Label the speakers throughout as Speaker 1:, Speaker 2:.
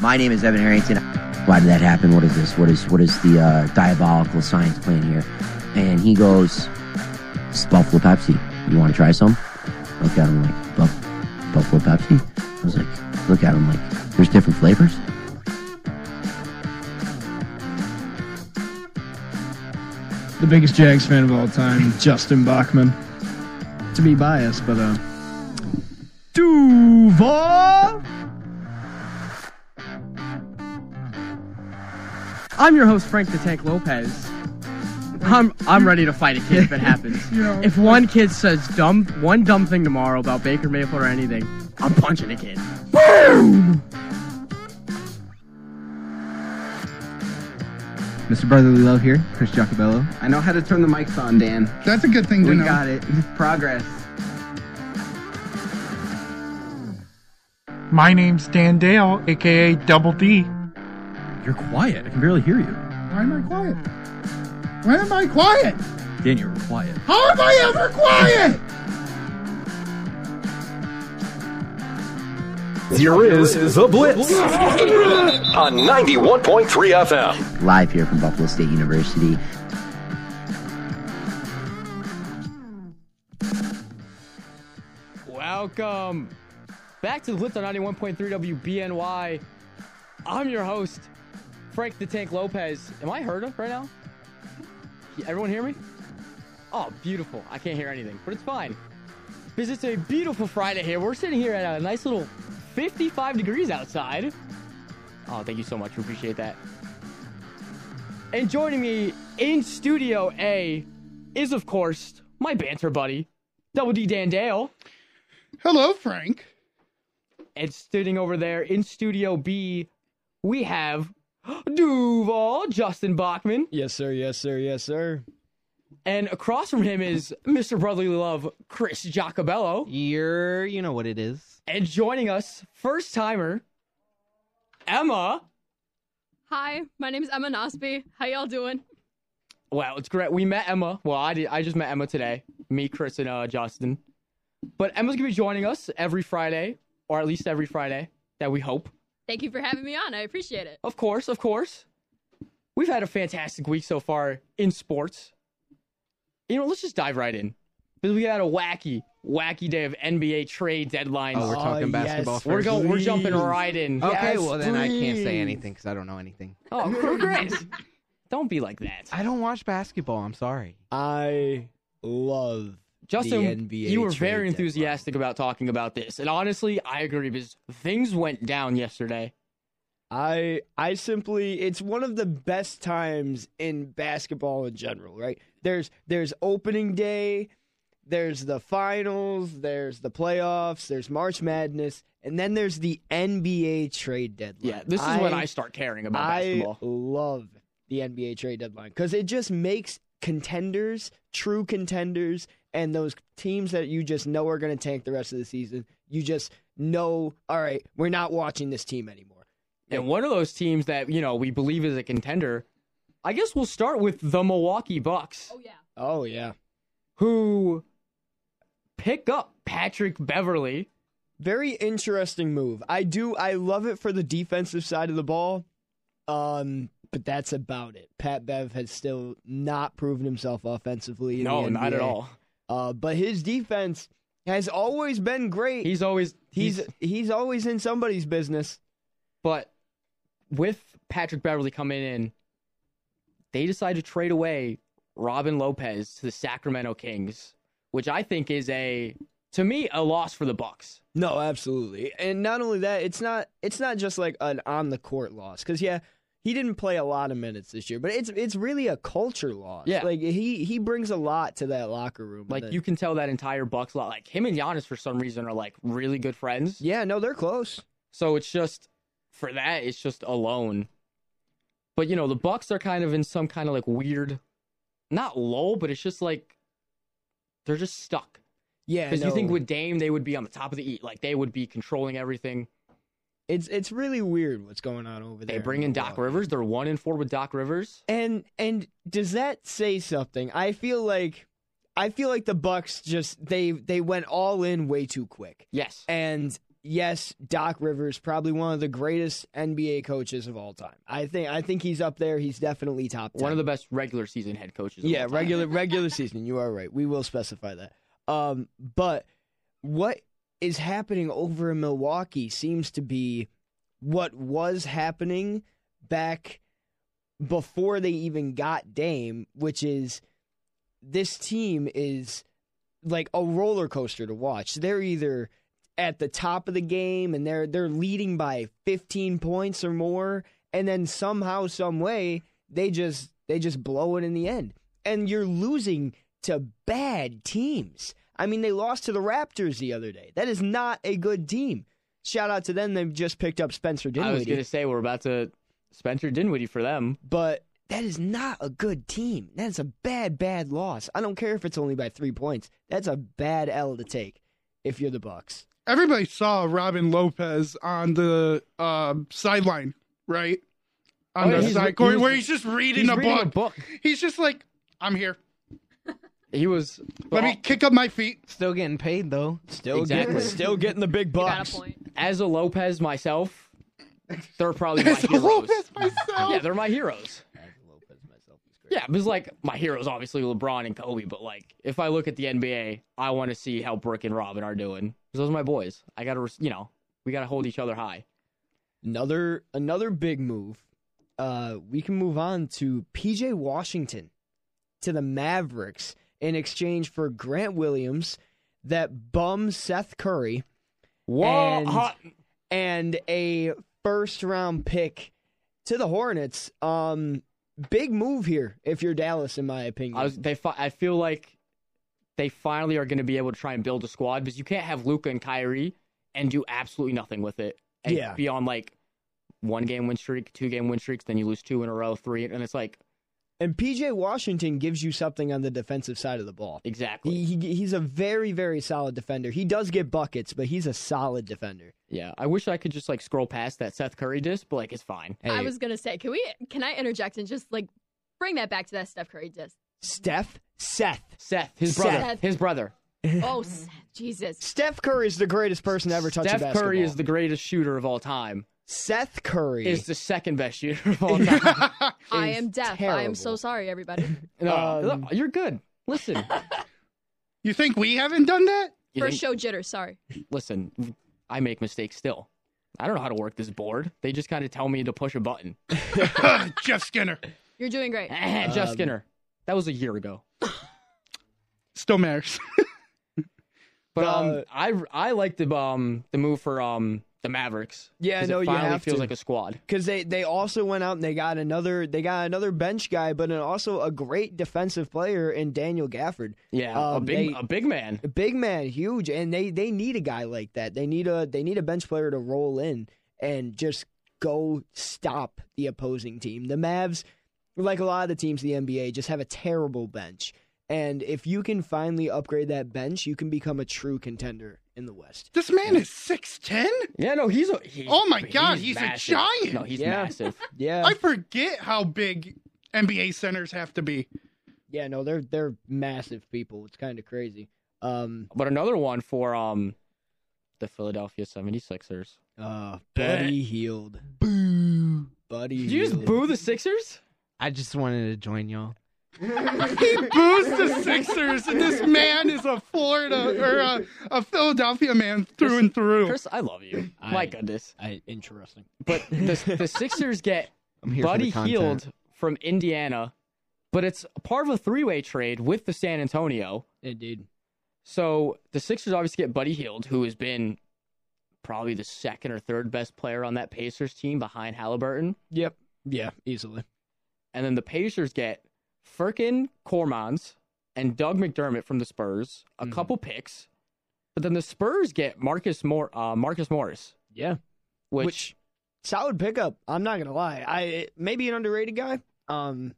Speaker 1: My name is Evan Harrington. Why did that happen? What is this? What is what is the uh, diabolical science plan here? And he goes, "It's Buffalo Pepsi. You want to try some?" I Look at him like Buff- Buffalo Pepsi. I was like, look at him like, "There's different flavors."
Speaker 2: The biggest Jags fan of all time, Justin Bachman. To be biased, but uh, Duval.
Speaker 3: I'm your host, Frank the Tank Lopez. I'm I'm ready to fight a kid if it happens.
Speaker 2: You know,
Speaker 3: if one kid says dumb one dumb thing tomorrow about Baker Mayfield or anything, I'm punching a kid.
Speaker 4: Mr. Brotherly Love here, Chris Giacobello. I know how to turn the mics on, Dan.
Speaker 2: That's a good thing to
Speaker 4: We
Speaker 2: know.
Speaker 4: got it. Progress.
Speaker 5: My name's Dan Dale, aka Double D.
Speaker 6: You're quiet. I can barely hear you.
Speaker 2: Why am I quiet? Why am I quiet?
Speaker 6: Dan, you're quiet.
Speaker 2: How am I ever quiet?
Speaker 7: Here is The Blitz on 91.3 FM.
Speaker 1: Live here from Buffalo State University.
Speaker 3: Welcome back to the Blitz on 91.3 WBNY. I'm your host, Frank the Tank Lopez. Am I heard right now? Yeah, Everyone hear me? Oh, beautiful. I can't hear anything, but it's fine. Because it's a beautiful Friday here. We're sitting here at a nice little 55 degrees outside. Oh, thank you so much. We appreciate that. And joining me in Studio A is, of course, my banter buddy, Double D Dan Dale.
Speaker 2: Hello, Frank.
Speaker 3: And sitting over there in Studio B, we have Duval, Justin Bachman.
Speaker 8: Yes, sir. Yes, sir. Yes, sir.
Speaker 3: And across from him is Mr. Brotherly Love, Chris Jacobello.
Speaker 4: You're, you know what it is.
Speaker 3: And joining us, first timer, Emma.
Speaker 9: Hi, my name's Emma Nosby. How y'all doing?
Speaker 3: Wow, it's great. We met Emma. Well, I did, I just met Emma today. Me, Chris, and uh, Justin. But Emma's gonna be joining us every Friday, or at least every Friday that we hope.
Speaker 9: Thank you for having me on. I appreciate it.
Speaker 3: Of course, of course. We've had a fantastic week so far in sports. You know, let's just dive right in. Because we had a wacky, wacky day of NBA trade deadlines.
Speaker 4: Oh, we're talking basketball first.
Speaker 3: we're going we're jumping right in.
Speaker 10: Oh,
Speaker 4: Okay,
Speaker 3: Yes,
Speaker 4: well then I can't
Speaker 3: please.
Speaker 4: say anything because I don't know anything.
Speaker 3: Oh, Chris. Don't be like that.
Speaker 4: I don't watch basketball. I'm sorry.
Speaker 8: I love.
Speaker 3: Justin,
Speaker 8: NBA
Speaker 3: you were
Speaker 8: trade
Speaker 3: very
Speaker 8: deadline.
Speaker 3: enthusiastic about talking about this. And honestly, I agree because things went down yesterday.
Speaker 8: I I simply it's one of the best times in basketball in general, right? There's there's opening day, there's the finals, there's the playoffs, there's March Madness, and then there's the NBA trade deadline.
Speaker 3: Yeah, this is when I start caring about basketball.
Speaker 8: I love the NBA trade deadline because it just makes contenders, true contenders, and those teams that you just know are going to tank the rest of the season. You just know, all right, we're not watching this team anymore.
Speaker 3: And one of those teams that, you know, we believe is a contender. I guess we'll start with the Milwaukee Bucks,
Speaker 9: Oh yeah.
Speaker 8: Oh yeah,
Speaker 3: who pick up Patrick Beverly.
Speaker 8: very interesting move. I do, I love it for the defensive side of the ball, um, but that's about it. Pat Bev has still not proven himself offensively. in the
Speaker 3: No, not at
Speaker 8: NBA.
Speaker 3: all.
Speaker 8: Uh, but his defense has always been great.
Speaker 3: He's always he's,
Speaker 8: he's he's always in somebody's business.
Speaker 3: but with Patrick Beverly coming in, they decide to trade away Robin Lopez to the Sacramento Kings, which I think is a to me a loss for the Bucks.
Speaker 8: No, absolutely. And not only that, it's not it's not just like an on the court loss cuz yeah, he didn't play a lot of minutes this year, but it's it's really a culture loss.
Speaker 3: Yeah.
Speaker 8: Like he he brings a lot to that locker room. and
Speaker 3: Like
Speaker 8: then-
Speaker 3: you can tell that entire Bucks lot, like him and Giannis for some reason are like really good friends.
Speaker 8: Yeah, no, they're close.
Speaker 3: So it's just for that, it's just alone. But you know, the Bucks are kind of in some kind of like weird, not low, but it's just like they're just stuck.
Speaker 8: Yeah.
Speaker 3: Because you think
Speaker 8: no.
Speaker 3: with Dame, they would be on the top of the eat, like they would be controlling everything.
Speaker 8: it's it's really weird what's going on over there.
Speaker 3: They bring in Doc
Speaker 8: Milwaukee.
Speaker 3: Rivers. They're one and four with Doc Rivers.
Speaker 8: And and does that say something? I feel like I feel like the Bucks just they they went all in way too quick.
Speaker 3: Yes,
Speaker 8: and yes, Doc Rivers probably one of the greatest NBA coaches of all time. I think I think he's up there. He's definitely top 10.
Speaker 3: One of the best regular season head coaches. Of
Speaker 8: Yeah,
Speaker 3: all time.
Speaker 8: regular regular season. You are right. We will specify that. Um, but what is happening over in Milwaukee seems to be what was happening back before they even got Dame, which is this team is like a roller coaster to watch. They're either at the top of the game and they're they're leading by 15 points or more and then somehow some way they just they just blow it in the end and you're losing to bad teams i mean they lost to the raptors the other day that is not a good team shout out to them they've just picked up
Speaker 3: I
Speaker 8: spencer
Speaker 3: was
Speaker 8: dinwiddie
Speaker 3: gonna say we're about to Spencer Dinwiddie for them.
Speaker 8: but that is not a good team that's a bad bad loss i don't care if it's only by 3 points that's a bad l to take if you're the bucks
Speaker 10: everybody saw Robin Lopez on the uh, sideline, right?
Speaker 3: Oh,
Speaker 10: On
Speaker 3: yeah,
Speaker 10: the
Speaker 3: he's re-
Speaker 10: side court,
Speaker 3: he was-
Speaker 10: where he's just reading,
Speaker 3: He's
Speaker 10: a,
Speaker 3: reading
Speaker 10: book.
Speaker 3: a book.
Speaker 10: He's just like, "I'm here.
Speaker 3: He was.
Speaker 10: Let me kick up my feet."
Speaker 4: Still getting paid though.
Speaker 8: still
Speaker 3: Exactly.
Speaker 8: getting still getting the big
Speaker 9: You got a
Speaker 8: bucks
Speaker 9: point.
Speaker 3: as a Lopez myself. They're probably my
Speaker 10: As a
Speaker 3: heroes.
Speaker 10: Lopez myself.
Speaker 3: Yeah, they're my heroes. Yeah, because like my heroes, obviously LeBron and Kobe, but like if I look at the NBA, I want to see how Brooke and Robin are doing. 'Cause Those are my boys. I gotta, res- you know, we gotta hold each other high.
Speaker 8: Another another big move. Uh, we can move on to PJ Washington to the Mavericks in exchange for Grant Williams, that bum Seth Curry,
Speaker 3: Whoa,
Speaker 8: And-
Speaker 3: hot-
Speaker 8: and a first round pick to the Hornets. Um, big move here if you're Dallas, in my opinion.
Speaker 3: I was. They. Fi- I feel like they finally are going to be able to try and build a squad because you can't have Luca and Kyrie and do absolutely nothing with it. And
Speaker 8: Yeah.
Speaker 3: Be on like one game win streak, two game win streaks, then you lose two in a row, three, and it's like
Speaker 8: and PJ Washington gives you something on the defensive side of the ball.
Speaker 3: exactly.
Speaker 8: He, he he's a very very solid defender. He does get buckets, but he's a solid defender.
Speaker 3: Yeah. I wish I could just like scroll past that Seth Curry disc, but like it's fine.
Speaker 9: I
Speaker 8: Hey.
Speaker 9: was gonna say, can we? Can I interject and just like bring that back to that Steph Curry disc?
Speaker 8: Steph, Seth.
Speaker 3: Seth, his
Speaker 8: Seth.
Speaker 3: brother,
Speaker 9: Seth.
Speaker 3: his brother.
Speaker 9: Oh, Seth, Jesus!
Speaker 8: Steph Curry is the greatest person to ever touch a
Speaker 3: Steph
Speaker 8: basketball.
Speaker 3: Curry is the greatest shooter of all time.
Speaker 8: Seth Curry.
Speaker 3: Is the second best shooter of all time.
Speaker 9: I
Speaker 8: is
Speaker 9: am deaf. I am so
Speaker 8: terrible.
Speaker 9: sorry, everybody.
Speaker 3: no,
Speaker 8: Um,
Speaker 3: look, you're good. Listen,
Speaker 10: You think we haven't done that?
Speaker 3: You
Speaker 9: For
Speaker 3: think-
Speaker 9: show jitter, sorry.
Speaker 3: listen. I make mistakes still. I don't know how to work this board. They just kind of tell me to push a button.
Speaker 10: Jeff Skinner
Speaker 9: You're doing great.
Speaker 3: Jeff Skinner. That was a year ago.
Speaker 10: still matters.
Speaker 3: But um,
Speaker 8: Uh,
Speaker 3: I I like the um the move for um the Mavericks.
Speaker 8: Yeah,
Speaker 3: 'Cause
Speaker 8: no,
Speaker 3: it
Speaker 8: you
Speaker 3: finally
Speaker 8: have
Speaker 3: feels
Speaker 8: to.
Speaker 3: like a squad.
Speaker 8: because they, they also went out and they got another they got another bench guy, but an- also a great defensive player in Daniel Gafford.
Speaker 3: Yeah, a
Speaker 8: Um,
Speaker 3: big
Speaker 8: they-
Speaker 3: a big man.
Speaker 8: Big man, huge, and they they need a guy like that. They need a they need a bench player to roll in and just go stop the opposing team. The Mavs, like a lot of the teams in the NBA, just have a terrible bench. And if you can finally upgrade that bench, you can become a true contender in the West.
Speaker 10: This man is six ten.
Speaker 3: Yeah, no, he's a he,
Speaker 10: Oh my God, he's a
Speaker 3: massive.
Speaker 10: giant.
Speaker 3: No, he's
Speaker 8: Yeah.
Speaker 3: massive.
Speaker 8: Yeah,
Speaker 10: I forget how big NBA centers have to be.
Speaker 8: Yeah, no, they're they're massive people. It's kind of crazy. Um,
Speaker 3: But another one for um the Philadelphia 76ers.
Speaker 8: uh, Buddy Healed,
Speaker 4: Boo.
Speaker 8: Buddy.
Speaker 3: Did you just
Speaker 8: Hield.
Speaker 3: boo the Sixers?
Speaker 4: I just wanted to join y'all.
Speaker 10: He boos the Sixers, and this man is a Florida or a, a Philadelphia man through and through.
Speaker 3: Chris, I love you.
Speaker 8: I-
Speaker 3: my goodness.
Speaker 8: I, interesting.
Speaker 3: But the the Sixers get
Speaker 4: I'm here
Speaker 3: Buddy
Speaker 4: for the content.
Speaker 3: Healed from Indiana, but it's part of a three-way trade with the San Antonio.
Speaker 8: Indeed.
Speaker 3: So the Sixers obviously get Buddy Heald, who has been probably the second or third best player on that Pacers team behind Halliburton.
Speaker 8: Yep. Yeah, easily.
Speaker 3: And then the Pacers get Firkin Cormans and Doug McDermott from the Spurs, a
Speaker 8: Mm-hmm.
Speaker 3: couple picks. But then the Spurs get Marcus Mor- uh, Marcus Morris,
Speaker 8: Yeah.
Speaker 3: which,
Speaker 8: Which- Solid pickup. I'm not gonna lie. I maybe an underrated guy. Um,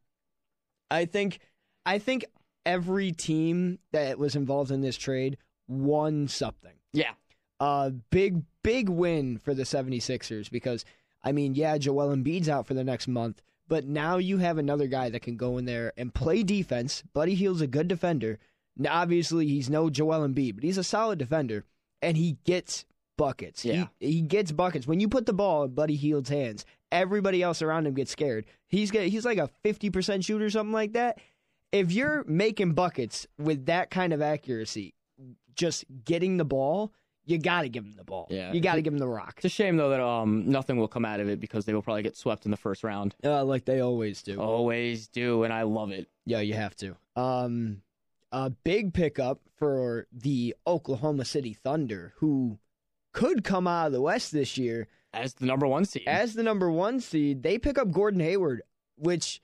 Speaker 8: I think, I think every team that was involved in this trade won something.
Speaker 3: yeah,
Speaker 8: uh, big, big win for the 76ers because, I mean, yeah, Joel Embiid's out for the next month, but now you have another guy that can go in there and play defense. Buddy Heald's a good defender. Now, obviously, he's no Joel Embiid, but he's a solid defender, and he gets buckets.
Speaker 3: Yeah.
Speaker 8: He, he gets buckets. When you put the ball in Buddy Heald's hands, everybody else around him gets scared. He's get, he's like a 50% shooter, something like that. If you're making buckets with that kind of accuracy, just getting the ball, you got to give him the ball.
Speaker 3: Yeah.
Speaker 8: You got to give him the rock.
Speaker 3: It's a shame though that um nothing will come out of it because they will probably get swept in the first round.
Speaker 8: Uh, like they always do.
Speaker 3: Oh. Always do, and I love it.
Speaker 8: Yeah, you have to. Um, a big pickup for the Oklahoma City Thunder, who could come out of the West this year
Speaker 3: As the number one seed,
Speaker 8: as the number one seed. They pick up Gordon Hayward, which,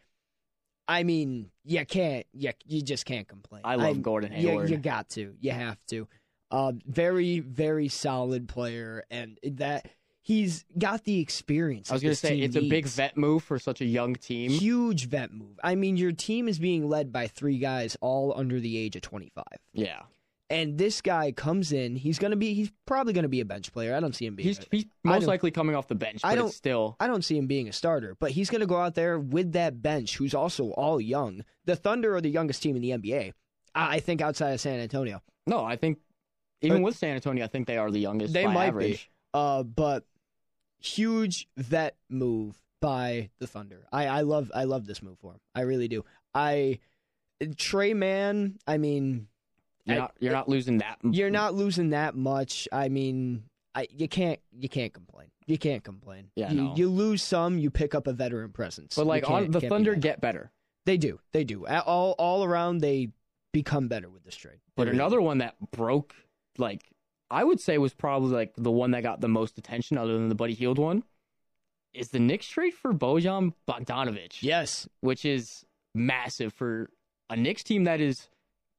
Speaker 8: I mean, you can't, you, you just can't complain.
Speaker 3: I love Gordon
Speaker 8: you-
Speaker 3: Hayward.
Speaker 8: You, got to, you have to. Um, very, very solid player, and that he's got the experience.
Speaker 3: I was
Speaker 8: that
Speaker 3: gonna
Speaker 8: this
Speaker 3: say
Speaker 8: team
Speaker 3: it's a big
Speaker 8: needs
Speaker 3: vet move for such a young team.
Speaker 8: huge vet move. I mean, your team is being led by three guys all under the age of 25.
Speaker 3: Yeah,
Speaker 8: And this guy comes in, he's going to be he's probably going to be a bench player. I don't see him being
Speaker 3: he's
Speaker 8: a-
Speaker 3: he's
Speaker 8: I
Speaker 3: most
Speaker 8: don't-
Speaker 3: likely coming off the bench, but
Speaker 8: I don't-
Speaker 3: it's still
Speaker 8: I don't see him being a starter, but he's going to go out there with that bench who's also all young. The Thunder are the youngest team in the NBA. I I think outside of San Antonio.
Speaker 3: no. I think even
Speaker 8: Uh,
Speaker 3: with San Antonio, I think they are the youngest.
Speaker 8: They
Speaker 3: by
Speaker 8: might be.
Speaker 3: average.
Speaker 8: Uh but huge vet move by the Thunder. I I love I love this move for him. I really do. I Trey Man, I mean,
Speaker 3: You're
Speaker 8: I-
Speaker 3: not you're not losing that.
Speaker 8: you're not losing that much. I mean, I you can't you can't complain. You can't complain.
Speaker 3: Yeah,
Speaker 8: you,
Speaker 3: no.
Speaker 8: you lose some, you pick up a veteran presence.
Speaker 3: But
Speaker 8: You
Speaker 3: like on
Speaker 8: can't-
Speaker 3: the
Speaker 8: can't be
Speaker 3: Thunder
Speaker 8: mad.
Speaker 3: get better.
Speaker 8: they do, they do. A- All all around, they become better with this trade.
Speaker 3: But another one that broke, like I would say, was probably like the one that got the most attention, other than the Buddy Healed one, is the Knicks trade for Bojan Bogdanovic,
Speaker 8: yes,
Speaker 3: which is massive for a Knicks team that is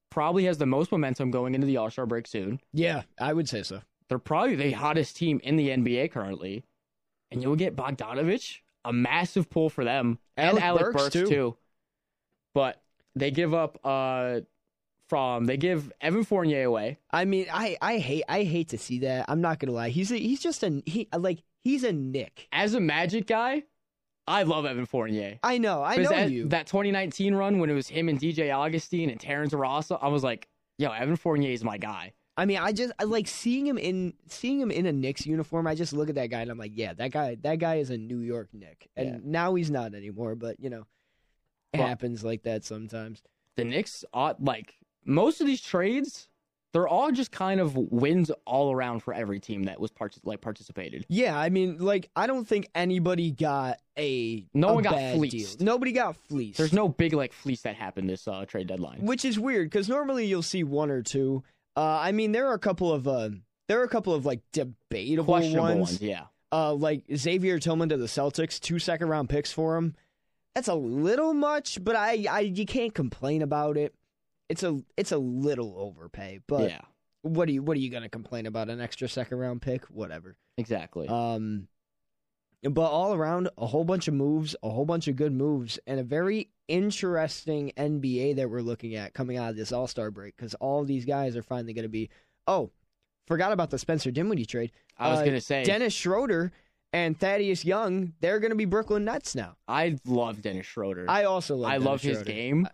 Speaker 3: probably has the most momentum going into the All Star break soon.
Speaker 8: yeah, I would say so.
Speaker 3: They're probably the hottest team in the NBA currently, and you'll get Bogdanovic, a massive pull for them, and
Speaker 8: Alec
Speaker 3: Alec
Speaker 8: Burks,
Speaker 3: Burks,
Speaker 8: too.
Speaker 3: too. But they give up uh from they give Evan Fournier away.
Speaker 8: I mean, I I hate I hate to see that. I'm not gonna lie. He's a, he's just a he like he's a Nick.
Speaker 3: as a Magic guy, I love Evan Fournier.
Speaker 8: I know, I know
Speaker 3: Because that,
Speaker 8: you.
Speaker 3: That 2019 run when it was him and DJ Augustine and Terrence Ross, I was like, yo, Evan Fournier is my guy.
Speaker 8: I mean, I just I like seeing him in seeing him in a Knicks uniform. I just look at that guy and I'm like, yeah, that guy that guy is a New York Nick, and
Speaker 3: Yeah.
Speaker 8: now he's not anymore. But you know, it
Speaker 3: Well-
Speaker 8: happens like that sometimes.
Speaker 3: The Knicks, ought, like most of these trades, they're all just kind of wins all around for every team that was partic- like participated.
Speaker 8: Yeah, I mean, like I don't think anybody got a
Speaker 3: No
Speaker 8: a
Speaker 3: one got
Speaker 8: bad
Speaker 3: fleeced.
Speaker 8: Deal. Nobody got fleeced.
Speaker 3: There's no big like fleece that happened this uh, trade deadline.
Speaker 8: which is weird because normally you'll see one or two. Uh, I mean, there are a couple of uh, there are a couple of like debatable
Speaker 3: Questionable ones.
Speaker 8: ones.
Speaker 3: yeah.
Speaker 8: uh, like Xavier Tillman to the Celtics, two second round picks for him. That's a little much, but I, I you can't complain about it. It's a it's a little overpay, but
Speaker 3: yeah,
Speaker 8: what are you what are you gonna complain about? An extra second round pick, whatever.
Speaker 3: exactly.
Speaker 8: Um, but all around, a whole bunch of moves, a whole bunch of good moves, and a very interesting NBA that we're looking at coming out of this All Star break because all these guys are finally gonna be. Oh, forgot about the Spencer Dinwiddie trade.
Speaker 3: I was
Speaker 8: uh,
Speaker 3: gonna say
Speaker 8: Dennis Schroeder and Thaddeus Young, they're going to be Brooklyn Nets now.
Speaker 3: I love Dennis Schroeder.
Speaker 8: I also love.
Speaker 3: I
Speaker 8: Dennis
Speaker 3: love his
Speaker 8: Schroeder.
Speaker 3: game,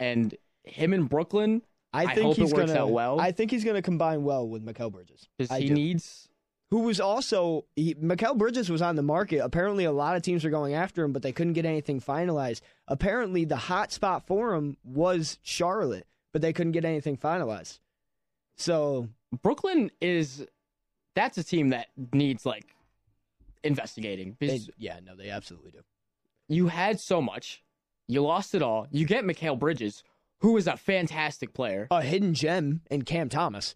Speaker 3: and him in Brooklyn. I
Speaker 8: think
Speaker 3: hope it
Speaker 8: he's
Speaker 3: works
Speaker 8: gonna,
Speaker 3: out well.
Speaker 8: I think he's going to combine well with Mikel Bridges,
Speaker 3: Because
Speaker 8: I
Speaker 3: he
Speaker 8: do.
Speaker 3: needs.
Speaker 8: who was also he, Mikel Bridges was on the market. Apparently, a lot of teams were going after him, but they couldn't get anything finalized. Apparently, the hot spot for him was Charlotte, but they couldn't get anything finalized. So
Speaker 3: Brooklyn is. That's a team that needs, like, investigating.
Speaker 8: they,
Speaker 3: Because
Speaker 8: yeah, no, they absolutely do.
Speaker 3: you had so much. You lost it all. You get Mikhail Bridges, who is a fantastic player.
Speaker 8: A hidden gem in Cam Thomas.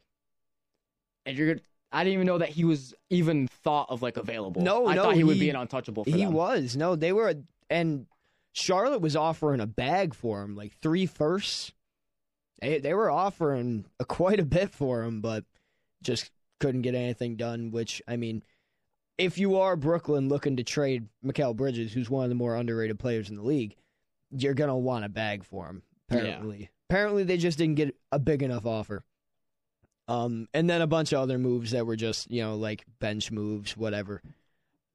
Speaker 3: And you're gonna. I didn't even know that he was even thought of, like, available.
Speaker 8: No,
Speaker 3: I
Speaker 8: no,
Speaker 3: thought he, would
Speaker 8: he-
Speaker 3: be an untouchable for
Speaker 8: He
Speaker 3: them.
Speaker 8: was. No, they were. And Charlotte was offering a bag for him, like three firsts. They, they were offering a, quite a bit for him, but just couldn't get anything done, which, I mean, if you are Brooklyn looking to trade Mikael Bridges, who's one of the more underrated players in the league, you're going to want a bag for him, apparently. Apparently, they just didn't get a big enough offer. Um, and then a bunch of other moves that were just, you know, like bench moves, whatever.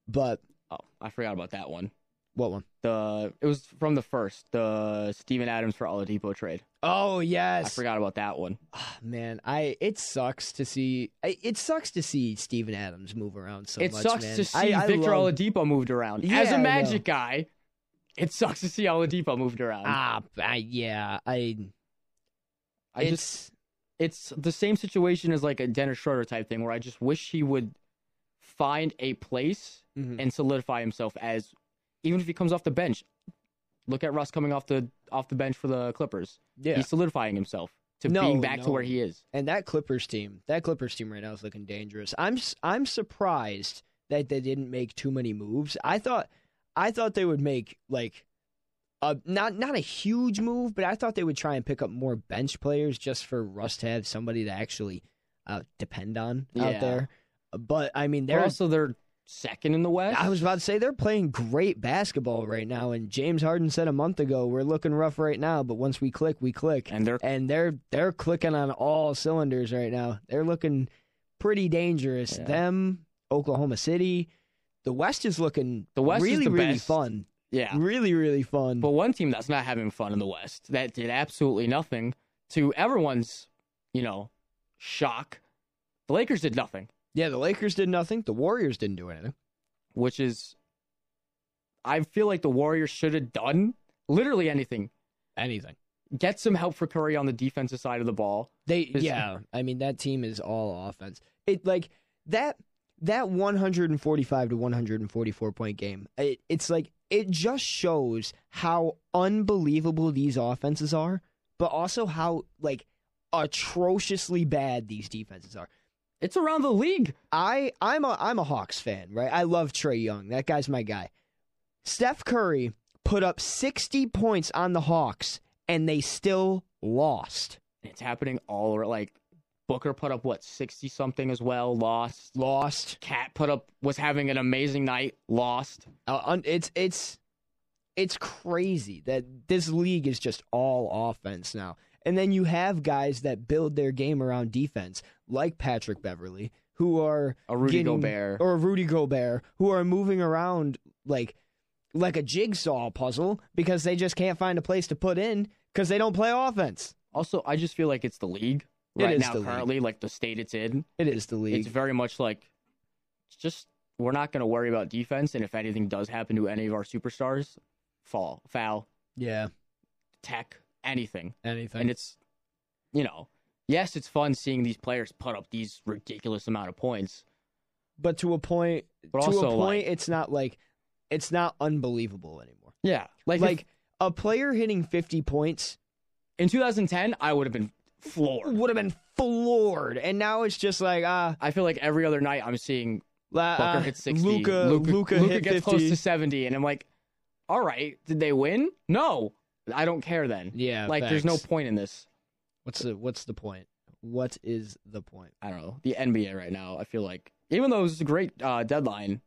Speaker 8: But
Speaker 3: Oh, I forgot about that one.
Speaker 8: What one?
Speaker 3: The it was from the first, the Steven Adams for Oladipo trade.
Speaker 8: Oh
Speaker 3: I
Speaker 8: yes,
Speaker 3: forgot about that one.
Speaker 8: man. I it sucks to see. I, it sucks to see Steven Adams move around so
Speaker 3: it
Speaker 8: much.
Speaker 3: sucks
Speaker 8: man.
Speaker 3: to see
Speaker 8: I, I
Speaker 3: Victor
Speaker 8: love-
Speaker 3: Oladipo moved around.
Speaker 8: Yeah,
Speaker 3: As
Speaker 8: I
Speaker 3: a
Speaker 8: know.
Speaker 3: Magic guy, it sucks to see Oladipo moved around.
Speaker 8: Ah, I, yeah. I.
Speaker 3: I
Speaker 8: it's
Speaker 3: just it's the same situation as like a Dennis Schroeder type thing where I just wish he would find a place
Speaker 8: Mhm.
Speaker 3: and solidify himself as even if he comes off the bench. Look at Russ coming off the off the bench for the Clippers.
Speaker 8: yeah.
Speaker 3: He's solidifying himself to
Speaker 8: No,
Speaker 3: being back
Speaker 8: no.
Speaker 3: to where he is.
Speaker 8: And that Clippers team, that Clippers team right now is looking dangerous. I'm s- I'm surprised that they didn't make too many moves. I thought I thought they would make like a not not a huge move, but I thought they would try and pick up more bench players just for Russ to have somebody to actually uh, depend on
Speaker 3: Yeah.
Speaker 8: out there. But I mean,
Speaker 3: They're
Speaker 8: they're
Speaker 3: also they're second in the West.
Speaker 8: I was about to say they're playing great basketball right now, and James Harden said a month ago we're looking rough right now, but once we click, we click,
Speaker 3: and they're
Speaker 8: and they're they're clicking on all cylinders right now. They're looking pretty dangerous.
Speaker 3: Yeah.
Speaker 8: Them, Oklahoma City, the West is looking
Speaker 3: The West is
Speaker 8: really
Speaker 3: the
Speaker 8: really
Speaker 3: best.
Speaker 8: fun,
Speaker 3: yeah.
Speaker 8: really really fun.
Speaker 3: But one team that's not having fun in the West that did absolutely nothing to everyone's, you know, shock. The Lakers did nothing.
Speaker 8: yeah, the Lakers did nothing. The Warriors didn't do anything.
Speaker 3: which is I feel like the Warriors should have done literally anything.
Speaker 8: Anything.
Speaker 3: Get some help for Curry on the defensive side of the ball.
Speaker 8: They
Speaker 3: It's-
Speaker 8: yeah, I mean that team is all offense. It like that that 145 to 144 point game. It, it's like it just shows how unbelievable these offenses are, but also how like atrociously bad these defenses are.
Speaker 3: It's around the league.
Speaker 8: I I'm a I'm a Hawks fan, right? I love Trey Young. That guy's my guy. Steph Curry put up 60 points on the Hawks and they still lost.
Speaker 3: It's happening all over. Like Booker put up what sixty something as well. Lost.
Speaker 8: Lost.
Speaker 3: Cat put up was having an amazing night. Lost.
Speaker 8: Uh, un- it's it's it's crazy that this league is just all offense now. And then you have guys that build their game around defense, like Patrick Beverly, who are
Speaker 3: A Rudy
Speaker 8: getting-
Speaker 3: Gobert.
Speaker 8: or Rudy Gobert, who are moving around like like a jigsaw puzzle because they just can't find a place to put in because they don't play offense.
Speaker 3: also, I just feel like it's the league
Speaker 8: It
Speaker 3: right
Speaker 8: is
Speaker 3: now
Speaker 8: the league.
Speaker 3: currently, like the state it's in.
Speaker 8: It is the league.
Speaker 3: It's very much like it's just we're not going to worry about defense, and if anything does happen to any of our superstars, fall, foul,
Speaker 8: yeah,
Speaker 3: tech, anything.
Speaker 8: anything.
Speaker 3: and it's you know yes it's fun seeing these players put up these ridiculous amount of points
Speaker 8: but to a point,
Speaker 3: But
Speaker 8: to
Speaker 3: also,
Speaker 8: a point,
Speaker 3: like-
Speaker 8: it's not like it's not unbelievable anymore.
Speaker 3: yeah like
Speaker 8: like
Speaker 3: if-
Speaker 8: a player hitting 50 points
Speaker 3: in 2010 i would have been floored
Speaker 8: would have been floored and now it's just like ah
Speaker 3: i feel like every other night i'm seeing
Speaker 8: la-
Speaker 3: Booker
Speaker 8: ah,
Speaker 3: hit 60
Speaker 8: Luca
Speaker 3: Luka,
Speaker 8: Luca
Speaker 3: Luka
Speaker 8: hit
Speaker 3: gets
Speaker 8: 50
Speaker 3: close to 70 and i'm like all right did they win no i don't care then
Speaker 8: yeah
Speaker 3: like there's no
Speaker 8: facts.
Speaker 3: point in this
Speaker 8: what's the what's the point what is the point
Speaker 3: i don't know the nba right now i feel like even though it was a great uh, deadline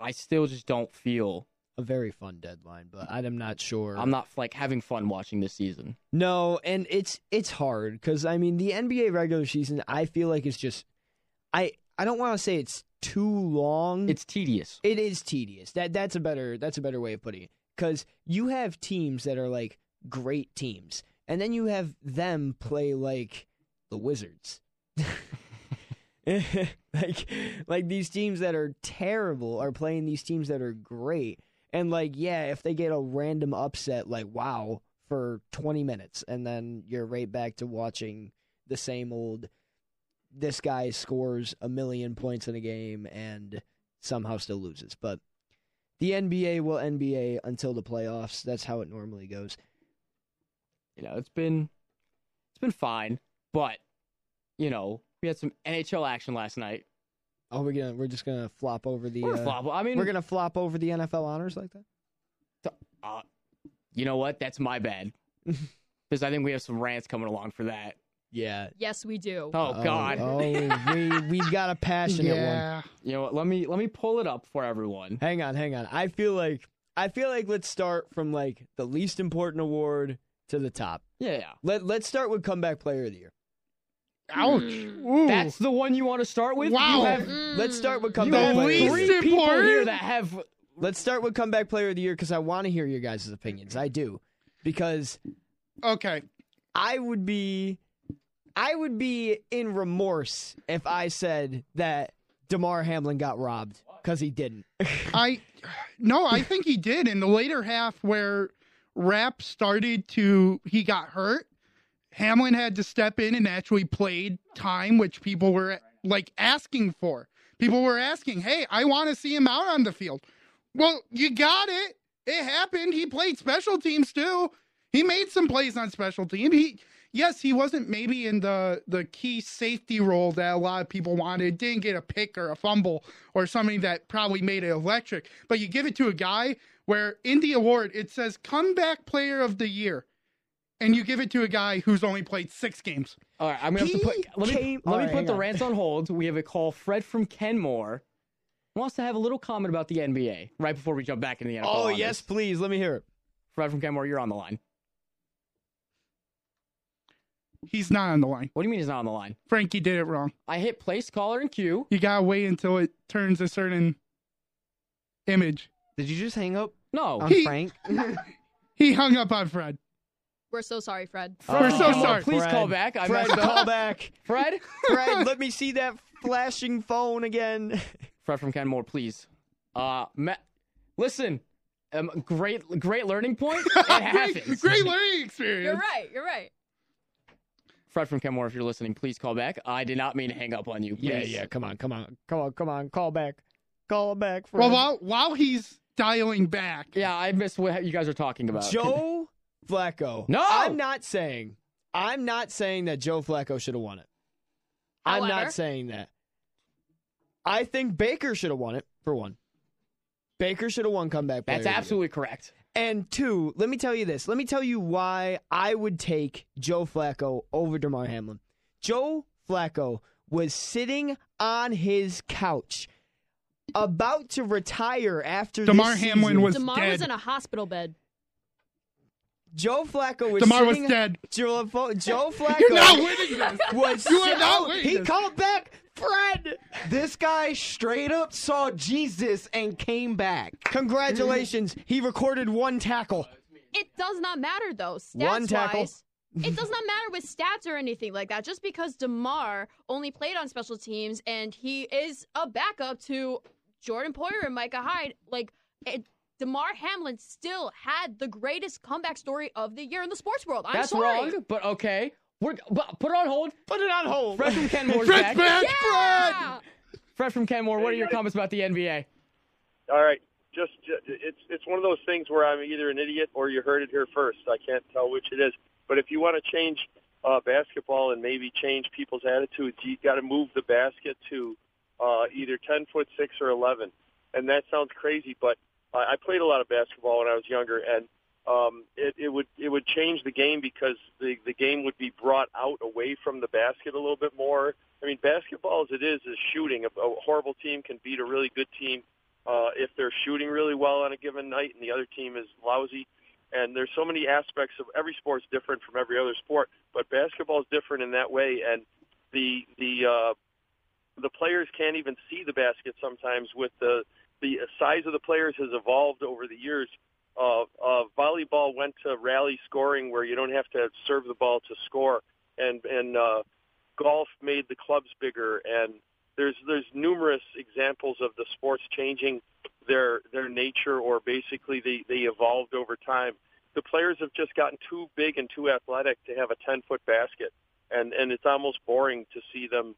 Speaker 3: i still just don't feel
Speaker 8: a very fun deadline but i'm not sure
Speaker 3: i'm not like having fun watching this season
Speaker 8: No, and it's it's hard because I mean the NBA regular season I feel like it's just I I don't want to say it's too long.
Speaker 3: it's tedious
Speaker 8: It is tedious. That that's a better that's a better way of putting it. Because you have teams that are like great teams, and then you have them play like the Wizards. like like these teams that are terrible are playing these teams that are great. And like, yeah, if they get a random upset, like wow, for twenty minutes, and then you're right back to watching the same old this guy scores a million points in a game and somehow still loses. But the NBA will NBA until the playoffs. That's how it normally goes.
Speaker 3: you know, it's been it's been fine, but you know, we had some NHL action last night.
Speaker 8: Oh, we're gonna we're just gonna flop over the.
Speaker 3: We're
Speaker 8: uh,
Speaker 3: flop- I mean,
Speaker 8: We're gonna flop over the NFL honors like that.
Speaker 3: you know what? That's my bad. Because I think we have some rants coming along for that.
Speaker 8: Yeah.
Speaker 9: Yes, we do.
Speaker 3: Oh, God!
Speaker 8: Oh, we we've got a passionate one.
Speaker 10: Yeah.
Speaker 3: You know what? Let me let me pull it up for everyone.
Speaker 8: Hang on, hang on. I feel like I feel like let's start from like the least important award to the top.
Speaker 3: Yeah, yeah.
Speaker 8: Let let's start with comeback player of the year.
Speaker 10: Ouch. Ooh.
Speaker 3: that's the one you want to start with.
Speaker 10: Wow.
Speaker 3: You have,
Speaker 9: Mm.
Speaker 8: Let's start with
Speaker 3: you
Speaker 8: comeback
Speaker 10: The
Speaker 3: have
Speaker 8: player. of the
Speaker 10: least
Speaker 8: year.
Speaker 3: three people
Speaker 10: important?
Speaker 3: here that have
Speaker 8: Let's start with comeback player of the year because I want to hear your guys' opinions. I do. Because
Speaker 10: Okay.
Speaker 8: I would be I would be in remorse if I said that DeMar Hamlin got robbed because he didn't.
Speaker 10: I no, I think he did in the later half where Rap started to he got hurt. Hamlin had to step in and actually played time, which people were like asking for. People were asking, "Hey, I want to see him out on the field." Well, you got it. It happened. He played special teams too. He made some plays on special team. He yes, he wasn't maybe in the the key safety role that a lot of people wanted. Didn't get a pick or a fumble or something that probably made it electric. But you give it to a guy where in the award it says comeback player of the year, and you give it to a guy who's only played six games.
Speaker 3: All right, I'm gonna have to
Speaker 8: He
Speaker 3: put. Let me
Speaker 8: came-
Speaker 3: let
Speaker 8: all
Speaker 3: me
Speaker 8: right,
Speaker 3: put
Speaker 8: hang
Speaker 3: the
Speaker 8: on.
Speaker 3: rants on hold. We have a call. Fred from Kenmore wants to have a little comment about the NBA right before we jump back into the NFL.
Speaker 8: Oh
Speaker 3: on
Speaker 8: yes,
Speaker 3: this.
Speaker 8: please let me hear it.
Speaker 3: Fred from Kenmore, you're on the line.
Speaker 10: He's not on the line.
Speaker 3: What do you mean he's not on the line?
Speaker 10: Frankie did it wrong.
Speaker 3: I hit place, caller, and queue.
Speaker 10: You gotta wait until it turns a certain image.
Speaker 4: Did you just hang up?
Speaker 3: No,
Speaker 8: Oh.
Speaker 10: He-
Speaker 4: Frank.
Speaker 10: He hung up on Fred.
Speaker 9: We're so sorry, Fred.
Speaker 10: We're so
Speaker 3: Kenmore,
Speaker 10: sorry.
Speaker 3: Please
Speaker 8: Fred.
Speaker 3: call back. I
Speaker 8: Fred,
Speaker 3: messed up.
Speaker 8: call back.
Speaker 3: Fred.
Speaker 8: Fred, let me see that flashing phone again.
Speaker 3: Fred from Kenmore, please. Uh, Matt, listen. Um, great, great learning point. It happens.
Speaker 10: Great, great learning experience.
Speaker 9: You're right. You're right.
Speaker 3: Fred from Kenmore, if you're listening, please call back. I did not mean to hang up on you.
Speaker 8: Yeah,
Speaker 3: please.
Speaker 8: yeah. Come on, come on, come on, come on. Call back. Call back. Fred.
Speaker 10: Well, while while he's dialing back,
Speaker 3: Yeah, I missed what you guys are talking about.
Speaker 8: Joe Flacco.
Speaker 3: No!
Speaker 8: I'm not saying. I'm not saying that Joe Flacco should have won it. I'm
Speaker 9: However-
Speaker 8: not saying that. I think Baker should have won it for one. Baker should have won comeback. player
Speaker 3: That's
Speaker 8: of the year.
Speaker 3: absolutely correct.
Speaker 8: And two, let me tell you this. Let me tell you why I would take Joe Flacco over DeMar Hamlin. Joe Flacco was sitting on his couch, about to retire after
Speaker 10: DeMar
Speaker 8: this
Speaker 10: Hamlin
Speaker 8: season.
Speaker 10: was
Speaker 9: Demar
Speaker 10: dead.
Speaker 9: was in a hospital bed.
Speaker 8: Joe Flacco was
Speaker 10: Demar was
Speaker 8: sitting,
Speaker 10: dead.
Speaker 8: Joe, Fo- Joe Flacco
Speaker 10: You're not winning this.
Speaker 8: was
Speaker 10: You are not
Speaker 8: so-
Speaker 10: winning
Speaker 8: He
Speaker 10: this.
Speaker 8: called back, Fred.
Speaker 4: This guy straight up saw Jesus and came back.
Speaker 8: Congratulations, he recorded one tackle.
Speaker 9: It does not matter though. Stats
Speaker 8: One tackle.
Speaker 9: Wise, it does not matter with stats or anything like that. Just because Demar only played on special teams and he is a backup to Jordan Poyer and Micah Hyde, like it, Demar Hamlin still had the greatest comeback story of the year in the sports world. I'm
Speaker 3: That's
Speaker 9: sorry.
Speaker 3: wrong, but okay. We're but put it on hold.
Speaker 8: Put it on hold.
Speaker 3: Fred from Kenmore's
Speaker 10: Fred's
Speaker 3: back.
Speaker 10: back.
Speaker 9: Yeah!
Speaker 3: Fred from Kenmore, what are your comments about the NBA?
Speaker 11: All right, just, ju- it's it's one of those things where I'm either an idiot or you heard it here first. I can't tell which it is. But if you want to change uh, basketball and maybe change people's attitudes, you got to move the basket to uh, either ten foot six or eleven. And that sounds crazy, but I, I played a lot of basketball when I was younger, and um, it, it would it would change the game because the the game would be brought out away from the basket a little bit more. I mean, basketball as it is is shooting. A, a horrible team can beat a really good team uh, if they're shooting really well on a given night and the other team is lousy. And there's so many aspects of every sport's different from every other sport, but basketball is different in that way. And the the uh, the players can't even see the basket sometimes with the the size of the players has evolved over the years. Uh, uh, volleyball went to rally scoring where you don't have to serve the ball to score, and and uh, golf made the clubs bigger, and there's there's numerous examples of the sports changing their their nature or basically they, they evolved over time. The players have just gotten too big and too athletic to have a ten foot basket and, and it's almost boring to see them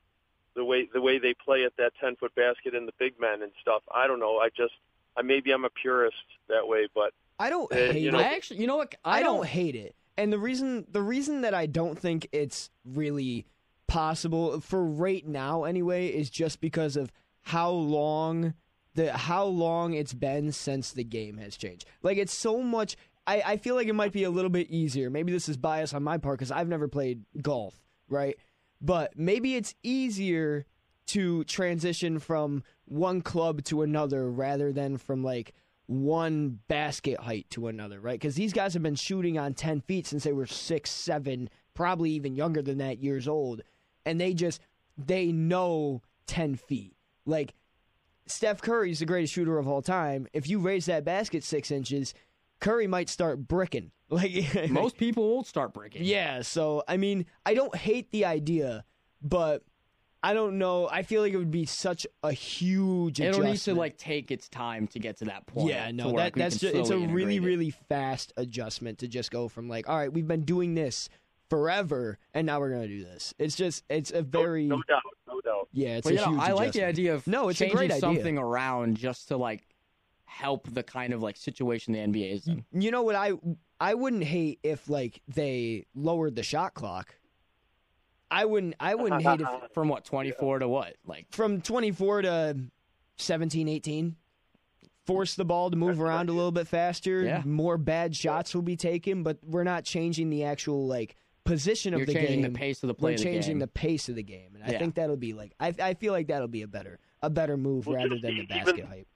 Speaker 11: the way the way they play at that ten foot basket and the big men and stuff. I don't know. I just I maybe I'm a purist that way, but
Speaker 8: I don't
Speaker 11: Uh,
Speaker 8: hate
Speaker 11: you
Speaker 8: it.
Speaker 11: know-
Speaker 3: I actually, you know what? I,
Speaker 8: I don't hate it. And the reason the reason that I don't think it's really possible for right now anyway is just because of how long the how long it's been since the game has changed. Like it's so much I, I feel like it might be a little bit easier. Maybe this is bias on my part because I've never played golf, right? But maybe it's easier to transition from one club to another rather than from like one basket height to another, right? Because these guys have been shooting on 10 feet since they were six, seven, probably even younger than that years old. And they just, they know 10 feet. Like, Steph Curry's the greatest shooter of all time. If you raise that basket six inches, Curry might start bricking. Like
Speaker 3: Most people won't start breaking.
Speaker 8: Yeah, so I mean, I don't hate the idea, but I don't know. I feel like it would be such a huge.
Speaker 3: It'll need to
Speaker 8: adjustment.
Speaker 3: like take its time to get to that point.
Speaker 8: Yeah,
Speaker 3: to
Speaker 8: no,
Speaker 3: where
Speaker 8: that,
Speaker 3: we
Speaker 8: that's
Speaker 3: can
Speaker 8: just, it's a
Speaker 3: slowly
Speaker 8: really,
Speaker 3: integrate it.
Speaker 8: really fast adjustment to just go from like, all right, we've been doing this forever, and now we're gonna do this. It's just, it's a very no,
Speaker 11: doubt, no doubt.
Speaker 8: Yeah, it's
Speaker 3: But
Speaker 8: a
Speaker 3: you know,
Speaker 8: huge.
Speaker 3: I like the
Speaker 8: adjustment.
Speaker 3: idea of
Speaker 8: no, it's a
Speaker 3: changing
Speaker 8: great idea.
Speaker 3: something around just to like help the kind of like situation the NBA is in.
Speaker 8: You know what I I wouldn't hate if like they lowered the shot clock. I wouldn't I wouldn't hate if
Speaker 3: from what 24 to what? Like
Speaker 8: from 24 to 17 18 force the ball to move around a little bit faster,
Speaker 3: Yeah.
Speaker 8: more bad shots will be taken, but we're not changing the actual like position of
Speaker 3: You're
Speaker 8: the
Speaker 3: changing
Speaker 8: game.
Speaker 3: the pace of the play
Speaker 8: We're
Speaker 3: of the
Speaker 8: changing
Speaker 3: game.
Speaker 8: the pace of the game. And I
Speaker 3: Yeah.
Speaker 8: think that'll be like I I feel like that'll be a better a better move rather than the basket hype.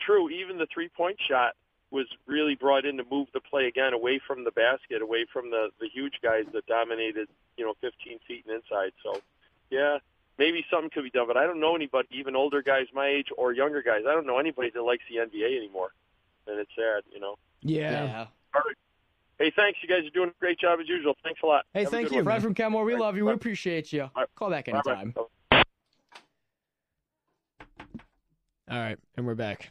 Speaker 11: True, even the three point shot was really brought in to move the play again away from the basket, away from the the huge guys that dominated, you know, 15 feet and inside. So, yeah, maybe something could be done, but I don't know anybody, even older guys my age or younger guys. I don't know anybody that likes the NBA anymore, and it's sad, you know.
Speaker 8: Yeah.
Speaker 11: All right. Hey, thanks. You guys are doing a great job as usual. Thanks a lot.
Speaker 3: Hey,
Speaker 11: Have a
Speaker 3: thank
Speaker 11: good
Speaker 3: you,
Speaker 11: one.
Speaker 3: Fred from Kenmore. We love you. We appreciate you. Call back
Speaker 11: Bye-bye.
Speaker 3: anytime.
Speaker 8: All right, and we're back.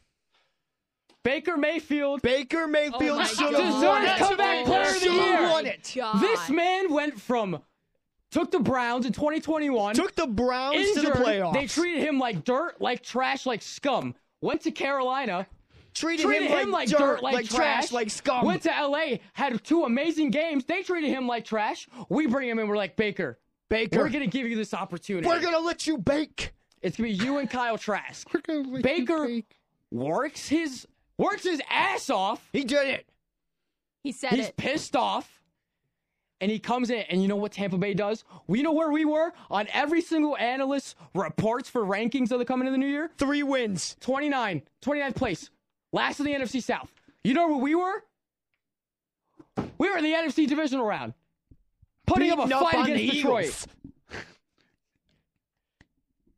Speaker 3: Baker Mayfield.
Speaker 8: Baker
Speaker 9: Oh
Speaker 8: Mayfield should have won
Speaker 3: deserves
Speaker 8: it.
Speaker 3: Oh comeback player of the
Speaker 8: Should have
Speaker 3: year.
Speaker 8: won it. God.
Speaker 3: This man went from took the Browns in 2021.
Speaker 8: Took the Browns to the
Speaker 3: injured,
Speaker 8: playoffs.
Speaker 3: They treated him like dirt, like trash, like scum. Went to Carolina.
Speaker 8: Treated him like dirt, like trash, like scum.
Speaker 3: Went to LA, had two amazing games. They treated him like trash. We bring him in, we're like, Baker,
Speaker 8: Baker.
Speaker 3: we're going to give you this opportunity.
Speaker 8: We're gonna let you bake.
Speaker 3: It's gonna be you and Kyle Trask. Baker works his works his ass off.
Speaker 8: He did it.
Speaker 9: He said
Speaker 3: He's
Speaker 9: it.
Speaker 3: pissed off. And he comes in, and you know what Tampa Bay does? We know where we were on every single analyst reports for rankings of the coming of the new year.
Speaker 8: Three wins.
Speaker 3: 29, 29th place. Last of the NFC South. You know where we were? We were in the NFC divisional round. Putting up a
Speaker 10: Beating up
Speaker 3: fight
Speaker 10: on
Speaker 3: against
Speaker 10: the
Speaker 3: Detroit.
Speaker 10: Eagles.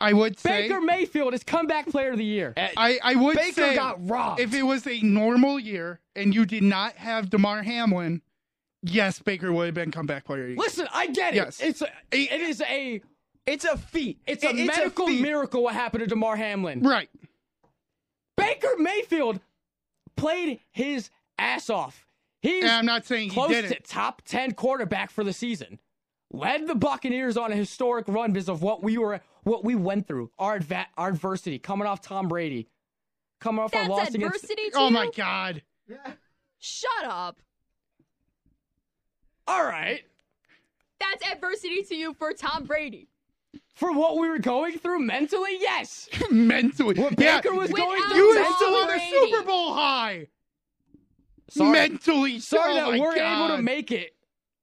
Speaker 10: I would say
Speaker 3: Baker Mayfield is comeback player of the year.
Speaker 10: I, I would
Speaker 3: Baker
Speaker 10: say
Speaker 3: got robbed.
Speaker 10: if it was a normal year and you did not have DeMar Hamlin, yes, Baker would have been comeback player. of the year.
Speaker 3: Listen, I get it.
Speaker 10: Yes.
Speaker 3: It's a, it is a
Speaker 8: it's a feat.
Speaker 3: It's a
Speaker 10: It- it's a
Speaker 3: medical
Speaker 10: feat.
Speaker 3: miracle what happened to DeMar Hamlin.
Speaker 10: Right.
Speaker 3: Baker Mayfield played his ass off. He's
Speaker 10: And I'm not saying he
Speaker 3: close
Speaker 10: didn't.
Speaker 3: to top ten quarterback for the season. Led the Buccaneers on a historic run because of what we were, what we went through, our adva- our adversity, coming off Tom Brady, coming off
Speaker 9: That's
Speaker 3: our loss
Speaker 9: adversity
Speaker 3: against.
Speaker 9: to Oh my you?
Speaker 10: God!
Speaker 9: Shut up.
Speaker 3: All right,
Speaker 9: That's adversity to you for Tom Brady.
Speaker 3: for what we were going through mentally, yes.
Speaker 10: mentally,
Speaker 3: what
Speaker 10: Yeah.
Speaker 3: Baker was going
Speaker 9: Without
Speaker 3: through.
Speaker 10: You were
Speaker 3: mentally-
Speaker 10: still on the
Speaker 9: Brady.
Speaker 10: Super Bowl high.
Speaker 3: Sorry.
Speaker 10: Mentally,
Speaker 3: Sorry
Speaker 10: oh
Speaker 3: that
Speaker 10: my
Speaker 3: we're
Speaker 10: God.
Speaker 3: able to make it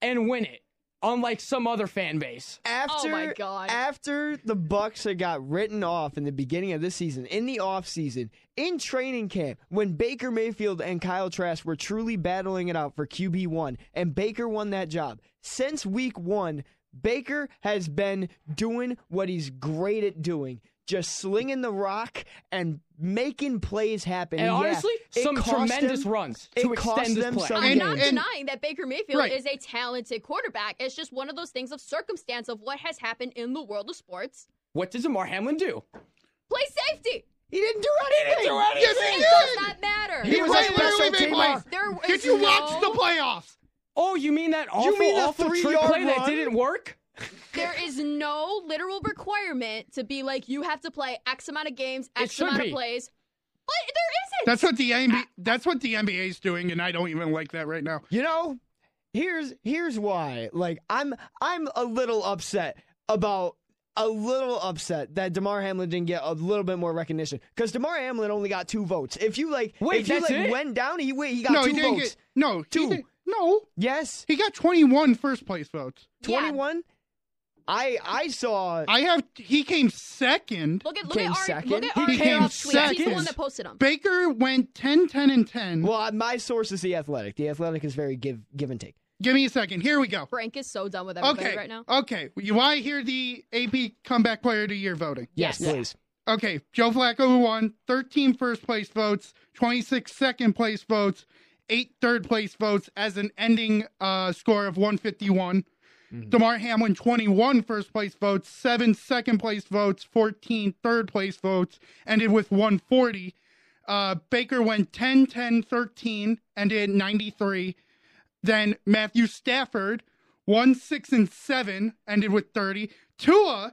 Speaker 3: and win it, unlike some other fan base.
Speaker 8: After,
Speaker 9: Oh my God.
Speaker 8: After the Bucks had got written off in the beginning of this season, in the offseason, in training camp, when Baker Mayfield and Kyle Trask were truly battling it out for QB one, and Baker won that job. Since week one, Baker has been doing what he's great at doing. Just slinging the rock and making plays happen.
Speaker 3: And
Speaker 8: Yeah,
Speaker 3: honestly,
Speaker 8: it
Speaker 3: some
Speaker 8: cost
Speaker 3: tremendous
Speaker 8: them-
Speaker 3: runs
Speaker 8: it
Speaker 3: to
Speaker 8: cost
Speaker 3: extend this
Speaker 8: them
Speaker 3: play.
Speaker 8: some
Speaker 9: I'm not
Speaker 8: games.
Speaker 9: denying that Baker Mayfield
Speaker 10: Right.
Speaker 9: is a talented quarterback. It's just one of those things of circumstance of what has happened in the world of sports.
Speaker 3: What does Amar Hamlin do?
Speaker 9: Play safety.
Speaker 8: He didn't do
Speaker 3: didn't
Speaker 8: anything.
Speaker 3: do anything. Yes,
Speaker 9: it
Speaker 10: he
Speaker 9: does
Speaker 10: did.
Speaker 9: not matter.
Speaker 8: He was a
Speaker 10: Right, literally
Speaker 8: special
Speaker 10: made
Speaker 8: teamer.
Speaker 10: plays.
Speaker 9: There was
Speaker 10: Did you
Speaker 9: no...
Speaker 10: watch the playoffs?
Speaker 3: Oh, you mean that awful,
Speaker 8: mean the
Speaker 3: awful trick
Speaker 8: three-yard
Speaker 3: play that
Speaker 8: run?
Speaker 3: didn't work?
Speaker 9: There is no literal requirement to be like you have to play X amount of games,
Speaker 3: It
Speaker 9: X
Speaker 3: should
Speaker 9: amount
Speaker 3: be.
Speaker 9: of plays. But there isn't.
Speaker 10: That's what the NBA. That's what the NBA is doing, and I don't even like that right now.
Speaker 8: You know, here's here's why. Like I'm I'm a little upset about a little upset that Damar Hamlin didn't get a little bit more recognition because Damar Hamlin only got two votes. If you like,
Speaker 3: Wait,
Speaker 8: if you
Speaker 3: that's
Speaker 8: like
Speaker 3: it?
Speaker 8: went down, he wait, he got
Speaker 10: no,
Speaker 8: two
Speaker 10: he didn't
Speaker 8: votes.
Speaker 10: get. No, he
Speaker 8: Two.
Speaker 10: didn't- no,
Speaker 8: Yes,
Speaker 10: he got 21 first place votes.
Speaker 9: Yeah.
Speaker 8: twenty one. I I saw
Speaker 10: I have. He came second.
Speaker 9: Look at look
Speaker 8: Came
Speaker 9: at our look
Speaker 8: second.
Speaker 9: at
Speaker 8: He
Speaker 9: our
Speaker 10: came
Speaker 9: tweets. He's the
Speaker 10: second.
Speaker 9: one that posted them.
Speaker 10: Baker went 10, 10, and 10.
Speaker 8: well I- my source is the Athletic. The Athletic is very give give and take.
Speaker 10: Give me a second. Here we go.
Speaker 9: Frank is so done with everybody
Speaker 10: Okay.
Speaker 9: right now.
Speaker 10: Okay. You want to hear the AP Comeback Player of the Year voting?
Speaker 8: Yes, please.
Speaker 10: Okay, Joe Flacco won 13 first place votes, 26 second place votes, eight third place votes as an ending uh, score of 151. DeMar Hamlin, 21 first place votes, seven second place votes, 14 third place votes, ended with 140. Uh, Baker went 10, 10, 13, ended at 93. Then Matthew Stafford, 1, 6, and 7, ended with 30. Tua,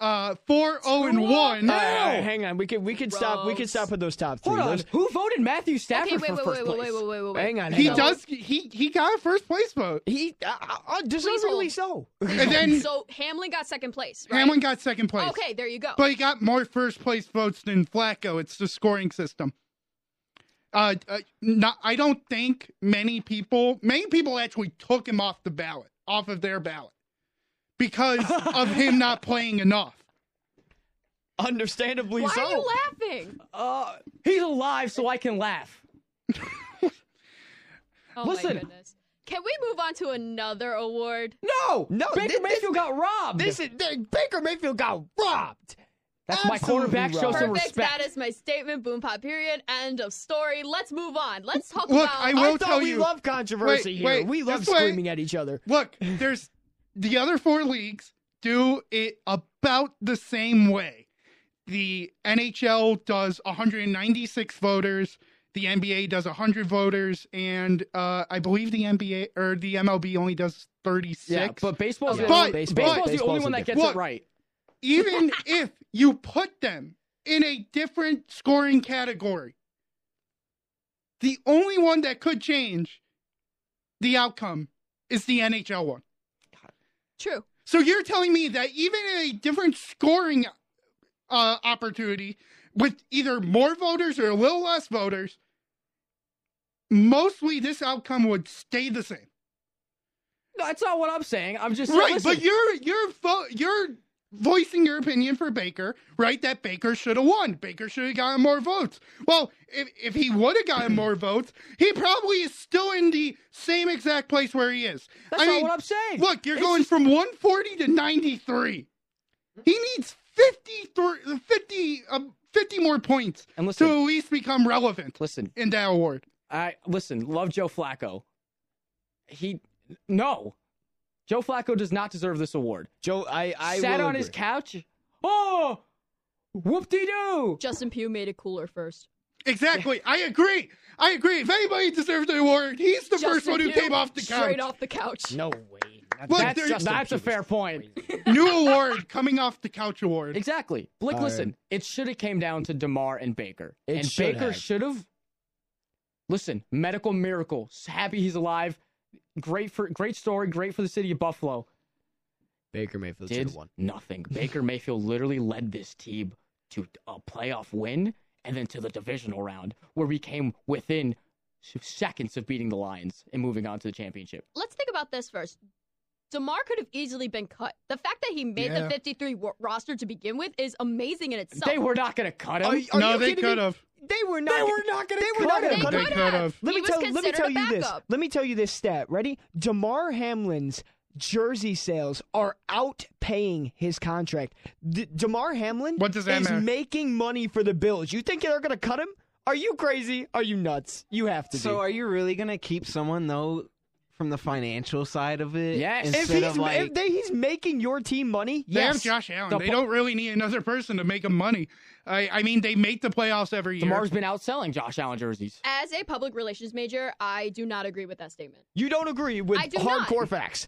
Speaker 10: uh, 4, 0, and 1.
Speaker 8: All right, all right, hang on. We could we could stop. We could stop with those top three.
Speaker 10: Oh! Hold on.
Speaker 8: Let's- Who voted Matthew Stafford
Speaker 9: wait,
Speaker 8: for
Speaker 9: wait,
Speaker 8: first
Speaker 9: wait, wait,
Speaker 8: place?
Speaker 9: wait, wait, wait, wait.
Speaker 8: Hang on.
Speaker 10: He
Speaker 8: hang on.
Speaker 10: does. He he got a first place vote.
Speaker 8: He uh, uh, deservedly so.
Speaker 10: And then
Speaker 9: so Hamlin got second place. Right?
Speaker 10: Hamlin got second place.
Speaker 9: Okay, there you go.
Speaker 10: But he got more first place votes than Flacco. It's the scoring system. Uh, uh, not, I don't think many people, many people actually took him off the ballot, off of their ballot, because of him not playing enough.
Speaker 8: Understandably
Speaker 9: Why
Speaker 8: so.
Speaker 9: are you laughing?
Speaker 8: Uh, he's alive, so I can laugh.
Speaker 9: Oh
Speaker 8: Listen.
Speaker 9: my goodness. Can we move on to another award?
Speaker 8: No, no.
Speaker 9: Baker Mayfield
Speaker 8: got robbed. This is th- Baker Mayfield got robbed. That's my quarterback. Show some
Speaker 9: Perfect.
Speaker 8: respect.
Speaker 9: That is my statement. Boom pop. Period. End of story. Let's move on. Let's talk
Speaker 10: Look,
Speaker 9: about.
Speaker 10: I will
Speaker 8: thought
Speaker 10: tell
Speaker 8: we
Speaker 10: you.
Speaker 8: love controversy
Speaker 10: Wait,
Speaker 8: here.
Speaker 10: wait,
Speaker 8: We love
Speaker 10: just wait.
Speaker 8: screaming at each other.
Speaker 10: Look, there's the other four leagues do it about the same way. The NHL does 196 voters, the NBA does 100 voters, and uh, I believe the NBA or the MLB only does 36.
Speaker 8: Yeah, but baseball's the
Speaker 10: But-
Speaker 8: only, baseball,
Speaker 10: but-
Speaker 8: baseball's the only one that gets
Speaker 10: Look,
Speaker 8: it right.
Speaker 10: Even if you put them in a different scoring category, the only one that could change the outcome is the NHL one.
Speaker 9: True.
Speaker 10: So you're telling me that even in a different scoring uh, opportunity with either more voters or a little less voters, mostly this outcome would stay the same.
Speaker 8: No, that's not what I'm saying. I'm just
Speaker 10: right,
Speaker 8: listen,
Speaker 10: but you're you're vo- you're voicing your opinion for Baker, right? That Baker should have won. Baker should have gotten more votes. Well, if if he would have gotten more votes, he probably is still in the same exact place where he is.
Speaker 8: That's
Speaker 10: I
Speaker 8: not
Speaker 10: mean,
Speaker 8: what I'm saying.
Speaker 10: Look, you're
Speaker 8: It's
Speaker 10: going
Speaker 8: just-
Speaker 10: from 140 to 93. He needs 53, 50, um, 50 more points
Speaker 8: And listen-
Speaker 10: to at least become relevant
Speaker 8: listen.
Speaker 10: in that award.
Speaker 8: I listen. Love Joe Flacco. He no. Joe Flacco does not deserve this award.
Speaker 12: Joe, I, I
Speaker 8: Sat
Speaker 12: will
Speaker 8: on his
Speaker 12: agree.
Speaker 8: couch. Oh, whoop de doo.
Speaker 9: Justin Pugh made it cooler first.
Speaker 10: Exactly. I agree. I agree. If anybody deserved the award, he's the first
Speaker 9: Justin
Speaker 10: one who
Speaker 9: Pugh,
Speaker 10: came off the couch.
Speaker 9: Straight off the couch.
Speaker 8: No way.
Speaker 10: Look,
Speaker 8: That's,
Speaker 10: there's-
Speaker 8: that's, a fair point.
Speaker 10: New award coming off the couch award.
Speaker 8: Exactly. Like,
Speaker 10: All right.
Speaker 8: listen, it should have came down to Demar and Baker,
Speaker 12: Uh, It
Speaker 8: and
Speaker 12: should
Speaker 8: Baker
Speaker 12: have.
Speaker 8: should have. Listen, medical miracle. Happy he's alive. Great for great story. Great for the city of Buffalo.
Speaker 12: Baker Mayfield should
Speaker 8: Did
Speaker 12: have won.
Speaker 8: nothing. Baker Mayfield literally led this team to a playoff win and then to the divisional round where we came within s- seconds of beating the Lions and moving on to the championship.
Speaker 9: Let's think about this first. Demar could have easily been cut. The fact that he made
Speaker 8: Yeah.
Speaker 9: the 53 wo- roster to begin with is amazing in itself.
Speaker 8: They were not going to cut him.
Speaker 10: no, they could have.
Speaker 8: They were
Speaker 10: not-
Speaker 8: They were not going to.
Speaker 10: they
Speaker 8: cut
Speaker 10: were not
Speaker 8: him.
Speaker 10: gonna They cut him. could've.
Speaker 8: Let
Speaker 9: He
Speaker 8: me
Speaker 9: was
Speaker 8: tell. Let me
Speaker 9: considered
Speaker 8: tell
Speaker 9: a
Speaker 8: you this.
Speaker 9: backup.
Speaker 12: Let me tell you this stat. Ready? DeMar Hamlin's jersey sales are outpaying his contract. D- DeMar Hamlin
Speaker 10: What does that
Speaker 12: is
Speaker 10: matter?
Speaker 12: making money for the Bills. You think they're going to cut him? Are you crazy? Are you nuts? You have to
Speaker 13: So
Speaker 12: be.
Speaker 13: are you really gonna keep someone though from the financial side of it?
Speaker 12: If
Speaker 13: Instead
Speaker 12: he's,
Speaker 13: of like
Speaker 12: if they, he's making your team money,
Speaker 10: They
Speaker 12: yes.
Speaker 10: have Josh Allen.
Speaker 12: The
Speaker 10: they
Speaker 12: po-
Speaker 10: don't really need another person to make them money. I, I mean, they make the playoffs every year.
Speaker 8: Demar's been outselling Josh Allen jerseys.
Speaker 9: As a public relations major, I do not agree with that statement.
Speaker 12: You don't agree with
Speaker 9: I do
Speaker 12: hardcore facts.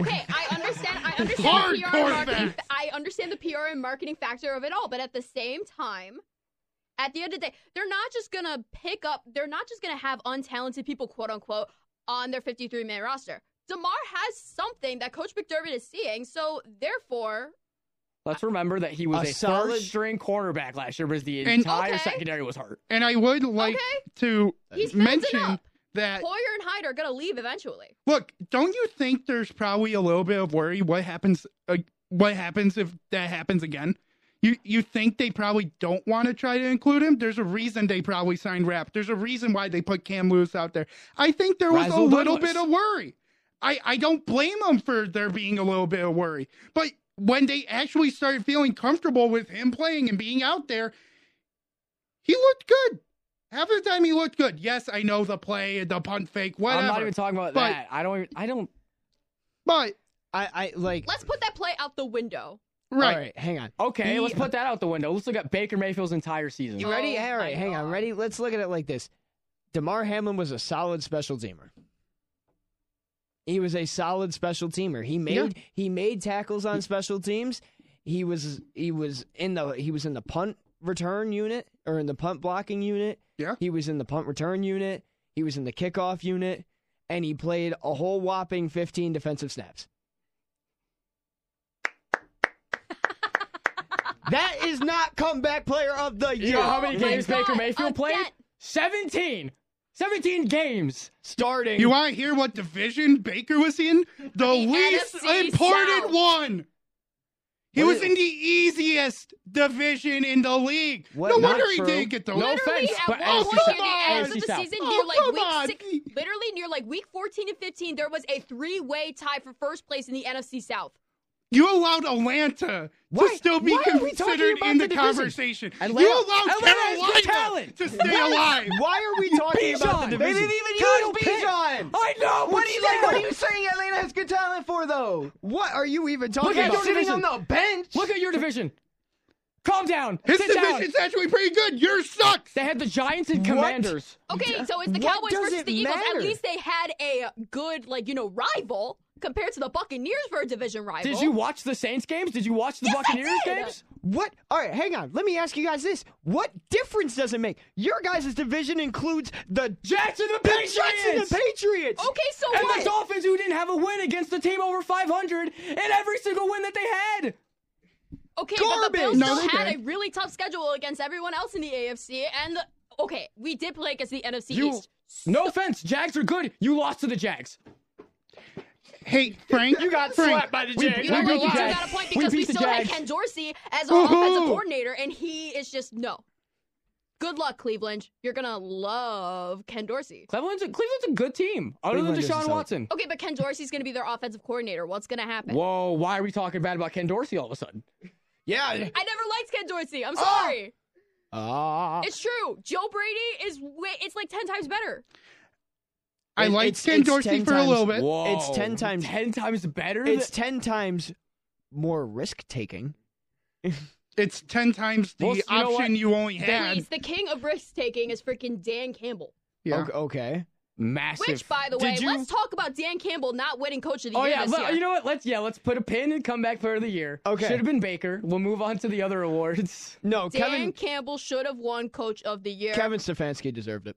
Speaker 9: Okay, I understand. I understand the PR
Speaker 12: Hardcore
Speaker 9: and marketing.
Speaker 12: facts.
Speaker 9: I understand the PR and marketing factor of it all, but at the same time, at the end of the day, they're not just gonna pick up. They're not just gonna have untalented people, quote unquote, on their 53 man roster. Demar has something that Coach McDermott is seeing, so therefore,
Speaker 8: Let's remember that he was
Speaker 10: A
Speaker 8: a,
Speaker 10: solid-
Speaker 8: third string quarterback last year because the
Speaker 10: And-
Speaker 8: entire
Speaker 10: Okay.
Speaker 8: secondary was hurt.
Speaker 10: And I would like to
Speaker 9: He's building
Speaker 10: mention
Speaker 9: up.
Speaker 10: that
Speaker 9: Hoyer and Hyde are gonna leave eventually.
Speaker 10: look, don't you think there's probably a little bit of worry what happens uh, what happens if that happens again? You you think they probably don't want to try to include him? There's a reason they probably signed Rap. There's a reason why they put Cam Lewis out there. I think there was
Speaker 12: Razzle
Speaker 10: a little
Speaker 12: Douglas.
Speaker 10: bit of worry. I, I don't blame them for there being a little bit of worry, but when they actually started feeling comfortable with him playing and being out there, he looked good. Half the time he looked good. Yes, I know the play, the punt fake, whatever.
Speaker 3: I'm not even talking about
Speaker 10: but-
Speaker 3: that. I don't. Even, I don't.
Speaker 10: But
Speaker 8: I, I like.
Speaker 9: Let's put that play out the window.
Speaker 3: Right.
Speaker 8: All right, hang on.
Speaker 3: Okay,
Speaker 8: He-
Speaker 3: let's put that out the window. Let's look at Baker Mayfield's entire season.
Speaker 8: You ready? All right, hang on. Ready? Let's look at it like this. DeMar Hamlin was a solid special teamer. He was a solid special teamer. He made he made tackles on special teams. He was he was in the he was in the punt return unit or in the punt blocking unit.
Speaker 10: Yeah.
Speaker 8: He was in the punt return unit. He was in the kickoff unit and he played a whole whopping 15 defensive snaps. that is not comeback player of the year.
Speaker 3: You know how many games Baker Mayfield played?
Speaker 8: again.
Speaker 3: 17. 17 games.
Speaker 8: Starting.
Speaker 10: You want to hear what division Baker was in? The, least
Speaker 3: NFC
Speaker 10: important
Speaker 3: South.
Speaker 10: one. He
Speaker 3: What
Speaker 10: was
Speaker 3: is-
Speaker 10: in the easiest division in the league.
Speaker 8: What-
Speaker 10: no
Speaker 8: not
Speaker 10: wonder he
Speaker 8: true.
Speaker 10: didn't get the
Speaker 3: No
Speaker 10: league.
Speaker 3: offense,
Speaker 9: Literally,
Speaker 3: but
Speaker 9: at one
Speaker 3: NFC
Speaker 9: point near the
Speaker 3: South.
Speaker 9: end of the
Speaker 3: NFC South.
Speaker 9: season,
Speaker 10: Oh,
Speaker 9: near like
Speaker 10: come
Speaker 9: week
Speaker 10: on.
Speaker 9: six, literally near like week 14 and 15, there was a three-way tie for first place in the NFC South.
Speaker 10: You allowed Atlanta
Speaker 8: Why-
Speaker 10: to still be
Speaker 8: why are we talking
Speaker 10: considered
Speaker 8: about
Speaker 10: in
Speaker 8: the
Speaker 10: the,
Speaker 8: division?
Speaker 10: conversation.
Speaker 8: Atlanta-
Speaker 10: you allowed
Speaker 8: Atlanta has
Speaker 10: Carolina
Speaker 8: good talent.
Speaker 10: to stay
Speaker 8: Why-
Speaker 10: alive.
Speaker 8: Why are we talking about
Speaker 3: Bijan.
Speaker 8: the
Speaker 3: They
Speaker 8: division?
Speaker 3: didn't even
Speaker 8: Kyle
Speaker 3: use Pitt.
Speaker 8: Bijan.
Speaker 3: I know,
Speaker 8: What
Speaker 3: but
Speaker 8: are you
Speaker 3: still.
Speaker 8: what are you saying? Atlanta has good talent for though. What are you even talking
Speaker 3: Look at
Speaker 8: about?
Speaker 3: your
Speaker 8: Sitting
Speaker 3: division.
Speaker 8: on the bench.
Speaker 3: Look at your division. Calm down.
Speaker 10: His
Speaker 3: Sit down.
Speaker 10: division's actually pretty good. Yours sucks.
Speaker 3: They had the Giants and
Speaker 8: What?
Speaker 3: Commanders.
Speaker 9: Okay, so it's the
Speaker 8: What
Speaker 9: Cowboys
Speaker 8: does
Speaker 9: versus
Speaker 8: it
Speaker 9: the Eagles.
Speaker 8: matter?
Speaker 9: At least they had a good, like, you know, rival compared to the Buccaneers for a division rival.
Speaker 3: Did you watch the Saints games? Did you watch the
Speaker 9: Yes, I
Speaker 3: Buccaneers
Speaker 9: did.
Speaker 3: games?
Speaker 8: What? All right, hang on. Let me ask you guys this: What difference does it make? Your guys' division includes the
Speaker 3: Jets and the
Speaker 8: the
Speaker 3: Patriots.
Speaker 8: Jets and the Patriots.
Speaker 9: Okay, so
Speaker 3: And
Speaker 9: what?
Speaker 3: the Dolphins, who didn't have a win against the team over 500 in every single win that they had.
Speaker 9: Okay, but the Bills
Speaker 10: Garbage. No,
Speaker 9: still
Speaker 10: they
Speaker 9: had a
Speaker 10: didn't.
Speaker 9: really tough schedule against everyone else in the AFC. And the, okay, we did play against the NFC
Speaker 3: You,
Speaker 9: East.
Speaker 3: no offense, Jags are good. You lost to the Jags.
Speaker 10: Hey, Frank.
Speaker 3: You got
Speaker 10: Frank,
Speaker 3: slapped by the
Speaker 10: we-
Speaker 3: Jags.
Speaker 9: You know
Speaker 3: we beat
Speaker 9: what?
Speaker 3: the
Speaker 9: You
Speaker 3: Jags.
Speaker 9: got a point
Speaker 3: We
Speaker 9: because we,
Speaker 3: beat the
Speaker 9: still had
Speaker 3: Jags.
Speaker 9: Ken Dorsey as our offensive
Speaker 10: Woohoo!
Speaker 9: coordinator, and he is just no. Good luck, Cleveland. You're gonna love Ken Dorsey.
Speaker 3: Cleveland's a, Cleveland's a good team, other
Speaker 8: Cleveland
Speaker 3: than
Speaker 8: is a
Speaker 3: Deshaun
Speaker 8: solid-
Speaker 3: Watson.
Speaker 9: Okay, but Ken Dorsey's gonna be their offensive coordinator. What's gonna happen?
Speaker 3: Whoa, why are we talking bad about Ken Dorsey all of a sudden?
Speaker 8: Yeah.
Speaker 9: I never liked Ken Dorsey. I'm sorry.
Speaker 8: Ah.
Speaker 9: It's true. Joe Brady is way, it's like ten times better.
Speaker 10: I
Speaker 8: It-
Speaker 10: liked
Speaker 8: it's-
Speaker 10: Ken
Speaker 8: it's
Speaker 10: Dorsey
Speaker 8: 10
Speaker 10: for a
Speaker 8: times-
Speaker 10: little bit.
Speaker 3: Whoa.
Speaker 8: It's 10 times-
Speaker 3: 10 times better?
Speaker 8: It's
Speaker 3: than-
Speaker 8: ten times more risk taking.
Speaker 10: It's ten times the
Speaker 3: Well, you know
Speaker 10: option
Speaker 3: what?
Speaker 10: you only had.
Speaker 9: Please, the king of risk taking is freaking Dan Campbell.
Speaker 10: Yeah.
Speaker 8: Okay.
Speaker 3: massive.
Speaker 9: Which, by the
Speaker 3: Did
Speaker 9: way,
Speaker 3: you-
Speaker 9: let's talk about Dan Campbell not winning Coach of the
Speaker 3: Oh
Speaker 9: Year
Speaker 3: yeah,
Speaker 9: this
Speaker 3: let-
Speaker 9: year.
Speaker 3: you know what? Let's yeah, let's put a pin and come back player of the year.
Speaker 8: Okay.
Speaker 3: should have been Baker. We'll move on to the other awards.
Speaker 8: No,
Speaker 9: Dan
Speaker 8: Kevin
Speaker 9: Campbell should have won Coach of the Year.
Speaker 8: Kevin Stefanski deserved it.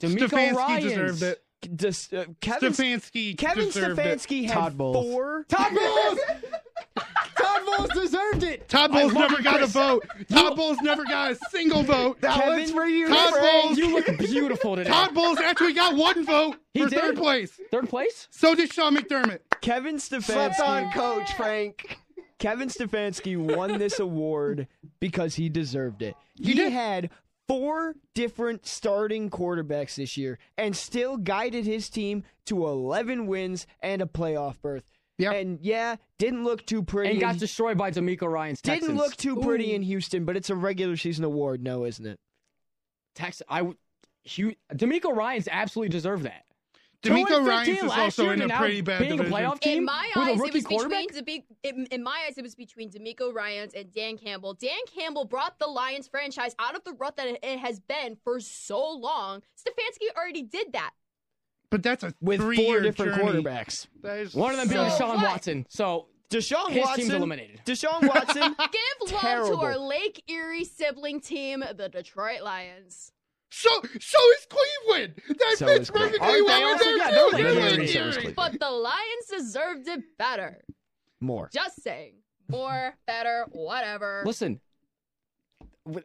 Speaker 3: D'Amico
Speaker 10: Stefanski
Speaker 3: Ryans.
Speaker 10: deserved it.
Speaker 8: Just, uh, Kevin
Speaker 10: Stefanski
Speaker 8: Kevin
Speaker 10: deserved it.
Speaker 8: Stefanski had
Speaker 14: Todd Bowles.
Speaker 8: four.
Speaker 3: Todd Bowles. Todd Bowles deserved it.
Speaker 10: Todd
Speaker 3: I
Speaker 10: Bowles
Speaker 3: love
Speaker 10: never
Speaker 3: you,
Speaker 10: got a
Speaker 3: Chris.
Speaker 10: vote. Todd Bowles never got a single vote.
Speaker 8: Kevin- one's for you,
Speaker 10: Todd
Speaker 8: Frank.
Speaker 10: Bowles.
Speaker 3: You look beautiful today.
Speaker 10: Todd Bowles actually got one vote
Speaker 3: He
Speaker 10: for
Speaker 3: did?
Speaker 10: third place.
Speaker 3: Third place.
Speaker 10: So did Sean McDermott.
Speaker 8: Kevin Stefanski. coach, Frank. Kevin Stefanski won this award because he deserved it. He
Speaker 10: did.
Speaker 8: had four different starting quarterbacks this year and still guided his team to 11 wins and a playoff berth.
Speaker 10: Yep.
Speaker 8: And yeah, didn't look too pretty.
Speaker 3: And got
Speaker 8: in-
Speaker 3: destroyed by D'Amico Ryan's Texans.
Speaker 8: didn't look too pretty in Houston, but it's a regular season award, no, isn't it?
Speaker 3: Tex. I. would- Hu- D'Amico Ryan's absolutely deserved that.
Speaker 10: D'Amico
Speaker 3: 2 and
Speaker 10: Ryan
Speaker 3: 15
Speaker 10: is
Speaker 3: last
Speaker 10: also
Speaker 3: year
Speaker 10: in
Speaker 3: to
Speaker 10: a
Speaker 3: now
Speaker 10: pretty bad
Speaker 3: being
Speaker 10: division.
Speaker 3: A playoff team
Speaker 9: in my
Speaker 3: with
Speaker 9: eyes,
Speaker 3: a
Speaker 9: it
Speaker 3: rookie
Speaker 9: was
Speaker 3: quarterback.
Speaker 9: between D'Ami- in, in my eyes, it was between D'Amico Ryan's and Dan Campbell. Dan Campbell brought the Lions franchise out of the rut that it- it has been for so long. Stefanski already did that.
Speaker 10: But that's a
Speaker 8: With four
Speaker 10: three-year
Speaker 8: different
Speaker 10: journey.
Speaker 8: quarterbacks.
Speaker 10: That is
Speaker 3: One of them being
Speaker 9: So
Speaker 3: Deshaun
Speaker 9: what?
Speaker 3: Watson. So
Speaker 8: Deshaun
Speaker 3: His
Speaker 8: Watson.
Speaker 3: team's eliminated.
Speaker 8: Deshaun Watson.
Speaker 9: Give love
Speaker 8: Terrible.
Speaker 9: to our Lake Erie sibling team, the Detroit Lions.
Speaker 10: So so is Cleveland. That
Speaker 8: So is
Speaker 10: Pittsburgh and
Speaker 8: Cleveland. Aren't
Speaker 3: they
Speaker 10: AOL
Speaker 3: also?
Speaker 10: are
Speaker 3: Yeah,
Speaker 10: too.
Speaker 3: they're
Speaker 10: They're
Speaker 8: Cleveland.
Speaker 10: in
Speaker 8: So is
Speaker 10: here.
Speaker 8: Cleveland.
Speaker 9: But the Lions deserved it better.
Speaker 8: More.
Speaker 9: Just saying. More, better, whatever.
Speaker 3: listen,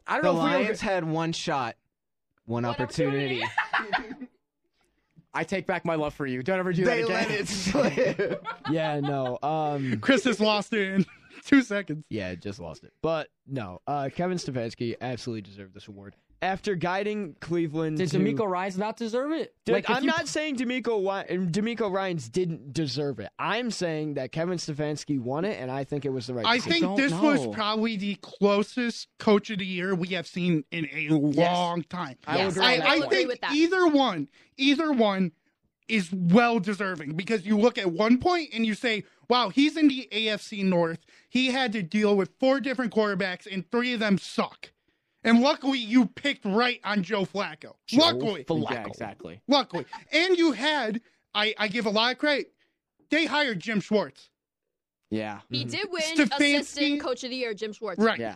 Speaker 3: I don't
Speaker 14: The
Speaker 3: know if we
Speaker 14: Lions had one shot, one
Speaker 9: One
Speaker 14: opportunity.
Speaker 3: I take back my love for you. Don't ever do that again.
Speaker 14: slip.
Speaker 8: Yeah, no. Um.
Speaker 10: Chris has lost it in two seconds.
Speaker 8: Yeah, just lost it. But no, uh, Kevin Stefanski absolutely deserved this award.
Speaker 12: after guiding Cleveland.
Speaker 3: Did
Speaker 12: to-
Speaker 3: D'Amico Ryan's not deserve it?
Speaker 12: Dude,
Speaker 3: Like, if
Speaker 12: I'm
Speaker 3: you-
Speaker 12: not saying D'Amico, Wy- D'Amico Ryan's didn't deserve it. I'm saying that Kevin Stefanski won it, and I think it was the right.
Speaker 10: I
Speaker 12: decision.
Speaker 10: think this was probably the closest coach of the year we have seen in a long time.
Speaker 12: I Yes. agree
Speaker 10: I,
Speaker 12: on that
Speaker 10: I
Speaker 12: one.
Speaker 10: think either one, either one is well deserving because you look at one point and you say, wow, he's in the AFC North. He had to deal with four different quarterbacks and three of them suck. And luckily you picked right on Joe Flacco. luckily.
Speaker 3: Yeah, Oh, exactly.
Speaker 10: Luckily. And you had, I, I give a lot of credit, they hired Jim Schwartz.
Speaker 12: Yeah.
Speaker 9: He
Speaker 3: Mm-hmm.
Speaker 9: did win
Speaker 10: Stefanski-
Speaker 9: assistant coach of the year, Jim Schwartz.
Speaker 10: Right.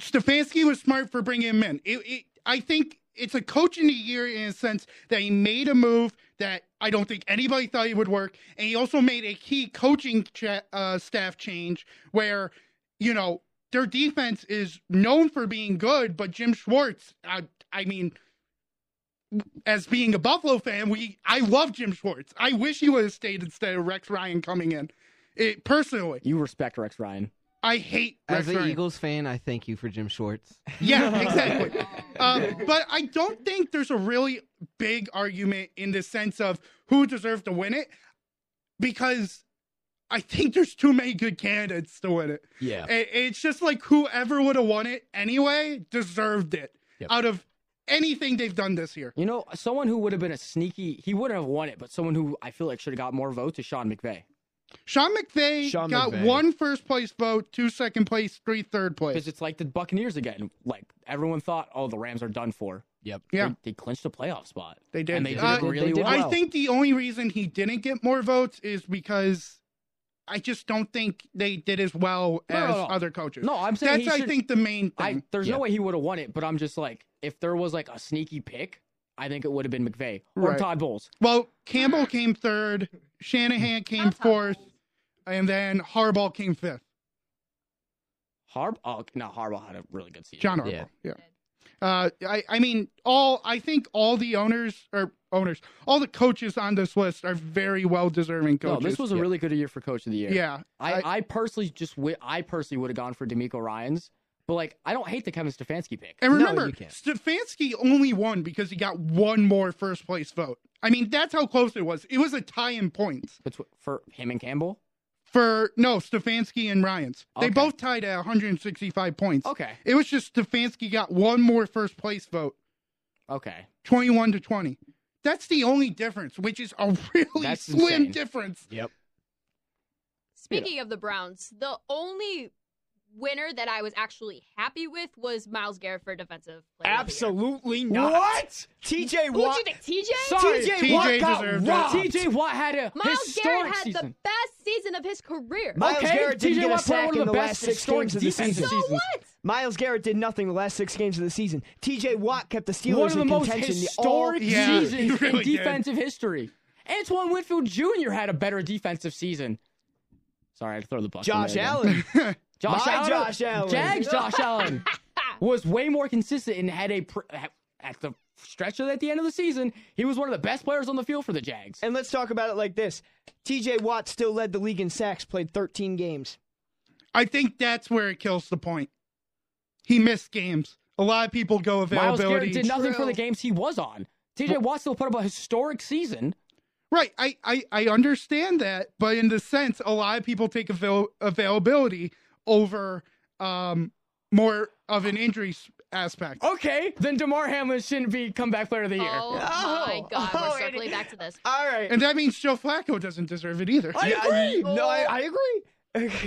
Speaker 10: Stefanski was smart for bringing him in. It, it, I think it's a coach in the year in a sense that he made a move that I don't think anybody thought it would work, and he also made a key coaching cha- uh, staff change where you know their defense is known for being good, but Jim Schwartz, I, I mean. As being a Buffalo fan, we I love Jim Schwartz. I wish he would have stayed instead of Rex Ryan coming in. It, personally,
Speaker 3: you respect Rex Ryan.
Speaker 10: I hate
Speaker 4: As
Speaker 10: Rex
Speaker 4: an
Speaker 10: Ryan.
Speaker 4: Eagles fan, I thank you for Jim Schwartz.
Speaker 10: Yeah, exactly. um, but I don't think there's a really big argument in the sense of who deserved to win it because I think there's too many good candidates to win it.
Speaker 12: Yeah.
Speaker 10: It- it's just like whoever would have won it anyway deserved it out of anything they've done this year.
Speaker 3: You know, someone who would have been a sneaky, he wouldn't have won it, but someone who I feel like should have got more votes is Sean McVay.
Speaker 10: Sean McVay
Speaker 3: Sean
Speaker 10: got
Speaker 3: McVay.
Speaker 10: one first place vote, two second place, three third place.
Speaker 3: Because it's like the Buccaneers again. Like everyone thought, oh, the Rams are done for. Yep.
Speaker 10: Yeah.
Speaker 3: They, they clinched a playoff spot.
Speaker 10: They did.
Speaker 3: And they did
Speaker 10: Uh,
Speaker 3: really well.
Speaker 10: I think the only reason he didn't get more votes is because I just don't think they did as well
Speaker 3: No, no,
Speaker 10: as
Speaker 3: no.
Speaker 10: other coaches.
Speaker 3: No, I'm saying
Speaker 10: that's
Speaker 3: he
Speaker 10: I
Speaker 3: should-
Speaker 10: think the main thing.
Speaker 3: I, there's no way he would have won it, but I'm just like, if there was like a sneaky pick, I think it would have been McVay or
Speaker 10: Right.
Speaker 3: Todd Bowles.
Speaker 10: Well, Campbell came third, Shanahan came fourth, and then Harbaugh came fifth.
Speaker 3: Harb, oh, no, Harbaugh had a really good season.
Speaker 10: John Harbaugh. Yeah. Uh, I, I mean, all I think all the owners or owners, all the coaches on this list are very well deserving
Speaker 3: No,
Speaker 10: coaches.
Speaker 3: this was a really good year for coach of the year.
Speaker 10: Yeah,
Speaker 3: I, I, personally just wi- I personally would have gone for D'Amico Ryan's, but like I don't hate the Kevin Stefanski pick.
Speaker 10: And remember, Stefanski only won because he got one more first place vote. I mean, that's how close it was. It was a tie in points.
Speaker 3: for him and Campbell?
Speaker 10: For no, Stefanski and Ryan's. They both tied at 165 points.
Speaker 3: Okay.
Speaker 10: It was just Stefanski got one more first place vote,
Speaker 3: Okay,
Speaker 10: 21 to 20. That's the only difference, which is a really
Speaker 3: That's
Speaker 10: slim
Speaker 3: insane.
Speaker 10: difference.
Speaker 3: Yep.
Speaker 9: Speaking of the Browns, the only winner that I was actually happy with was Miles Garrett for defensive player.
Speaker 12: Absolutely
Speaker 3: not.
Speaker 12: What? TJ
Speaker 9: Who would
Speaker 12: Watt.
Speaker 9: you think, TJ?
Speaker 3: Sorry, TJ, Watt got
Speaker 12: deserved it.
Speaker 3: robbed. TJ Watt had a
Speaker 9: Miles Garrett
Speaker 3: historic
Speaker 9: had
Speaker 3: season.
Speaker 9: the best season of his career. Oh,
Speaker 12: Miles
Speaker 3: Okay,
Speaker 12: Garrett didn't
Speaker 3: TJ
Speaker 12: get a
Speaker 3: Watt played
Speaker 12: sack
Speaker 3: one of
Speaker 12: in the
Speaker 3: the best
Speaker 12: last six
Speaker 3: historic
Speaker 12: games of the
Speaker 3: defenses.
Speaker 12: season.
Speaker 3: So what?
Speaker 12: Miles Garrett did nothing the last six games of the season. T.J. Watt kept the Steelers
Speaker 3: one of the
Speaker 12: in
Speaker 3: most
Speaker 12: contention the all
Speaker 3: historic
Speaker 12: year.
Speaker 3: seasons in defensive history. Antoine Winfield Jr. had a better defensive season. Sorry, I had to throw the bus. in
Speaker 12: Josh
Speaker 3: there, but-
Speaker 12: Allen.
Speaker 3: Josh
Speaker 12: My
Speaker 3: Allen.
Speaker 12: Josh Allen.
Speaker 3: Jags Josh Allen was way more consistent and had a pr- at the stretch of at the end of the season, he was one of the best players on the field for the Jags.
Speaker 12: And let's talk about it like this: T.J. Watt still led the league in sacks, played 13 games.
Speaker 10: I think that's where it kills the point. He missed games. A lot of people go
Speaker 3: Miles Garrett
Speaker 10: availability.
Speaker 3: did nothing for the games he was on. TJ Watt still put up a historic season.
Speaker 10: Right. I, I, I understand that, but in the sense, a lot of people take avail- availability over um, more of an injury s- aspect.
Speaker 15: Oh,
Speaker 3: Okay, then DeMar Hamlin shouldn't be comeback player of the year.
Speaker 9: Oh, my God, we're circling back to
Speaker 8: Oh.
Speaker 9: this.
Speaker 12: All right.
Speaker 10: And that means Joe Flacco doesn't deserve it either.
Speaker 15: Oh,
Speaker 12: I agree. no, I, I agree.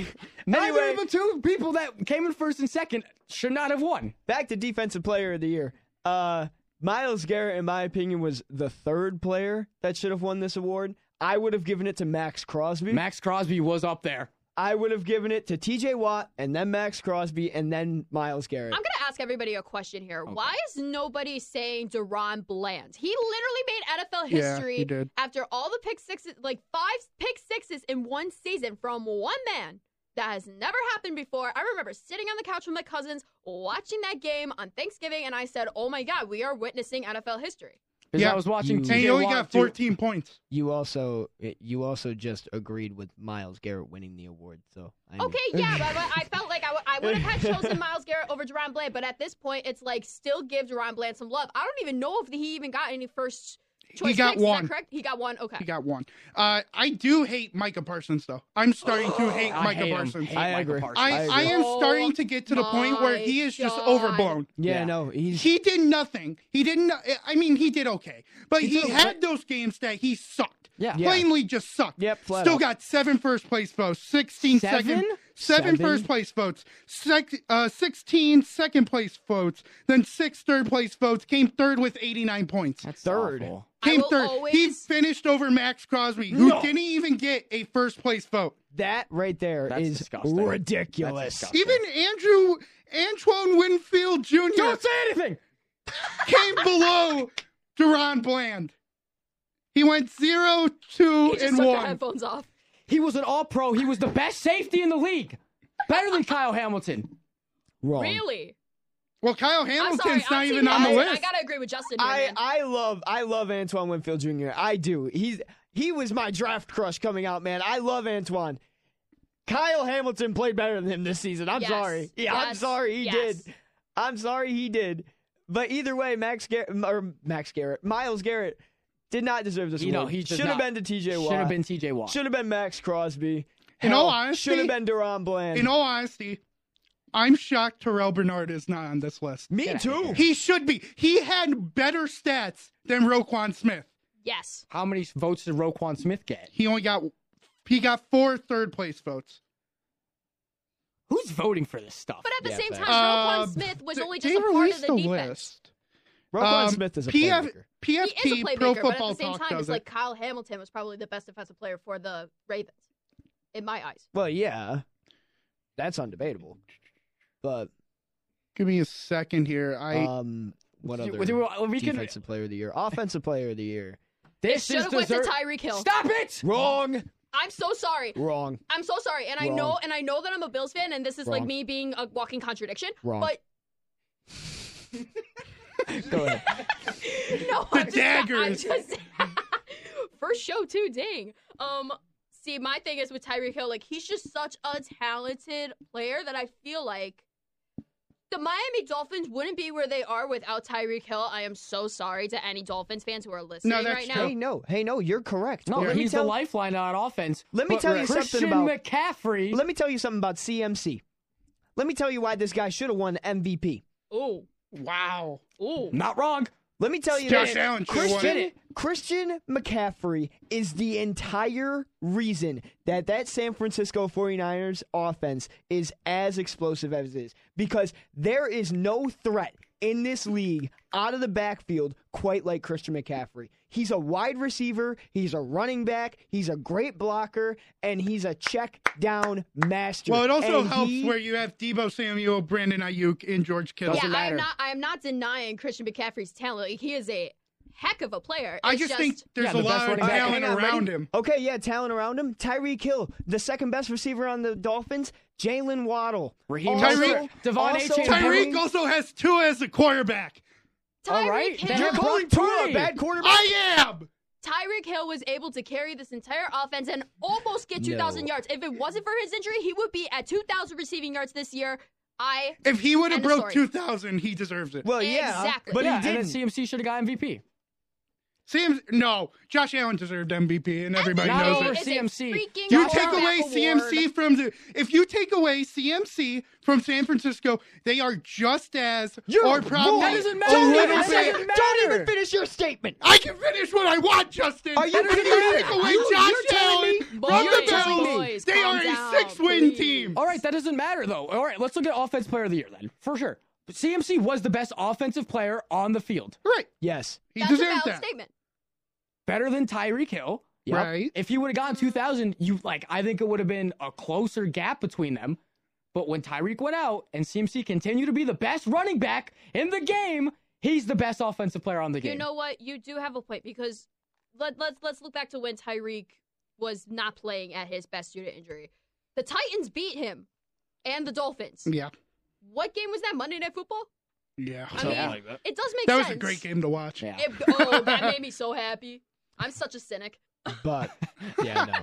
Speaker 3: Neither of the two people that came in first and second should not have won.
Speaker 12: Back to defensive player of the year. Uh, Miles Garrett, in my opinion, was the third player that should have won this award. I would have given it to Max Crosby.
Speaker 3: Max Crosby was up there.
Speaker 12: I would have given it to T.J. Watt and then Max Crosby and then Miles Garrett.
Speaker 9: I'm gonna ask everybody a question here. Why is nobody saying Deron Bland? He literally made NFL
Speaker 12: Yeah,
Speaker 9: history
Speaker 12: he did.
Speaker 9: after all the pick sixes, like five pick sixes in one season from one man. That has never happened before. I remember sitting on the couch with my cousins watching that game on Thanksgiving, and I said, "Oh my God, we are witnessing NFL history."
Speaker 15: Because I was watching
Speaker 10: And
Speaker 15: TJ
Speaker 10: he only
Speaker 15: Watt
Speaker 10: got
Speaker 15: do-
Speaker 10: 14 points.
Speaker 8: You also eh, you also just agreed with Miles Garrett winning the award, so I knew.
Speaker 9: Okay, yeah, but but I felt like I would have had chosen Miles Garrett over Jerron Bland, but at this point, it's like still give Jerron Bland some love. I don't even know if he even got any first choice.
Speaker 10: got
Speaker 9: picks. Is that
Speaker 10: one.
Speaker 9: correct? He got one. Okay.
Speaker 10: He got one. Uh, I do hate Micah Parsons, though. I'm starting to hate
Speaker 15: Oh, I
Speaker 10: Micah
Speaker 15: hate him.
Speaker 10: Parsons.
Speaker 15: Hate I Micah agree. Parsons. I
Speaker 10: I, I
Speaker 15: agree.
Speaker 10: am starting to get to the point where
Speaker 15: my
Speaker 10: he is just
Speaker 15: God.
Speaker 10: overblown.
Speaker 15: Yeah, Yeah. no,
Speaker 10: he did nothing. He didn't. I mean, he did okay, but
Speaker 15: He
Speaker 10: he,
Speaker 15: did
Speaker 10: had those games that he sucked.
Speaker 15: Yeah. Yeah.
Speaker 10: plainly just sucked. Yep,
Speaker 15: flat
Speaker 10: still
Speaker 15: out.
Speaker 10: got seven first place votes, 16
Speaker 15: Seven?
Speaker 10: second, seven
Speaker 15: Seven?
Speaker 10: first place votes, sec, uh, 16 second place votes, then six third place votes. Came third with 89 points. That's
Speaker 15: third.
Speaker 10: Came
Speaker 9: I will
Speaker 10: third. He
Speaker 9: always-
Speaker 10: finished over Max Crosby, who
Speaker 15: No.
Speaker 10: didn't even get a first place vote.
Speaker 15: That right there is
Speaker 10: disgusting.
Speaker 15: ridiculous.
Speaker 10: Even Andrew Antoine Winfield Jr. Don't say
Speaker 15: anything.
Speaker 10: Came below Duron Bland. He went zero, two,
Speaker 9: He just
Speaker 10: and
Speaker 9: took the
Speaker 10: one.
Speaker 9: headphones off.
Speaker 3: He was an all pro. He was the best safety in the league. Better than Kyle Hamilton.
Speaker 8: Wrong.
Speaker 9: Really?
Speaker 10: Well, Kyle
Speaker 9: I'm
Speaker 10: Hamilton's
Speaker 9: sorry.
Speaker 10: not
Speaker 9: I'm
Speaker 10: even
Speaker 9: team
Speaker 10: on the
Speaker 9: Justin.
Speaker 10: list.
Speaker 9: I gotta agree with Justin. Here,
Speaker 8: I
Speaker 9: man.
Speaker 8: I love I love Antoine Winfield Jr. I do. He's he was my draft crush coming out, man. I love Antoine. Kyle Hamilton played better than him this season. I'm
Speaker 9: Yes.
Speaker 8: sorry. Yeah, I'm
Speaker 9: Yes.
Speaker 8: sorry he
Speaker 9: Yes.
Speaker 8: did. I'm sorry he did. But either way, Max Garrett or Max Garrett, Miles Garrett did not deserve this
Speaker 3: You know,
Speaker 8: award.
Speaker 3: he does
Speaker 8: should have
Speaker 3: not-
Speaker 8: been to T.J. Watt.
Speaker 3: should have been T.J. Watt.
Speaker 8: Should have been Max Crosby.
Speaker 10: In all
Speaker 8: should
Speaker 10: honesty-
Speaker 8: have been Deron Bland.
Speaker 10: In all honesty, I'm shocked Terrell Bernard is not on this list.
Speaker 8: Me Get outta too. here.
Speaker 10: He should be. He had better stats than Roquan Smith.
Speaker 9: Yes.
Speaker 3: How many votes did Roquan Smith get?
Speaker 10: He only got he got four third place votes.
Speaker 3: Who's voting for this stuff?
Speaker 9: But at the same time, Roquan
Speaker 10: Uh,
Speaker 9: Smith was
Speaker 10: th-
Speaker 9: only just
Speaker 10: they
Speaker 9: a part of
Speaker 10: released
Speaker 9: the
Speaker 10: a
Speaker 9: defense.
Speaker 10: list.
Speaker 8: Roquan
Speaker 10: Um,
Speaker 8: Smith is a
Speaker 10: PF,
Speaker 8: playmaker.
Speaker 10: PFT,
Speaker 9: He is a
Speaker 10: Pro
Speaker 9: playmaker, but at
Speaker 10: Football
Speaker 9: the same
Speaker 10: Talk
Speaker 9: time,
Speaker 10: does
Speaker 9: it's
Speaker 10: it.
Speaker 9: like Kyle Hamilton was probably the best defensive player for the Ravens, in my eyes.
Speaker 8: Well, yeah, that's undebatable. But
Speaker 10: Give me a second here. I
Speaker 8: um, what
Speaker 3: Do-
Speaker 8: other
Speaker 3: do we- we can-
Speaker 8: defensive player of the year, offensive player of the year?
Speaker 3: This
Speaker 9: Should
Speaker 3: is
Speaker 9: have went to
Speaker 3: deser-
Speaker 9: Tyreek Hill.
Speaker 3: Stop it!
Speaker 8: Wrong,
Speaker 9: I'm so sorry.
Speaker 8: wrong.
Speaker 9: I'm so sorry, and I
Speaker 8: Wrong.
Speaker 9: know, and I know that I'm a Bills fan, and this is like
Speaker 8: Wrong.
Speaker 9: me being a walking contradiction.
Speaker 8: Wrong.
Speaker 9: But
Speaker 8: Go ahead.
Speaker 9: no,
Speaker 10: The
Speaker 9: I'm just,
Speaker 10: daggers.
Speaker 9: I'm just, first show too. Dang. Um. See, my thing is with Tyreek Hill, like he's just such a talented player that I feel like the Miami Dolphins wouldn't be where they are without Tyreek Hill. I am so sorry to any Dolphins fans who are listening
Speaker 10: that's
Speaker 9: right
Speaker 10: true.
Speaker 9: now.
Speaker 8: Hey, no, hey, no, you're correct.
Speaker 3: No,
Speaker 8: But let me
Speaker 3: he's the
Speaker 8: tell
Speaker 3: lifeline on offense.
Speaker 8: let me
Speaker 3: But
Speaker 8: tell you
Speaker 3: Christian
Speaker 8: something about
Speaker 3: McCaffrey.
Speaker 8: Let me tell you something about CMC. Let me tell you why this guy should have won MVP.
Speaker 9: Ooh,
Speaker 10: wow.
Speaker 9: ooh.
Speaker 3: Not wrong.
Speaker 8: Let me tell you
Speaker 10: Josh
Speaker 8: this.
Speaker 10: Allen should've won
Speaker 8: Christian,
Speaker 10: it.
Speaker 8: Christian McCaffrey is the entire reason that that San Francisco 49ers offense is as explosive as it is because there is no threat in this league out of the backfield quite like Christian McCaffrey. He's a wide receiver, he's a running back, he's a great blocker, and he's a check down master.
Speaker 10: Well, it also
Speaker 8: And
Speaker 10: helps
Speaker 8: he-
Speaker 10: where you have Debo Samuel, Brandon Ayuk, and George Kittle.
Speaker 9: yeah, I am not. I am not denying Christian McCaffrey's talent. Like, he is a heck of a player.
Speaker 10: I
Speaker 9: It's
Speaker 10: just, think there's a lot of
Speaker 8: All right,
Speaker 10: talent
Speaker 8: hang on,
Speaker 10: around
Speaker 8: ready?
Speaker 10: him.
Speaker 8: Okay, yeah, talent around him. Tyreek Hill, the second best receiver on the Dolphins. Jalen Waddle.
Speaker 3: Raheem
Speaker 8: Also-
Speaker 10: Tyreek-
Speaker 3: Devon
Speaker 8: also-
Speaker 3: Achane.
Speaker 10: Tyreek also has two as a quarterback.
Speaker 9: Tyreek
Speaker 3: right,
Speaker 9: Hill.
Speaker 3: then
Speaker 8: You're
Speaker 3: Brock
Speaker 8: calling Tua a
Speaker 3: Purdy.
Speaker 8: bad quarterback?
Speaker 10: I am.
Speaker 9: Tyreek Hill was able to carry this entire offense and almost get 2,000 yards. If it wasn't for his injury, he would be at 2,000 receiving yards this year. I
Speaker 10: If he would have
Speaker 9: End of
Speaker 10: broke
Speaker 9: story.
Speaker 10: 2,000, he deserves it.
Speaker 8: well, yeah,
Speaker 9: Exactly.
Speaker 8: but
Speaker 3: yeah,
Speaker 8: he
Speaker 3: and then
Speaker 8: didn't.
Speaker 3: CMC should have got MVP.
Speaker 10: Sam, no, Josh Allen deserved MVP, and everybody
Speaker 3: Not
Speaker 10: knows
Speaker 3: over
Speaker 10: it.
Speaker 9: It's a
Speaker 3: CMC.
Speaker 9: freaking
Speaker 10: You
Speaker 9: Hall
Speaker 10: take
Speaker 9: of Fame
Speaker 10: away
Speaker 9: award.
Speaker 10: CMC from the. If you take away CMC from San Francisco, they are just as
Speaker 8: You're
Speaker 10: or
Speaker 8: wrong.
Speaker 10: probably
Speaker 3: That doesn't matter.
Speaker 10: a
Speaker 8: Don't,
Speaker 10: little
Speaker 8: even,
Speaker 3: That
Speaker 10: bit-
Speaker 3: doesn't
Speaker 8: finish-
Speaker 3: matter.
Speaker 8: don't even finish your statement.
Speaker 10: I can finish what I want, Justin.
Speaker 8: Are you
Speaker 10: If
Speaker 8: kidding
Speaker 10: you
Speaker 8: me?
Speaker 10: take away
Speaker 8: You-
Speaker 10: Josh
Speaker 8: you're telling
Speaker 10: Allen
Speaker 8: me-
Speaker 10: from
Speaker 9: Boys,
Speaker 10: the Bills,
Speaker 9: boys,
Speaker 10: they
Speaker 9: calm
Speaker 10: are
Speaker 9: down,
Speaker 10: a six-win
Speaker 9: please.
Speaker 10: team.
Speaker 3: All right, that doesn't matter though. All right, let's look at offense player of the year then, for sure. CMC was the best offensive player on the field,
Speaker 10: Right,
Speaker 8: Yes.
Speaker 10: he
Speaker 9: That's a
Speaker 10: deserved
Speaker 9: valid
Speaker 10: that.
Speaker 9: statement.
Speaker 3: better than Tyreek Hill.
Speaker 10: Right.
Speaker 3: If he would have gotten 2,000, you like, I think it would have been a closer gap between them. But when Tyreek went out and CMC continued to be the best running back in the game, he's the best offensive player on the game.
Speaker 9: You know what? You do have a point because let, let's let's look back to when Tyreek was not playing at his best due to injury. The Titans beat him and the Dolphins.
Speaker 10: Yeah.
Speaker 9: What game was that? Monday Night Football?
Speaker 10: Yeah,
Speaker 9: I mean, it does make
Speaker 10: That
Speaker 9: sense.
Speaker 10: was a great game to watch.
Speaker 9: It- oh, that made me so happy. I'm such a cynic.
Speaker 8: But yeah, no.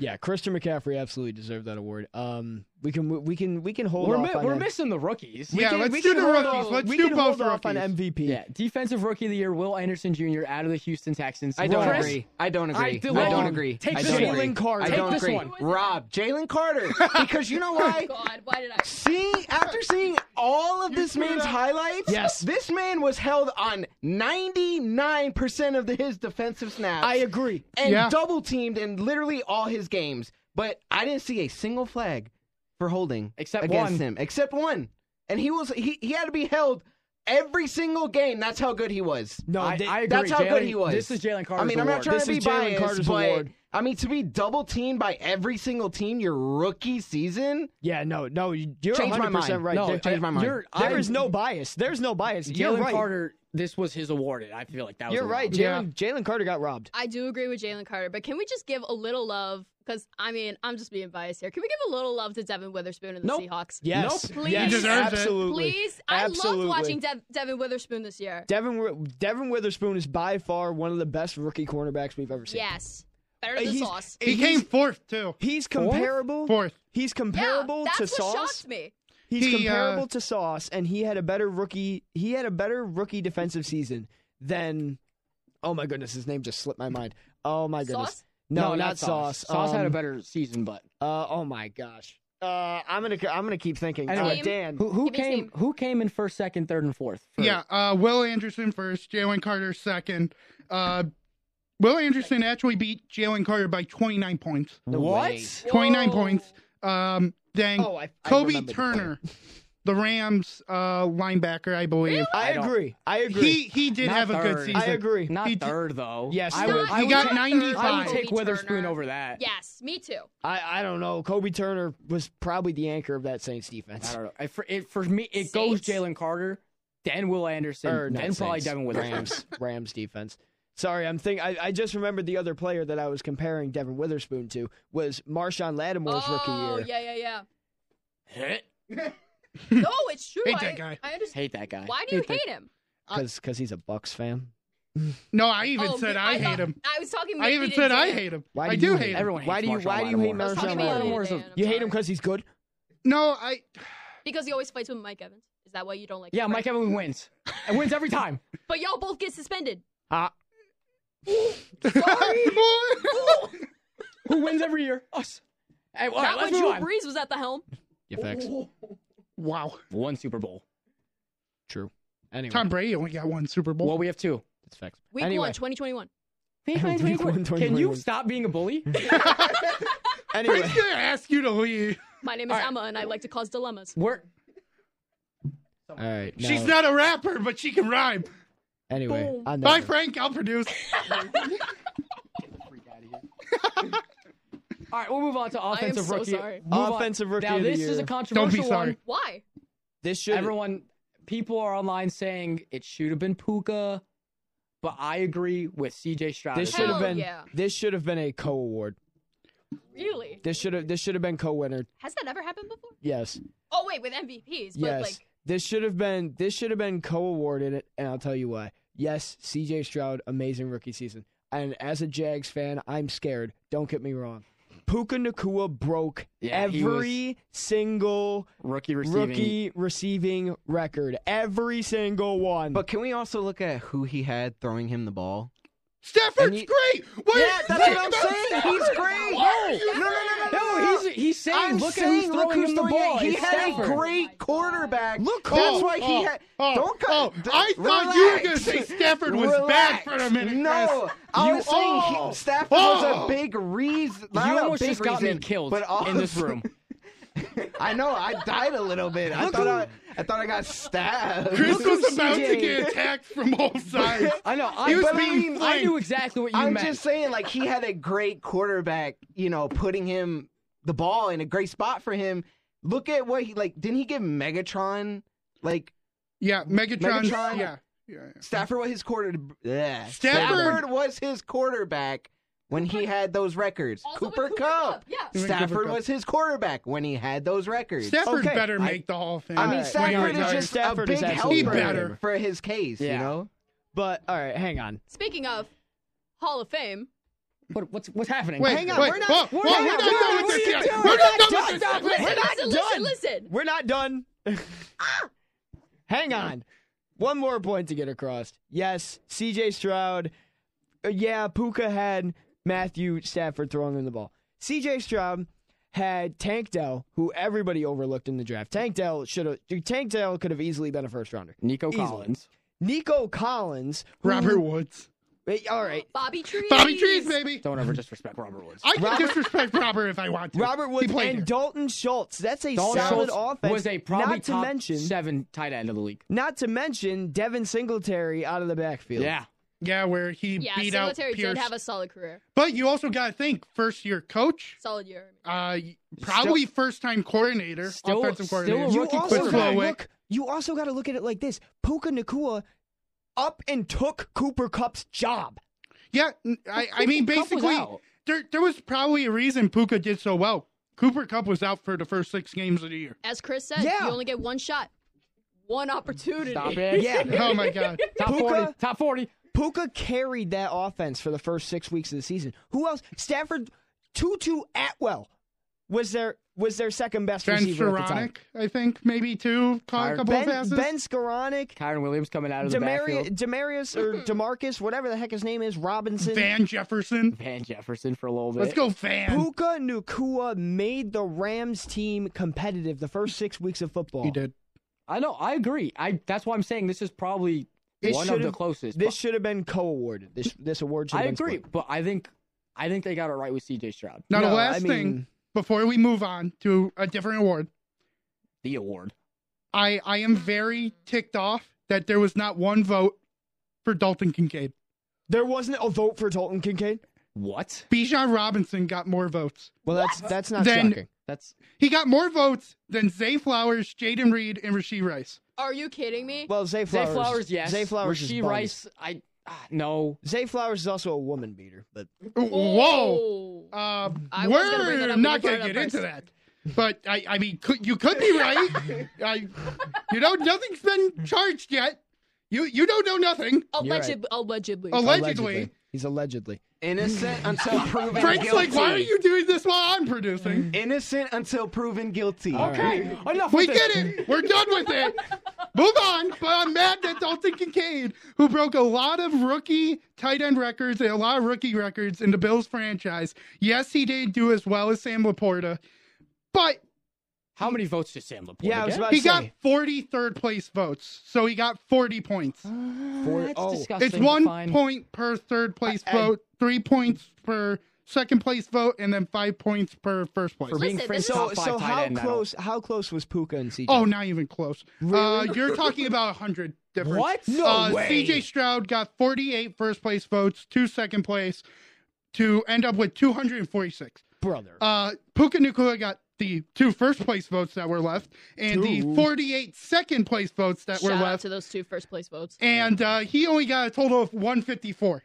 Speaker 8: Yeah, Christian McCaffrey absolutely deserved that award. Um, we can we can we can hold
Speaker 3: We're,
Speaker 8: off.
Speaker 3: mi-
Speaker 8: on
Speaker 3: we're
Speaker 8: that.
Speaker 3: missing the rookies.
Speaker 8: We Yeah, can- let's we do can the hold rookies. off- Let's we do can hold both off on rookies. MVP.
Speaker 3: Yeah, defensive rookie of the year, Will Anderson Jr. out of the Houston Texans.
Speaker 16: I don't
Speaker 3: Chris,
Speaker 16: agree. I don't agree.
Speaker 3: I
Speaker 16: I,
Speaker 3: do-
Speaker 16: don't agree.
Speaker 3: Take
Speaker 16: I
Speaker 3: this
Speaker 16: don't
Speaker 3: one.
Speaker 16: agree.
Speaker 3: Jalen Carter.
Speaker 16: I
Speaker 3: Take
Speaker 16: don't
Speaker 3: this
Speaker 16: agree.
Speaker 3: one.
Speaker 16: Rob, Jalen Carter. Because you know why?
Speaker 9: God, why did I?
Speaker 16: Seeing after seeing all of this man's highlights, yes, this man was held on ninety nine percent of the, his defensive snaps. I
Speaker 8: agree,
Speaker 16: and
Speaker 10: Yeah.
Speaker 16: double teamed in literally all his games. But I didn't see a single flag for holding
Speaker 3: Except
Speaker 16: against
Speaker 3: one.
Speaker 16: him, except one, and he was he, he had to be held. Every single game, that's how good he was.
Speaker 8: No, I- they- I agree.
Speaker 16: that's how good
Speaker 8: Jalen-
Speaker 16: he was.
Speaker 8: this is Jalen
Speaker 16: I mean,
Speaker 8: Carter's
Speaker 16: I'm
Speaker 8: award.
Speaker 16: not trying
Speaker 8: This
Speaker 16: to be
Speaker 8: is Jalen
Speaker 16: biased,
Speaker 8: Carter's
Speaker 16: but
Speaker 8: award.
Speaker 16: I mean, to be double teamed by every single team your rookie season.
Speaker 8: Yeah, no, no, you're
Speaker 16: changed
Speaker 8: 100
Speaker 16: my mind.
Speaker 8: right.
Speaker 16: No,
Speaker 8: There-
Speaker 16: changed my mind.
Speaker 8: you're- there is no bias. There's no bias. You're
Speaker 3: Jalen
Speaker 8: right.
Speaker 3: Carter, this was his award. I feel like that was
Speaker 8: You're
Speaker 3: a
Speaker 8: right.
Speaker 3: rob.
Speaker 8: Jalen Jalen Carter got robbed.
Speaker 9: I do agree with Jalen Carter, but can we just give a little love? Because I mean, I'm just being biased here. Can we give a little love to Devin Witherspoon and the
Speaker 8: Nope.
Speaker 9: Seahawks?
Speaker 8: Yes.
Speaker 9: please,
Speaker 8: Yes. He deserves it. Absolutely.
Speaker 9: please. I
Speaker 8: Absolutely.
Speaker 9: loved watching Dev- Devin Witherspoon this year.
Speaker 8: Devin Wi- Devin Witherspoon is by far one of the best rookie cornerbacks we've ever seen.
Speaker 9: yes, better than
Speaker 8: He's-
Speaker 9: Sauce.
Speaker 10: He came fourth too.
Speaker 8: He's comparable.
Speaker 10: Fourth.
Speaker 8: He's comparable
Speaker 9: That's
Speaker 8: to
Speaker 9: what
Speaker 8: Sauce.
Speaker 9: shocked me.
Speaker 8: He's
Speaker 10: He, uh,
Speaker 8: comparable to Sauce, and he had a better rookie. He had a better rookie defensive season than. Oh my goodness, his name just slipped my mind. Oh my goodness.
Speaker 3: Sauce?
Speaker 8: No, not, Sauce.
Speaker 3: Sauce had a
Speaker 8: Um,
Speaker 3: better season, but
Speaker 8: Uh, oh my gosh. Uh, I'm gonna I'm gonna keep thinking.
Speaker 3: Anyway,
Speaker 8: uh, Dan,
Speaker 3: who, who came? Who came in first, second, third, and fourth? for-
Speaker 10: Yeah, uh, Will Anderson first, Jalen Carter second. Uh, Will Anderson actually beat Jalen Carter by 29 points.
Speaker 3: No What? way.
Speaker 10: 29 points. Um, then
Speaker 8: Oh, I- I
Speaker 10: Kobe
Speaker 8: remember the
Speaker 10: Turner, the Rams uh, linebacker, I believe.
Speaker 8: I agree. I agree.
Speaker 10: He he did
Speaker 3: Not
Speaker 10: have a good
Speaker 3: third.
Speaker 10: season.
Speaker 8: I agree.
Speaker 3: Not
Speaker 10: He-
Speaker 3: third though.
Speaker 8: Yes,
Speaker 3: I
Speaker 8: he
Speaker 3: would.
Speaker 8: did.
Speaker 3: I
Speaker 10: He
Speaker 3: would
Speaker 10: got
Speaker 3: take-
Speaker 10: 95.
Speaker 3: I would take
Speaker 9: Kobe
Speaker 3: Witherspoon
Speaker 9: Turner.
Speaker 3: over that.
Speaker 9: Yes, me too.
Speaker 8: I, I don't know. Kobe Turner was probably the anchor of that Saints defense.
Speaker 3: I don't know. I- for, it, for me, it goes Jalen Carter, then Will Anderson,
Speaker 8: Or not
Speaker 3: then probably
Speaker 8: Saints.
Speaker 3: Devin Witherspoon.
Speaker 8: Rams. Rams defense. Sorry, I'm think I, I just remembered the other player that I was comparing Devin Witherspoon to was Marshawn Lattimore's
Speaker 9: oh,
Speaker 8: rookie year.
Speaker 9: yeah, yeah, yeah.
Speaker 8: Hmm.
Speaker 9: no, it's true.
Speaker 10: Hate
Speaker 9: I,
Speaker 10: that guy.
Speaker 9: I understand.
Speaker 3: Hate that guy.
Speaker 9: Why do you hate, him?
Speaker 8: Because he's a Bucks fan.
Speaker 10: No, I even
Speaker 9: Oh,
Speaker 10: said
Speaker 9: but
Speaker 10: I, hate
Speaker 9: thought-
Speaker 10: him.
Speaker 9: I was talking.
Speaker 10: I
Speaker 9: maybe
Speaker 10: even
Speaker 9: to
Speaker 10: said I
Speaker 9: Dan.
Speaker 10: hate him.
Speaker 8: Why
Speaker 10: I
Speaker 8: do
Speaker 10: do
Speaker 8: you
Speaker 10: hate him.
Speaker 3: Everyone hates
Speaker 8: Why do you
Speaker 3: Marshawn
Speaker 8: Why do you hate
Speaker 3: Lattimore.
Speaker 9: I was
Speaker 8: Marshawn
Speaker 9: talking about
Speaker 8: Lattimore?
Speaker 9: Dan, I'm
Speaker 8: You hate
Speaker 9: sorry.
Speaker 8: him because he's good.
Speaker 10: No, I
Speaker 9: Because he always fights with Mike Evans. Is that why you don't like?
Speaker 3: Yeah,
Speaker 9: him?
Speaker 3: Mike Evans wins. And wins every time.
Speaker 9: But y'all both get suspended.
Speaker 8: Ah,
Speaker 3: Who wins every year? Us. Hey, all right,
Speaker 9: Not when
Speaker 3: let's move
Speaker 9: Drew
Speaker 3: on.
Speaker 9: Brees was at the helm.
Speaker 8: You facts.
Speaker 10: wow.
Speaker 3: One Super Bowl.
Speaker 8: True. Anyway,
Speaker 10: Tom Brady only got one Super Bowl.
Speaker 3: Well, we have two.
Speaker 8: that's facts.
Speaker 9: Week
Speaker 8: anyway,
Speaker 9: one, 2021.
Speaker 8: Week one,
Speaker 3: Can you
Speaker 8: 2021.
Speaker 3: stop being a bully?
Speaker 8: anyway,
Speaker 10: I'm gonna ask you to leave.
Speaker 9: My name is Emma, and I like to cause dilemmas.
Speaker 3: We're
Speaker 8: all right.
Speaker 10: She's
Speaker 8: now-
Speaker 10: not a rapper, but she can rhyme.
Speaker 8: Anyway,
Speaker 9: Boom.
Speaker 8: on that
Speaker 10: Bye,
Speaker 8: note-
Speaker 10: Frank. I'll produce.
Speaker 3: All right, we'll move on to offensive
Speaker 9: so
Speaker 3: rookie.
Speaker 9: sorry.
Speaker 3: Move on.
Speaker 8: Offensive rookie
Speaker 3: Now
Speaker 8: of the
Speaker 3: this is
Speaker 8: year.
Speaker 3: a
Speaker 8: Don't be
Speaker 3: controversial one.
Speaker 10: sorry.
Speaker 9: Why?
Speaker 8: This should
Speaker 3: Everyone, people are online saying it should have been Puka, but I agree with CJ Stroud.
Speaker 8: This
Speaker 3: as
Speaker 8: should
Speaker 9: Hell
Speaker 8: have been.
Speaker 9: yeah.
Speaker 8: This should have been a co award.
Speaker 9: Really?
Speaker 8: This should have. This should have been co winner.
Speaker 9: Has that ever happened before?
Speaker 8: Yes.
Speaker 9: Oh wait, with MVPs, but
Speaker 8: yes.
Speaker 9: like
Speaker 8: this should have been. This should have been co awarded, and I'll tell you why. Yes, C.J. Stroud, amazing rookie season, and as a Jags fan, I'm scared. Don't get me wrong. Puka Nakua broke
Speaker 3: Yeah, he was-
Speaker 8: every single
Speaker 3: rookie receiving.
Speaker 8: rookie receiving record. Every single one.
Speaker 13: But can we also look at who he had throwing him the ball?
Speaker 10: Stafford's
Speaker 13: he-
Speaker 10: great. What
Speaker 13: Yeah,
Speaker 10: is
Speaker 13: that's
Speaker 10: great
Speaker 13: what I'm
Speaker 10: about
Speaker 13: saying.
Speaker 10: Stafford?
Speaker 13: He's great.
Speaker 10: Why are you-
Speaker 13: No, no, no, no, no,
Speaker 3: No, he's he's saying
Speaker 13: I'm
Speaker 3: look
Speaker 13: saying,
Speaker 3: at who's
Speaker 13: look
Speaker 3: throwing
Speaker 13: who's
Speaker 3: him the
Speaker 13: throwing
Speaker 3: ball.
Speaker 13: it. He
Speaker 3: It's
Speaker 13: had
Speaker 3: Stafford.
Speaker 13: a great quarterback. Look,
Speaker 10: Oh,
Speaker 13: that's why he
Speaker 10: oh,
Speaker 13: had.
Speaker 10: oh,
Speaker 13: don't cut.
Speaker 10: oh, I thought you were gonna say Stafford was bad
Speaker 13: Relax.
Speaker 10: for a minute,
Speaker 13: No,
Speaker 10: Chris.
Speaker 13: I
Speaker 10: You-
Speaker 13: was saying he-
Speaker 10: oh,
Speaker 13: Stafford
Speaker 10: oh.
Speaker 13: was a big reason. Not
Speaker 3: You
Speaker 13: a
Speaker 3: almost
Speaker 13: big
Speaker 3: just got me
Speaker 13: reason,
Speaker 3: killed
Speaker 13: but also,
Speaker 3: in this room.
Speaker 13: I know. I died a little bit. I thought I, I thought I got stabbed.
Speaker 10: Chris
Speaker 3: Look who
Speaker 10: was about to
Speaker 3: CJ
Speaker 10: get attacked from all sides.
Speaker 3: I know.
Speaker 13: He
Speaker 3: I,
Speaker 13: was
Speaker 3: but
Speaker 13: being
Speaker 3: I knew
Speaker 10: flanked.
Speaker 3: exactly what you
Speaker 13: I'm
Speaker 3: meant.
Speaker 13: just saying, like he had a great quarterback, you know, putting him the ball in a great spot for him. Look at what he like. Didn't he give Megatron like
Speaker 10: Yeah, Megatron. Yeah,
Speaker 13: Megatron?
Speaker 10: yeah. yeah.
Speaker 13: Stafford was his quarter? bleh.
Speaker 10: Stafford-
Speaker 13: was his quarterback,
Speaker 4: when he had those records. Cooper, Cup.
Speaker 9: Yeah.
Speaker 4: Stafford was his quarterback when he had those records.
Speaker 10: Stafford Okay, better I- make the Hall of
Speaker 13: Oh,
Speaker 10: Fame.
Speaker 4: I mean,
Speaker 10: Alright,
Speaker 4: Stafford
Speaker 10: we
Speaker 4: is
Speaker 10: are-
Speaker 4: just
Speaker 10: Stafford
Speaker 4: a
Speaker 10: is
Speaker 4: big
Speaker 10: absolutely
Speaker 4: helper
Speaker 10: better.
Speaker 4: for his case, you
Speaker 8: Yeah.
Speaker 4: know?
Speaker 8: But all right, hang on.
Speaker 9: Speaking of Hall of Fame,
Speaker 8: What, what's what's happening?
Speaker 9: Wait,
Speaker 8: hang on.
Speaker 9: wait,
Speaker 8: we're not.
Speaker 9: whoa,
Speaker 8: we're
Speaker 9: whoa,
Speaker 8: not,
Speaker 9: we're not
Speaker 8: we're
Speaker 9: done
Speaker 8: not-
Speaker 9: with
Speaker 8: what
Speaker 9: this
Speaker 8: are you
Speaker 9: yet.
Speaker 8: doing?
Speaker 9: We're not
Speaker 8: Stop,
Speaker 9: done with
Speaker 8: stop,
Speaker 9: this.
Speaker 8: We're not
Speaker 9: Listen, listen,
Speaker 8: done.
Speaker 9: listen. Ah.
Speaker 8: We're not done. hang on. One more point to get across. Yes, C.J. Stroud. Uh, yeah, Puka had Matthew Stafford throwing him the ball. C.J. Stroud had Tank Dell, who everybody overlooked in the draft. Tank Dell should have. Tank Dell could have easily been a first rounder.
Speaker 3: Nico
Speaker 8: Easily.
Speaker 3: Collins.
Speaker 8: Nico Collins. who-
Speaker 10: Robert Woods.
Speaker 8: Wait, all right.
Speaker 9: Bobby Trees.
Speaker 10: Bobby Trees, baby.
Speaker 3: Don't ever disrespect Robert Woods.
Speaker 10: I can
Speaker 8: Robert-
Speaker 10: disrespect Robert if I want to.
Speaker 8: Robert Woods
Speaker 10: He played
Speaker 8: and
Speaker 10: here.
Speaker 8: Dalton Schultz. That's a
Speaker 3: Dalton
Speaker 8: solid
Speaker 3: Schultz
Speaker 8: offense.
Speaker 3: was a probably
Speaker 8: not to
Speaker 3: top
Speaker 8: mention,
Speaker 3: seven tight end of the league.
Speaker 8: not to mention Devin Singletary out of the backfield.
Speaker 3: Yeah.
Speaker 10: Yeah, where he
Speaker 9: Yeah,
Speaker 10: beat out
Speaker 9: Singletary
Speaker 10: Pierce.
Speaker 9: did have a solid career,
Speaker 10: but you also got to think first year coach,
Speaker 9: solid year.
Speaker 10: uh, probably first time coordinator,
Speaker 3: still-
Speaker 10: offensive
Speaker 3: still a
Speaker 10: coordinator.
Speaker 3: rookie
Speaker 10: With
Speaker 8: also gotta
Speaker 10: Slowick.
Speaker 8: look, you also got to look at it like this: Puka Nakua up and took Cooper Cup's job.
Speaker 10: Yeah, n- I, I mean,
Speaker 8: Cooper Kupp was
Speaker 10: basically,
Speaker 8: out.
Speaker 10: there, there was probably a reason Puka did so well. Cooper Cup was out for the first six games of the year.
Speaker 9: As Chris said,
Speaker 8: Yeah.
Speaker 9: you only get one shot, one opportunity.
Speaker 3: Stop it.
Speaker 8: Yeah.
Speaker 10: Oh my God.
Speaker 3: Top
Speaker 8: Puka-
Speaker 3: 40. Top 40.
Speaker 8: Puka carried that offense for the first six weeks of the season. Who else? Stafford, Tutu Atwell was their was their second best
Speaker 10: Ben
Speaker 8: receiver at the time.
Speaker 10: Sharonic, I think, maybe two, caught a couple of
Speaker 8: Ben,
Speaker 10: passes.
Speaker 8: ben Skoranek,
Speaker 3: Kyron Williams coming out of the
Speaker 8: Demari-
Speaker 3: backfield.
Speaker 8: Demarius or Demarcus, whatever the heck his name is, Robinson.
Speaker 10: Mm. Van Jefferson.
Speaker 3: Van Jefferson for a little bit.
Speaker 10: Let's go, Van.
Speaker 8: Puka Nukua made the Rams team competitive the first six weeks of football.
Speaker 10: He did.
Speaker 3: I know. I agree. I. That's why I'm saying this is probably
Speaker 8: This
Speaker 3: one of the
Speaker 8: should've-
Speaker 3: closest.
Speaker 8: This should have been co-awarded. This this award should.
Speaker 3: I
Speaker 8: have been
Speaker 3: agree,
Speaker 8: split.
Speaker 3: but I think I think they got it right with C.J. Stroud.
Speaker 10: Now,
Speaker 8: No,
Speaker 10: the last
Speaker 8: I mean-
Speaker 10: thing before we move on to a different award,
Speaker 3: The award.
Speaker 10: I, I am very ticked off that there was not one vote for Dalton Kincaid.
Speaker 8: There wasn't a vote for Dalton Kincaid.
Speaker 3: What?
Speaker 10: Bijan Robinson got more votes.
Speaker 8: Well, that's that's not
Speaker 10: Then-
Speaker 8: shocking.
Speaker 3: That's
Speaker 10: He got more votes than Zay Flowers, Jaden Reed, and Rasheed Rice.
Speaker 9: Are you kidding me?
Speaker 8: Well, Zay
Speaker 3: Zay
Speaker 8: Flowers.
Speaker 3: Flowers. Yes.
Speaker 8: Zay Flowers. is
Speaker 3: Rasheed
Speaker 8: bums.
Speaker 3: Rice. I. ah, no.
Speaker 8: Zay Flowers is also a woman beater, but
Speaker 10: Whoa!
Speaker 9: Oh.
Speaker 10: Uh,
Speaker 9: I was gonna bring
Speaker 10: we're
Speaker 9: that up, but you
Speaker 10: not
Speaker 9: brought
Speaker 10: going
Speaker 9: it
Speaker 10: to
Speaker 9: up
Speaker 10: get into
Speaker 9: first.
Speaker 10: that. But I, I mean, could, you could be right. I, you know, nothing's been charged yet. You, you don't know nothing.
Speaker 9: Allegedly, allegedly.
Speaker 10: Allegedly.
Speaker 8: he's allegedly.
Speaker 4: Innocent until proven
Speaker 10: Frank's
Speaker 4: guilty.
Speaker 10: like, why are you doing this while I'm producing?
Speaker 4: Innocent until proven guilty.
Speaker 3: Okay. Enough.
Speaker 10: We
Speaker 3: with
Speaker 10: get it. We're done with it. Move on. But I'm mad that Dalton Kincaid, who broke a lot of rookie tight end records and a lot of rookie records in the Bills franchise, yes, he did do as well as Sam Laporta, but
Speaker 3: How many votes did Sam Laporta
Speaker 8: Yeah, I was
Speaker 3: get?
Speaker 8: about to
Speaker 10: he
Speaker 8: say.
Speaker 10: got 43rd place votes. So he got 40 points.
Speaker 8: Ah,
Speaker 3: Four- oh,
Speaker 10: It's one point per third place
Speaker 8: I- I-
Speaker 10: vote, three points per second place vote, and then five points per first place.
Speaker 3: for being
Speaker 9: Listen,
Speaker 3: Frank's
Speaker 9: this is-
Speaker 8: So
Speaker 3: top five
Speaker 8: so
Speaker 3: tight
Speaker 8: how
Speaker 3: end, I don't-
Speaker 8: close how close was Puka and CJ?
Speaker 10: Oh, not even close. Uh, you're talking about 100 difference.
Speaker 3: What? No
Speaker 10: uh,
Speaker 3: way.
Speaker 10: CJ Stroud got 48 first place votes, two second place, to end up with 246.
Speaker 8: brother.
Speaker 10: Uh, Puka Nakua got the two first place votes that were left, and the 48 second place votes that
Speaker 9: Shout
Speaker 10: were
Speaker 9: out
Speaker 10: left.
Speaker 9: to those two first place votes.
Speaker 10: And uh, he only got a total of 154.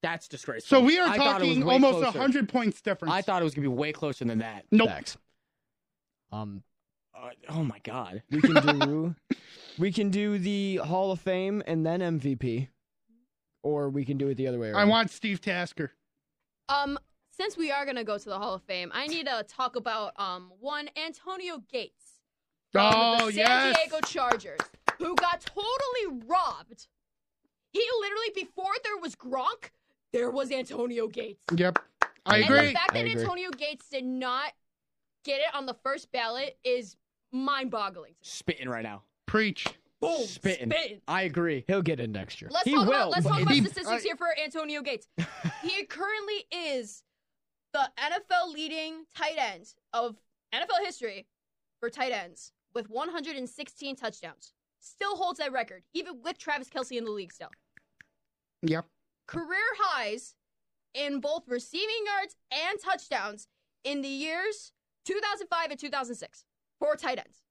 Speaker 3: That's disgraceful.
Speaker 10: So we are
Speaker 3: I thought it was
Speaker 10: talking
Speaker 3: way
Speaker 10: almost
Speaker 3: closer.
Speaker 10: 100 points difference.
Speaker 3: I thought it was gonna be way closer than that.
Speaker 10: nope.
Speaker 8: Facts. Um,
Speaker 3: Uh, oh my god.
Speaker 8: we can do we can do the Hall of Fame and then MVP, or we can do it the other way around.
Speaker 10: I want Steve Tasker.
Speaker 9: Um, since we are gonna go to the Hall of Fame, I need to talk about um one Antonio Gates from
Speaker 10: Oh,
Speaker 9: the San
Speaker 10: yes.
Speaker 9: Diego Chargers, who got totally robbed. He literally before there was Gronk, there was Antonio Gates.
Speaker 10: Yep. I
Speaker 9: and the
Speaker 10: agree.
Speaker 9: fact
Speaker 8: I
Speaker 9: that
Speaker 8: agree.
Speaker 9: Antonio Gates did not get it on the first ballot is mind-boggling.
Speaker 3: Spitting right now.
Speaker 10: Preach.
Speaker 9: Boom,
Speaker 3: Spitting.
Speaker 9: spitting.
Speaker 3: I agree.
Speaker 8: He'll get in next year.
Speaker 9: Let's
Speaker 8: he
Speaker 9: talk
Speaker 8: will.
Speaker 9: about let's talk
Speaker 8: but-
Speaker 9: about
Speaker 10: he-
Speaker 9: statistics here for Antonio Gates. he currently is the NFL leading tight end of NFL history for tight ends with 116 touchdowns. Still holds that record, even with Travis Kelsey in the league still.
Speaker 10: Yep.
Speaker 9: Career highs in both receiving yards and touchdowns in the years 2005 and 2006 for tight ends.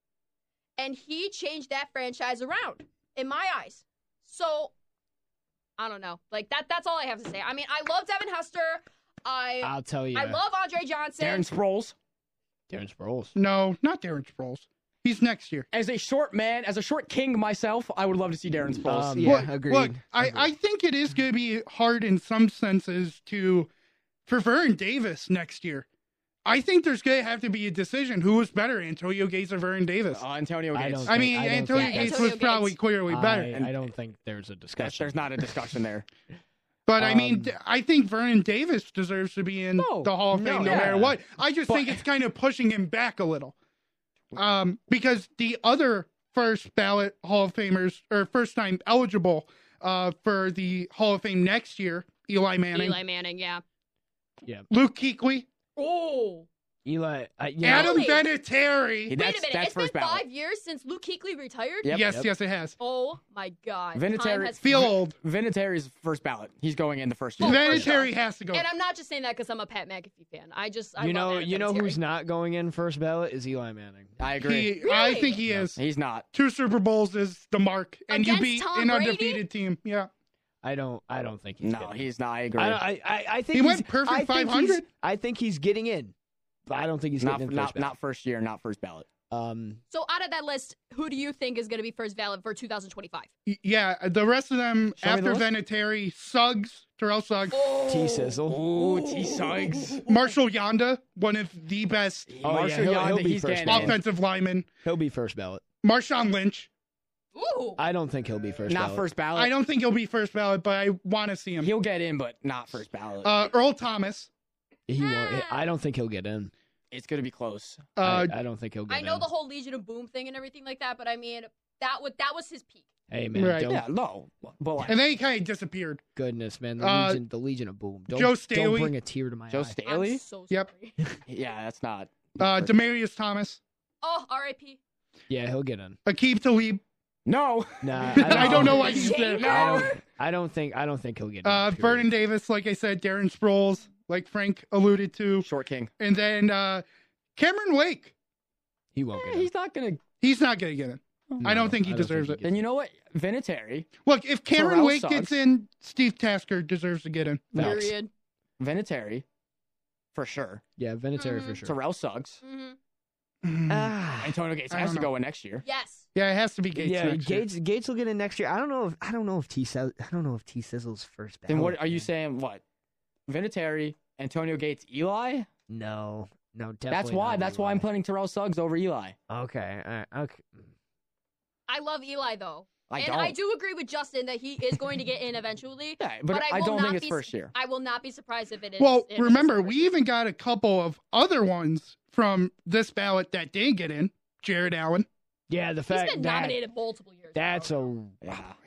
Speaker 9: And he changed that franchise around, in my eyes. So I don't know. Like that that's all I have to say. I mean, I love Devin Hester. I
Speaker 8: I'll tell you.
Speaker 9: I love Andre Johnson.
Speaker 3: Sproles.
Speaker 8: Darren Sproles.
Speaker 10: No, not Darren Sproles. He's next year.
Speaker 3: As a short man, as a short king myself, I would love to see Darren Sproles.
Speaker 8: Um,
Speaker 10: look, Look, I, I think it is going to be hard in some senses to for Vernon Davis next year. I think there's going to have to be a decision who was better, Antonio Gates or Vernon Davis.
Speaker 3: Uh, Antonio
Speaker 10: I,
Speaker 3: Gates.
Speaker 10: mean, Antonio Gates was probably clearly better.
Speaker 8: I, I don't think there's a discussion.
Speaker 3: There's not a discussion there.
Speaker 10: But I
Speaker 3: Um,
Speaker 10: mean, d- I think Vernon Davis deserves to be in the Hall of
Speaker 3: Oh, no,
Speaker 10: Fame no,
Speaker 3: yeah.
Speaker 10: matter what. I just think it's kind of pushing him back a little, um, because the other first ballot Hall of Famers or first time eligible uh, for the Hall of Fame next year, Eli Manning,
Speaker 9: Eli Manning, yeah.
Speaker 8: Yeah.
Speaker 10: Luke Kuechly,
Speaker 9: Oh.
Speaker 8: Eli. uh, I, you
Speaker 10: Adam
Speaker 8: know,
Speaker 10: Vinatieri.
Speaker 9: Wait a minute. it's been five years since Luke Kuechly retired.
Speaker 3: Yep.
Speaker 10: Yes, yes, it has.
Speaker 9: Oh my God. Time
Speaker 3: Vinatieri.
Speaker 9: has-
Speaker 10: old.
Speaker 3: Vinatieri's first ballot. He's going in the first year.
Speaker 9: Oh, for sure. And I'm not just saying that because I'm a Pat McAfee fan. I just I
Speaker 8: you
Speaker 9: love
Speaker 8: know,
Speaker 9: Adam
Speaker 8: you know
Speaker 9: Vinatieri.
Speaker 8: who's not going in first ballot is Eli Manning.
Speaker 3: I
Speaker 10: He, I think he is.
Speaker 3: He's not.
Speaker 10: Two Super Bowls is the mark, and
Speaker 8: Against
Speaker 10: you beat
Speaker 8: Tom
Speaker 10: an
Speaker 8: Brady?
Speaker 10: undefeated team. Yeah.
Speaker 8: I don't. I don't think he's.
Speaker 3: No, he's not. I agree.
Speaker 8: I, don't- I, I, I think
Speaker 10: He went
Speaker 8: he's-
Speaker 10: perfect
Speaker 8: I think
Speaker 10: 500.
Speaker 8: he's- I think he's getting in, but I don't think he's
Speaker 3: not
Speaker 8: getting in
Speaker 3: not
Speaker 8: first ballot.
Speaker 3: not first year, not first ballot.
Speaker 8: Um,
Speaker 9: So out of that list, who do you think is going to be first valid for 2025?
Speaker 10: Y- Yeah, the rest of them
Speaker 9: me the
Speaker 10: after
Speaker 9: list.
Speaker 10: Vinatieri, Suggs, Terrell Suggs,
Speaker 8: Um, T Sizzle.
Speaker 3: Ooh, T Suggs.
Speaker 10: Marshall Yonda, one of the best
Speaker 8: Oh, yeah, Marshall he'll- Yonda, he'll be he's first getting ballot. in.
Speaker 10: offensive lineman.
Speaker 8: He'll be first ballot.
Speaker 10: Marshawn Lynch.
Speaker 9: Ooh.
Speaker 8: I don't think he'll be first.
Speaker 3: Not
Speaker 8: ballot.
Speaker 3: first ballot.
Speaker 10: I don't think he'll be first ballot, but I want to see him.
Speaker 3: He'll get in, but not first ballot.
Speaker 8: Oh.
Speaker 10: Uh, Earl Thomas.
Speaker 8: He
Speaker 9: Ah.
Speaker 8: won't. I don't think he'll get in.
Speaker 3: it's gonna be close.
Speaker 10: uh,
Speaker 8: I, I don't think he'll get
Speaker 9: I know
Speaker 8: in.
Speaker 9: the whole Legion of Boom thing and everything like that, but I mean that was that was his peak.
Speaker 8: hey man,
Speaker 10: Right.
Speaker 8: don't,
Speaker 10: Yeah,
Speaker 3: no. But
Speaker 10: And then he kind of disappeared.
Speaker 8: goodness man, the
Speaker 10: Uh,
Speaker 8: Legion, the Legion of Boom. Don't,
Speaker 10: Joe
Speaker 8: Don't
Speaker 10: Staley?
Speaker 8: bring a tear to my
Speaker 3: Joe
Speaker 8: eye.
Speaker 3: Staley.
Speaker 10: Yep.
Speaker 3: yeah, that's not.
Speaker 10: Uh, Demarius Thomas.
Speaker 9: Oh, R.I.P.
Speaker 8: Yeah, he'll get in.
Speaker 10: Akib Talib.
Speaker 3: No.
Speaker 8: Nah,
Speaker 10: I don't know why he's there.
Speaker 8: I don't, I don't think. I don't think he'll get in.
Speaker 10: Uh,
Speaker 8: period.
Speaker 10: Vernon Davis, like I said, Darren Sproles, like Frank alluded to.
Speaker 3: Short King.
Speaker 10: And then uh, Cameron Wake.
Speaker 8: He won't get
Speaker 3: He's not gonna.
Speaker 10: He's not going to get in. I don't think he deserves it.
Speaker 3: And you know what? Vinatieri.
Speaker 10: Look, if Cameron
Speaker 3: Terrell
Speaker 10: Wake
Speaker 3: Suggs.
Speaker 10: gets in, Steve Tasker deserves to get in.
Speaker 8: Facts.
Speaker 9: Period.
Speaker 3: Vinatieri, for sure.
Speaker 8: Yeah, Vinatieri
Speaker 9: Mm-hmm.
Speaker 8: for sure.
Speaker 3: Terrell Suggs.
Speaker 8: Uh,
Speaker 3: Antonio Gates
Speaker 8: I
Speaker 3: has
Speaker 8: don't
Speaker 3: to
Speaker 8: know.
Speaker 3: go in next year.
Speaker 9: Yes.
Speaker 10: Yeah, it has to be Gates.
Speaker 8: Ah, yeah,
Speaker 10: next year.
Speaker 8: Gates. Gates will get in next year. I don't know if. I don't know if T. Sizz- I don't know if T. Sizzle's first.
Speaker 3: Then what
Speaker 8: ballot.
Speaker 3: are you saying? What? Vinatieri, Antonio Gates, Eli.
Speaker 8: No, no. Definitely
Speaker 3: that's why.
Speaker 8: not
Speaker 3: That's why I'm putting Terrell Suggs over Eli.
Speaker 8: Okay. All right. Okay.
Speaker 9: I love Eli though.
Speaker 3: I
Speaker 9: and
Speaker 3: don't.
Speaker 9: I do agree with Justin that he is going to get in eventually.
Speaker 3: Yeah, but I
Speaker 9: will
Speaker 3: don't think
Speaker 9: not
Speaker 3: it's
Speaker 9: be-
Speaker 3: first year.
Speaker 9: I will not be surprised if it is.
Speaker 10: Well,
Speaker 9: if it is
Speaker 10: remember, we even got a couple of other ones from this ballot that didn't get in. Jared Allen,
Speaker 8: Yeah, the fact
Speaker 9: He's been
Speaker 8: that
Speaker 9: nominated multiple years.
Speaker 8: that's a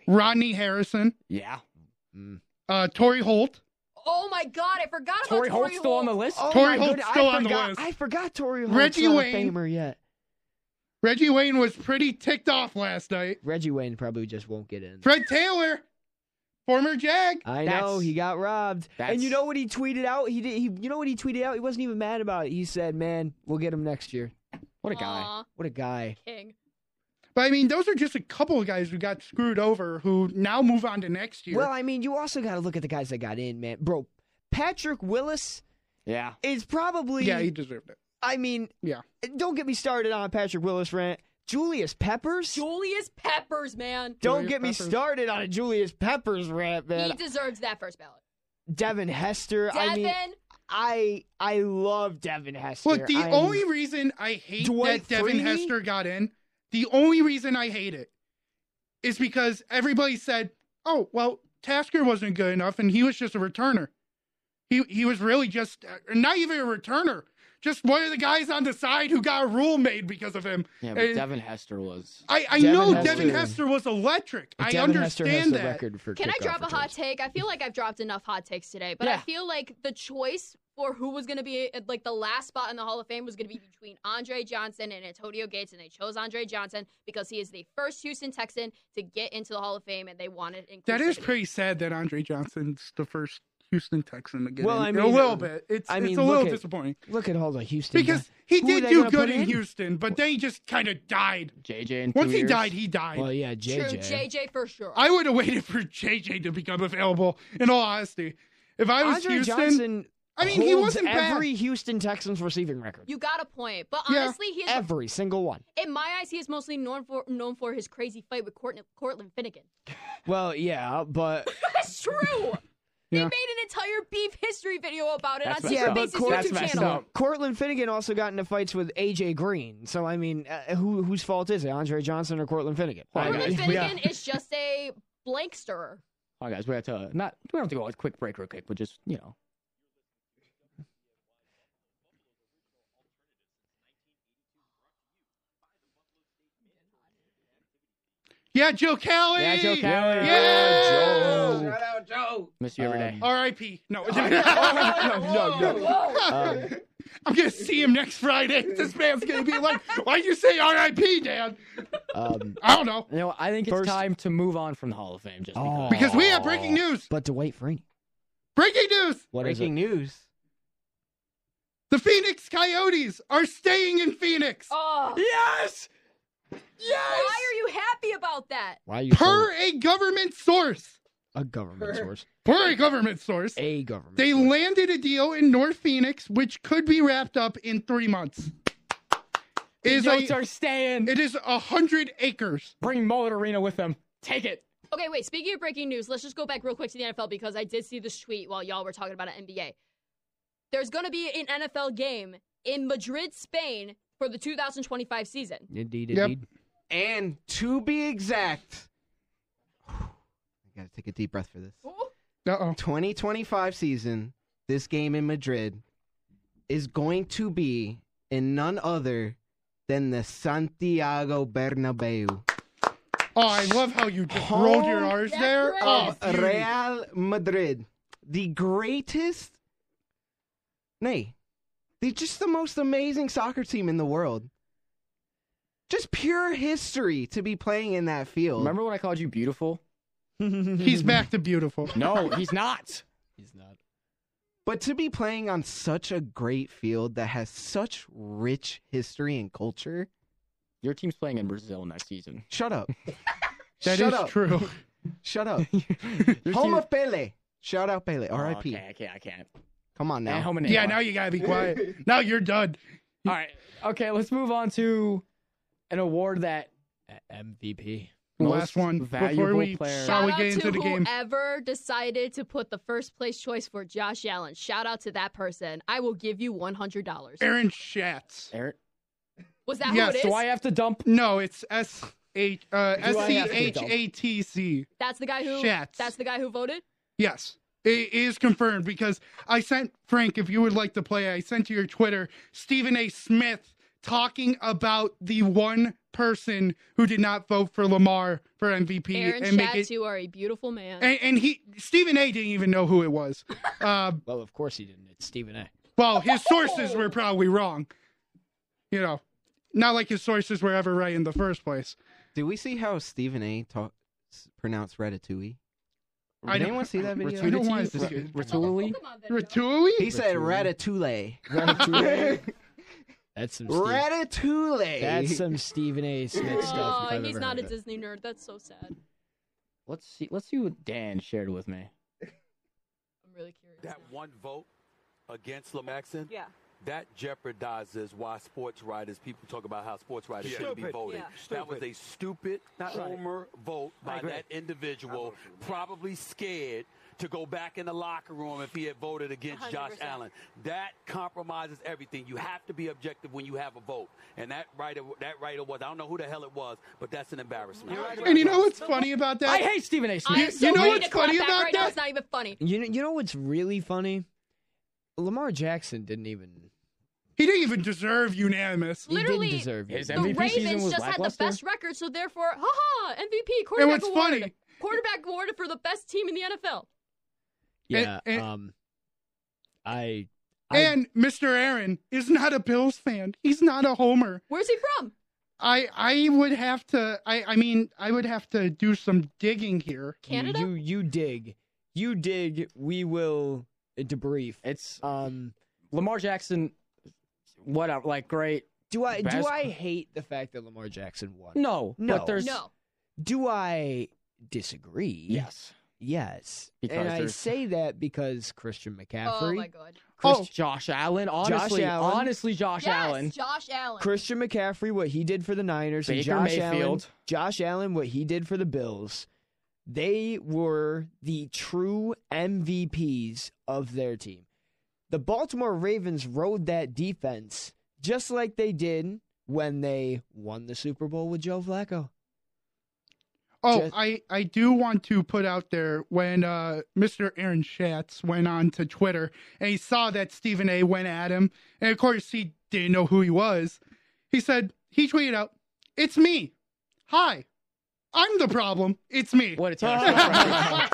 Speaker 10: Rodney Harrison,
Speaker 3: Yeah.
Speaker 10: uh, Tory Holt.
Speaker 9: Oh my God, I forgot about
Speaker 3: Torrey
Speaker 9: Tory
Speaker 3: Holt's still on the list?
Speaker 8: Oh
Speaker 10: Torrey
Speaker 8: my
Speaker 10: Holt's
Speaker 8: goodness,
Speaker 10: still
Speaker 8: I
Speaker 10: on the
Speaker 8: forgot,
Speaker 10: list.
Speaker 8: I forgot Tory Holt's
Speaker 10: Reggie
Speaker 8: not
Speaker 10: Wayne.
Speaker 8: a famer yet.
Speaker 10: Reggie Wayne was pretty ticked off last night.
Speaker 8: Reggie Wayne probably just won't get in.
Speaker 10: Fred Taylor, former Jag.
Speaker 8: I know he got robbed, Um, and
Speaker 10: that's-
Speaker 8: you know what he tweeted out? He did. He, you know what he tweeted out? He wasn't even mad about it. He said, "Man, we'll get him next year."
Speaker 3: What
Speaker 9: a guy. Aw.
Speaker 8: What a guy!
Speaker 9: King.
Speaker 10: But I mean, those are just a couple of guys who got screwed over who now move on to next year.
Speaker 8: Well, I mean, you also got to look at the guys that got in, man, bro. Patrick Willis
Speaker 3: Yeah.
Speaker 8: is probably.
Speaker 10: yeah, he deserved it.
Speaker 8: I mean,
Speaker 10: Yeah.
Speaker 8: don't get me started on Patrick Willis rant. Julius Peppers.
Speaker 9: Julius Peppers, man.
Speaker 8: don't get me
Speaker 9: Peppers.
Speaker 8: started on a Julius Peppers rant, man.
Speaker 9: He deserves that first ballot.
Speaker 8: Devin Hester. I mean,
Speaker 9: Devin-
Speaker 8: I I love Devin Hester.
Speaker 10: Look, the
Speaker 8: I'm-
Speaker 10: only reason I hate that
Speaker 8: Dwight
Speaker 10: Devin
Speaker 8: Freeney?
Speaker 10: Hester got in, the only reason I hate it is because everybody said, "Oh, well, Tasker wasn't good enough, and he was just a returner. He he was really just uh, not even a returner, just one of the guys on the side who got a rule made because of him."
Speaker 3: Yeah, but
Speaker 10: And
Speaker 3: Devin Hester was.
Speaker 10: I, I
Speaker 8: Devin
Speaker 10: know
Speaker 8: Hester-
Speaker 10: Devin Hester was electric. I
Speaker 8: Devin Hester has
Speaker 10: understand
Speaker 8: the
Speaker 10: that.
Speaker 8: record for
Speaker 9: Can I
Speaker 8: kickoff
Speaker 9: drop a
Speaker 8: returns.
Speaker 9: hot take? I feel like I've dropped enough hot takes today, but I
Speaker 8: Yeah.
Speaker 9: feel like the choice for who was going to be at, like the last spot in the Hall of Fame was going to be between Andre Johnson and Antonio Gates, and they chose Andre Johnson because he is the first Houston Texan to get into the Hall of Fame, and they wanted inclusivity.
Speaker 10: That is pretty sad that Andre Johnson's the first Houston Texan to get
Speaker 8: Well,
Speaker 10: in.
Speaker 8: I mean,
Speaker 10: a little bit. It's
Speaker 8: I
Speaker 10: it's
Speaker 8: mean,
Speaker 10: a
Speaker 8: look
Speaker 10: little
Speaker 8: at-
Speaker 10: disappointing.
Speaker 8: Look at all the Houston
Speaker 10: Because
Speaker 8: guys.
Speaker 10: he
Speaker 8: Who are
Speaker 10: did
Speaker 8: they
Speaker 10: do
Speaker 8: gonna
Speaker 10: good
Speaker 8: put
Speaker 10: in, Houston, but then he just kind of died.
Speaker 3: JJ. In
Speaker 10: Once
Speaker 3: two
Speaker 10: he
Speaker 3: years.
Speaker 10: died, he died.
Speaker 8: Well, yeah,
Speaker 9: True,
Speaker 8: JJ.
Speaker 9: JJ for sure.
Speaker 10: I would have waited for JJ to become available. In all honesty, if I was
Speaker 8: Andre
Speaker 10: Houston,
Speaker 8: Johnson
Speaker 10: I mean, he
Speaker 8: holds
Speaker 10: wasn't bad.
Speaker 8: every Houston Texans receiving record.
Speaker 9: You got a point, but
Speaker 8: Yeah.
Speaker 9: honestly, he is
Speaker 8: every single one.
Speaker 9: in my eyes he is mostly known for known for his crazy fight with Courtney, Cortland Finnegan.
Speaker 8: Well, yeah, but
Speaker 9: That's true. They
Speaker 8: Yeah.
Speaker 9: made an entire beef history video about it
Speaker 8: That's
Speaker 9: on
Speaker 8: messed
Speaker 9: Secret
Speaker 8: up.
Speaker 9: Base's
Speaker 8: Court-
Speaker 9: YouTube
Speaker 8: that's
Speaker 9: channel.
Speaker 8: messed up. Cortland Finnegan also got into fights with AJ Green. So I mean, uh, who whose fault is it? Andre Johnson or Cortland Finnegan?
Speaker 9: Cortland
Speaker 8: I-
Speaker 9: Finnegan is just a blank stirrer.
Speaker 8: All right, guys, we have to
Speaker 3: Not we don't have to go a quick break real quick, but just you know.
Speaker 10: Yeah, Joe Kelly.
Speaker 3: Yeah, Joe Kelly.
Speaker 10: Yeah.
Speaker 3: Joe. Shout
Speaker 10: out Joe. Um,
Speaker 3: Miss you every day.
Speaker 10: R.I.P. No.
Speaker 3: No, no, no.
Speaker 10: I'm gonna see him next Friday. This man's gonna be like, "Why'd you say R.I.P., Dad?"
Speaker 8: Um,
Speaker 10: I don't know.
Speaker 3: You know, I think it's
Speaker 10: First- Oh.
Speaker 3: time to move on from the Hall of Fame. Just because.
Speaker 10: Because we have breaking news.
Speaker 8: But Dwight Freeney.
Speaker 10: Breaking news.
Speaker 8: What is
Speaker 10: breaking
Speaker 8: news?
Speaker 10: The Phoenix Coyotes are staying in Phoenix.
Speaker 9: Oh.
Speaker 10: Yes.
Speaker 9: Why are you happy about that?
Speaker 8: Why are you
Speaker 10: Per a government source.
Speaker 8: a government source?
Speaker 10: Per a government source.
Speaker 8: A government.
Speaker 10: They landed a deal in North Phoenix, which could be wrapped up in three months.
Speaker 3: The
Speaker 10: Is
Speaker 3: Yotes
Speaker 10: a-
Speaker 3: are staying.
Speaker 10: It is a hundred acres.
Speaker 3: Bring Mullet Arena with them. Take it.
Speaker 9: Okay, wait. Speaking of breaking news, let's just go back real quick to the NFL because I did see this tweet while y'all were talking about an NBA. There's going to be an NFL game in Madrid, Spain for the 2025 season.
Speaker 8: Indeed,
Speaker 13: Yep.
Speaker 8: indeed.
Speaker 13: And to be exact, I gotta take a deep breath for this.
Speaker 10: Uh-oh.
Speaker 13: 2025 season, this game in Madrid is going to be in none other than the Santiago Bernabeu.
Speaker 10: Oh, I love how you just rolled your R's there. Oh,
Speaker 13: Of Real Madrid, the greatest, nay, they're just the most amazing soccer team in the world. Just pure history to be playing in that field.
Speaker 3: Remember when I called you beautiful?
Speaker 10: He's back to beautiful.
Speaker 3: No, he's not.
Speaker 13: But to be playing on such a great field that has such rich history and culture.
Speaker 3: Your team's playing in Brazil next season.
Speaker 13: Shut up.
Speaker 10: That
Speaker 13: Shut
Speaker 10: is
Speaker 13: up.
Speaker 10: true.
Speaker 13: Shut up. Home of Pele. Shout out Pele. R.I.P.
Speaker 3: Oh, Okay, I can't. I can't.
Speaker 13: Come on now.
Speaker 3: And home and
Speaker 10: yeah,
Speaker 3: Neymar.
Speaker 10: now you gotta be quiet. now you're done.
Speaker 3: All right. Okay, let's move on to an award that
Speaker 8: MVP.
Speaker 10: The
Speaker 3: Most
Speaker 10: last one before
Speaker 3: valuable
Speaker 10: we
Speaker 3: player.
Speaker 10: shall we
Speaker 9: Shout out
Speaker 10: get into
Speaker 9: to
Speaker 10: the game.
Speaker 9: whoever decided to put the first place choice for Josh Allen. Shout out to that person. I will give you one hundred dollars.
Speaker 10: Aaron Schatz.
Speaker 3: Aaron.
Speaker 9: Was that
Speaker 10: Yes,
Speaker 9: who it is?
Speaker 10: do
Speaker 3: I have to dump?
Speaker 10: No, it's S H uh,
Speaker 9: Do
Speaker 10: S
Speaker 9: I
Speaker 10: C
Speaker 9: have to
Speaker 10: H
Speaker 9: dump?
Speaker 10: A T C.
Speaker 9: That's the guy who.
Speaker 10: Schatz.
Speaker 9: That's the guy who voted.
Speaker 10: Yes. It is confirmed because I sent Frank, if you would like to play, I sent to your Twitter Stephen A. Smith talking about the one person who did not vote for Lamar for MVP
Speaker 9: Aaron
Speaker 10: and make it.
Speaker 9: Schatz, you are a beautiful man.
Speaker 10: And, and he Stephen A. didn't even know who it was. Uh,
Speaker 8: Well, of course he didn't. It's Stephen A.
Speaker 10: well, his sources were probably wrong. You know, not like his sources were ever right in the first place.
Speaker 13: Did we see how Stephen A. Talk, s- pronounced Ratatouille?
Speaker 10: I
Speaker 13: Did
Speaker 10: don't-
Speaker 13: anyone see that video?
Speaker 10: I don't wanna see it.
Speaker 3: Ratatouille?
Speaker 10: Ratatouille?
Speaker 13: He said Ratatouille.
Speaker 8: Ratatouille. That's some Steve-
Speaker 13: Ratatouille.
Speaker 8: That's some Stephen A. Smith stuff. if
Speaker 9: oh,
Speaker 8: I've
Speaker 9: he's
Speaker 8: ever
Speaker 9: not
Speaker 8: heard
Speaker 9: a
Speaker 8: of it.
Speaker 9: Disney nerd. That's so sad. I'm
Speaker 3: Let's see. Let's see what Dan shared with me.
Speaker 9: really curious.
Speaker 17: That one vote against Lamaxon, yeah. that jeopardizes why sports writers, people talk about how sports writers
Speaker 18: Yeah.
Speaker 17: shouldn't be
Speaker 18: Stupid.
Speaker 17: voting.
Speaker 18: Yeah.
Speaker 17: That was a stupid
Speaker 18: Not right.
Speaker 17: homer vote
Speaker 18: I
Speaker 17: by
Speaker 18: agree.
Speaker 17: that individual, probably scared to go back in the locker room if he had voted against Josh
Speaker 18: 100%.
Speaker 17: Allen. That compromises everything. You have to be objective when you have a vote. And that writer, that writer was, I don't know who the hell it was, but that's an embarrassment.
Speaker 10: And you know what's funny about that?
Speaker 3: I hate Stephen A. Smith.
Speaker 9: I'm so ready to clap back right Now. It's not even funny.
Speaker 8: You know, you know what's really funny? Lamar Jackson didn't even
Speaker 10: He didn't even deserve unanimous.
Speaker 8: he
Speaker 9: Literally,
Speaker 8: didn't deserve
Speaker 3: his
Speaker 8: it.
Speaker 9: The
Speaker 3: MVP season
Speaker 9: Ravens
Speaker 3: was
Speaker 9: just had the
Speaker 3: lackluster.
Speaker 9: best record, so therefore, haha, MVP quarterback
Speaker 10: what's
Speaker 9: award.
Speaker 10: funny-
Speaker 9: Quarterback award for the best team in the NFL.
Speaker 8: Yeah. um, I
Speaker 10: And Mr. Aaron is not a Bills fan. He's not a homer.
Speaker 9: Where's he from?
Speaker 10: I I would have to I I mean I would have to do some digging here.
Speaker 9: Canada?
Speaker 8: You, you dig, you dig. We will debrief.
Speaker 3: It's
Speaker 8: um
Speaker 3: Lamar Jackson. Whatever. Like great.
Speaker 8: Do I do
Speaker 3: Bas-
Speaker 8: I hate the fact that Lamar Jackson won?
Speaker 3: No.
Speaker 8: No.
Speaker 3: But there's.
Speaker 8: Do I disagree?
Speaker 3: Yes.
Speaker 8: Yes.
Speaker 12: Because
Speaker 8: and I
Speaker 12: there's-
Speaker 8: say that because Christian McCaffrey.
Speaker 9: Oh my god.
Speaker 8: Chris-
Speaker 3: Oh. Josh Allen.
Speaker 8: Josh
Speaker 3: Honestly,
Speaker 8: Allen.
Speaker 3: honestly, Josh
Speaker 9: yes,
Speaker 3: Allen.
Speaker 9: Josh Allen.
Speaker 8: Christian McCaffrey, what he did for the Niners, and
Speaker 3: Baker
Speaker 8: Josh Allen,
Speaker 3: Mayfield.
Speaker 8: Josh Allen, what he did for the Bills, they were the true MVPs of their team. The Baltimore Ravens rode that defense just like they did when they won the Super Bowl with Joe Flacco.
Speaker 10: Oh,
Speaker 8: Just-
Speaker 10: I, I do want to put out there when uh, Mr. Aaron Schatz went on to Twitter and he saw that Stephen A went at him. And of course, he didn't know who he was. He said, he tweeted out, It's me. Hi. I'm the problem. It's me.
Speaker 3: What it's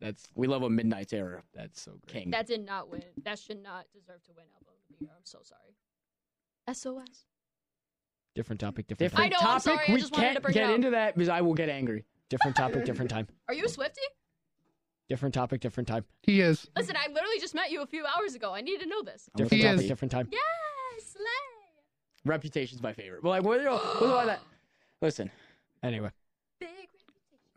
Speaker 3: That's we love a midnight terror. That's so great. King.
Speaker 9: That did not win. That should not deserve to win album of the year. I'm so sorry. SOS.
Speaker 8: Different topic, different
Speaker 3: Different
Speaker 9: I know, I'm
Speaker 3: topic.
Speaker 9: sorry, I
Speaker 3: we
Speaker 9: just wanted to
Speaker 3: can't
Speaker 9: bring it
Speaker 3: get
Speaker 9: up.
Speaker 3: into that because I will get angry.
Speaker 8: Different topic, different time.
Speaker 9: Are you a Swifty?
Speaker 8: Different topic, different time.
Speaker 10: He is.
Speaker 9: Listen, I literally just met you a few hours ago. I need to know this.
Speaker 8: Different
Speaker 3: He
Speaker 8: topic,
Speaker 3: is.
Speaker 8: different time.
Speaker 9: Yes, slay.
Speaker 3: Reputation's my favorite. But like, what are, what are all that? Listen.
Speaker 8: Anyway.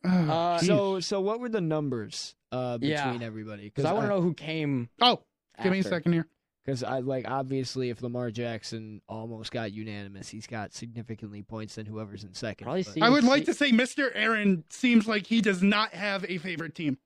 Speaker 3: Uh,
Speaker 8: so so what were the numbers uh, between
Speaker 3: Yeah.
Speaker 8: everybody?
Speaker 3: Because I want to know who came.
Speaker 10: Oh,
Speaker 3: give me a second
Speaker 10: here.
Speaker 8: Because I like obviously, if Lamar Jackson almost got unanimous, he's got significantly points than whoever's in second. Probably
Speaker 10: I would like to say Mr. Aaron seems like he does not have a favorite team.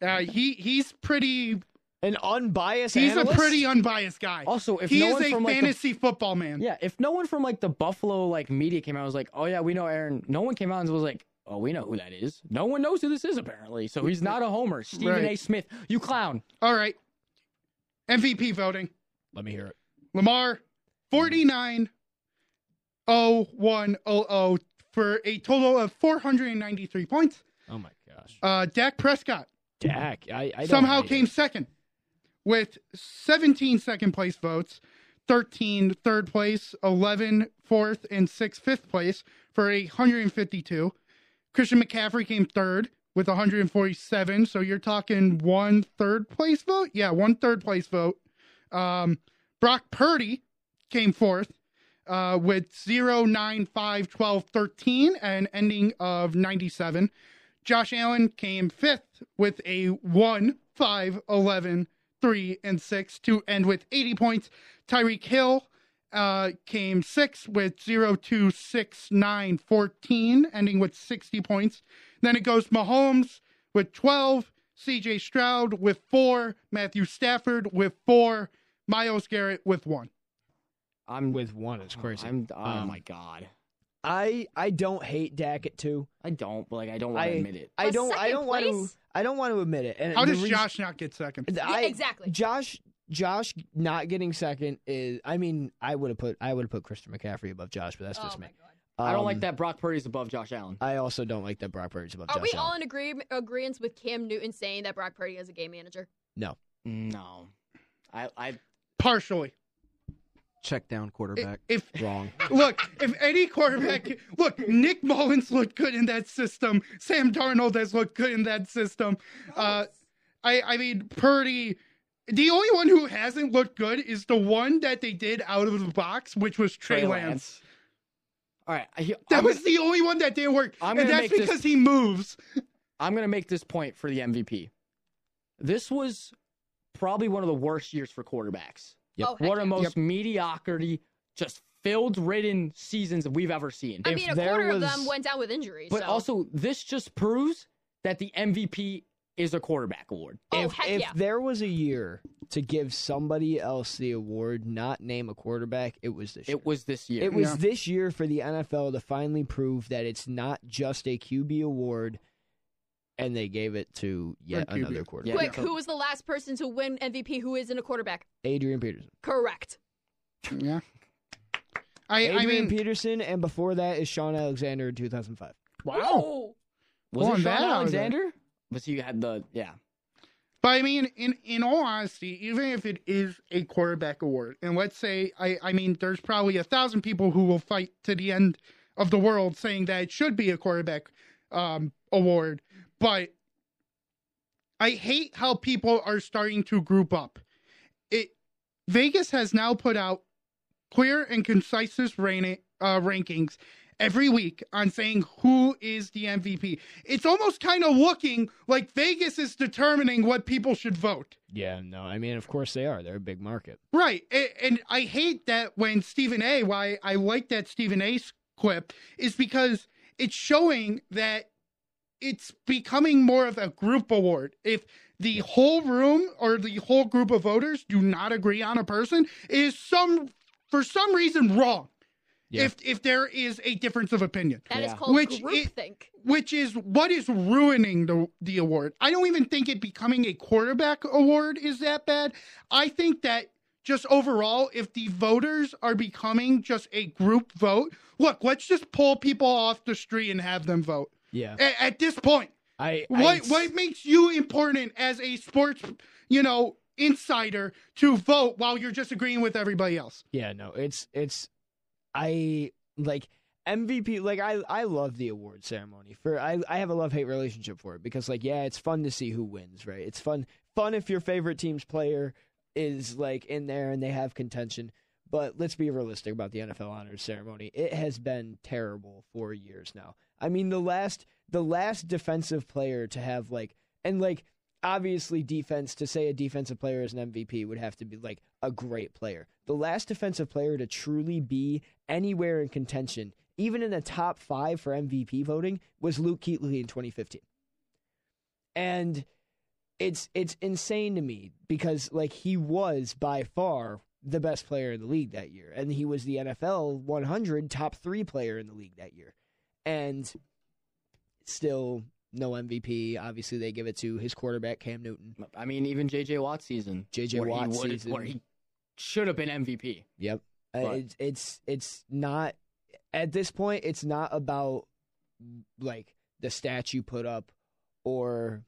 Speaker 10: Uh, he he's pretty
Speaker 8: an unbiased.
Speaker 10: He's a
Speaker 3: analyst?
Speaker 10: pretty unbiased guy.
Speaker 3: Also, if
Speaker 10: he
Speaker 3: no
Speaker 10: is
Speaker 3: one
Speaker 10: a
Speaker 3: from, like, the-
Speaker 10: fantasy football man.
Speaker 3: Yeah, if no one from like the Buffalo like media came out, I was like, oh yeah, we know Aaron. No one came out and was like, oh, we know who that is. No one knows who this is apparently. So he's not a homer. Stephen
Speaker 10: Right.
Speaker 3: A. Smith, you clown.
Speaker 10: All right. MVP voting.
Speaker 8: Let me hear it.
Speaker 10: Lamar, oh, 49.0100 oh, for a total of 493 points.
Speaker 8: Oh my gosh,
Speaker 10: Uh, Dak Prescott
Speaker 8: Dak! I, I don't
Speaker 10: somehow
Speaker 8: hate it.
Speaker 10: came second with 17 second place votes, 13 third place, 11 fourth, and 6 fifth place for a 152. Christian McCaffrey came third with 147. So you're talking one third place vote? Yeah, one third place vote. Um, Brock Purdy came fourth uh, with 0, 9, 5, 12, 13, and ending of 97. Josh Allen came fifth with a 1, 5, 11, 3, and 6 to end with 80 points. Tyreek Hill uh, came sixth with 0, 2, 6, 9, 14, ending with 60 points. Then it goes Mahomes with 12, CJ Stroud with 4, Matthew Stafford with 4, Miles Garrett with 1.
Speaker 8: I'm with one. It's crazy.
Speaker 3: I'm. Oh
Speaker 8: Um,
Speaker 3: my god.
Speaker 8: I I don't hate Dak at two.
Speaker 3: I don't. But like, I don't want
Speaker 8: I-
Speaker 3: to admit it.
Speaker 8: I
Speaker 9: But
Speaker 8: don't. I
Speaker 9: second
Speaker 8: don't want to.
Speaker 9: place?
Speaker 8: I don't want to admit it. And
Speaker 10: How
Speaker 8: the
Speaker 10: does
Speaker 8: reas-
Speaker 10: Josh not get second?
Speaker 8: I,
Speaker 9: exactly.
Speaker 8: Josh. Josh not getting second is. I mean, I would have put. I would have put Christian McCaffrey above Josh, but that's
Speaker 9: Oh
Speaker 8: just
Speaker 9: my
Speaker 8: me.
Speaker 3: I don't
Speaker 8: Um,
Speaker 3: like that Brock Purdy's above Josh Allen.
Speaker 8: I also don't like that Brock Purdy's above
Speaker 9: Are
Speaker 8: Josh
Speaker 9: we
Speaker 8: Allen.
Speaker 9: all in agree- agreement with Cam Newton saying that Brock Purdy is a game manager?
Speaker 8: No.
Speaker 3: No. I. I.
Speaker 10: Partially.
Speaker 13: Check down quarterback.
Speaker 10: If
Speaker 8: Wrong.
Speaker 10: Look, if any quarterback, look, Nick Mullins looked good in that system. Sam Darnold has looked good in that system. Uh, I, I mean, Purdy. The only one who hasn't looked good is the one that they did out of the box, which was Trey, Lance.
Speaker 3: All right. I,
Speaker 10: That
Speaker 3: I'm
Speaker 10: was
Speaker 3: gonna-
Speaker 10: the only one that didn't work,
Speaker 3: I'm
Speaker 10: and
Speaker 3: gonna
Speaker 10: that's
Speaker 3: make this-
Speaker 10: because he moves.
Speaker 3: I'm going to make this point for the MVP. This was probably one of the worst years for quarterbacks.
Speaker 8: Yep.
Speaker 9: Oh, heck
Speaker 3: One of the
Speaker 9: yeah.
Speaker 3: most mediocrity, just filled ridden seasons that we've ever seen.
Speaker 9: I
Speaker 8: If
Speaker 9: mean, a
Speaker 8: there
Speaker 9: quarter of
Speaker 8: was-
Speaker 9: them went down with injuries.
Speaker 3: but
Speaker 9: so-
Speaker 3: also, this just proves that the MVP is a quarterback award.
Speaker 9: oh
Speaker 8: if,
Speaker 9: heck
Speaker 8: if
Speaker 9: yeah!
Speaker 8: there was a year to give somebody else the award, not name a quarterback, it was this year.
Speaker 3: It was this year.
Speaker 8: It was
Speaker 10: Yeah.
Speaker 8: this year for the NFL to finally prove that it's not just a QB award, and they gave it to yet
Speaker 10: A QB.
Speaker 8: another quarterback.
Speaker 9: Quick, who was the last person to win MVP who isn't a quarterback?
Speaker 8: Adrian Peterson.
Speaker 9: Correct.
Speaker 10: Yeah. I,
Speaker 8: Adrian
Speaker 10: I mean,
Speaker 8: Peterson, and before that is Sean Alexander in 2005.
Speaker 3: wow. Was
Speaker 10: Going
Speaker 3: it Sean
Speaker 10: that out of there.
Speaker 3: Alexander? Was he had the yeah?
Speaker 10: But I mean, in in all honesty, even if it is a quarterback award, and let's say I I mean, there's probably a thousand people who will fight to the end of the world saying that it should be a quarterback um award, but I hate how people are starting to group up. It Vegas has now put out clear and concise rain, uh, rankings every week on saying who is the MVP. It's almost kind of looking like Vegas is determining what people should vote.
Speaker 8: Yeah, no, I mean, of course they are. They're a big market.
Speaker 10: Right. A- And I hate that when Stephen A, why I like that Stephen A clip is because it's showing that it's becoming more of a group award. If the whole room or the whole group of voters do not agree on a person, it is some for some reason wrong. If if there is a difference of opinion,
Speaker 9: That
Speaker 10: that
Speaker 9: is
Speaker 10: is
Speaker 9: called groupthink.
Speaker 10: which is what is ruining the the award. I don't even think it becoming a quarterback award is that bad. I think that just overall, if the voters are becoming just a group vote, look, let's just pull people off the street and have them vote.
Speaker 8: Yeah.
Speaker 10: A- at this point,
Speaker 8: I,
Speaker 10: what what makes you important as a sports, you know, insider to vote while you're just agreeing with everybody else?
Speaker 8: Yeah, no, it's it's I like MVP like I I love the award ceremony. For I I have a love-hate relationship for it because like yeah, it's fun to see who wins, right? It's fun fun if your favorite team's player is like in there and they have contention. But let's be realistic about the NFL honors ceremony. It has been terrible for years now. I mean, the last the last defensive player to have like and like obviously defense to say a defensive player is an MVP would have to be like a great player. The last defensive player to truly be anywhere in contention, even in the top 5 for MVP voting was Luke Kuechly in 2015. And it's it's insane to me because like he was by far the best player in the league that year and he was the NFL 100 top 3 player in the league that year. And still no MVP. Obviously, they give it to his quarterback Cam Newton.
Speaker 19: I mean, even JJ Watt season.
Speaker 8: JJ
Speaker 19: where he
Speaker 8: Watt
Speaker 19: would've-
Speaker 8: season.
Speaker 19: Where he should have been MVP.
Speaker 8: Yep. Uh,
Speaker 19: But-
Speaker 8: it's it's it's not at this point. It's not about like the stats you put up or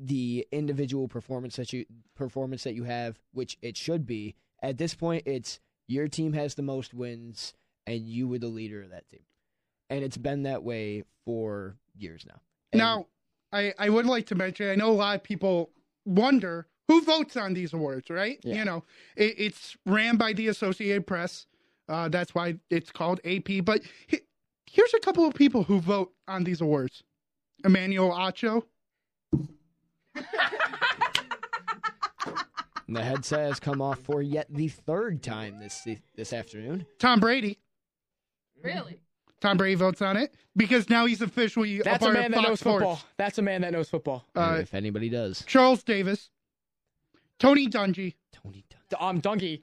Speaker 8: the individual performance that you performance that you have, which it should be. At this point, it's your team has the most wins, and you were the leader of that team, and it's been that way for years now.
Speaker 10: Now, I, I would like to mention, I know a lot of people wonder who votes on these awards, right? You know, it, it's ran by the Associated Press. Uh, that's why it's called AP. But he, here's a couple of people who vote on these awards Emmanuel Acho,
Speaker 8: And the headset has come off for yet the third time this this afternoon.
Speaker 10: Tom Brady.
Speaker 9: Really?
Speaker 10: Tom Brady votes on it because now he's officially
Speaker 3: That's
Speaker 10: a
Speaker 3: a
Speaker 10: part
Speaker 3: man
Speaker 10: of
Speaker 3: that
Speaker 10: Fox
Speaker 3: knows
Speaker 10: Sports.
Speaker 3: football. That's a man that knows football.
Speaker 10: Uh,
Speaker 8: if anybody does,
Speaker 10: Charles Davis, Tony Dungy,
Speaker 3: D- um, Donkey.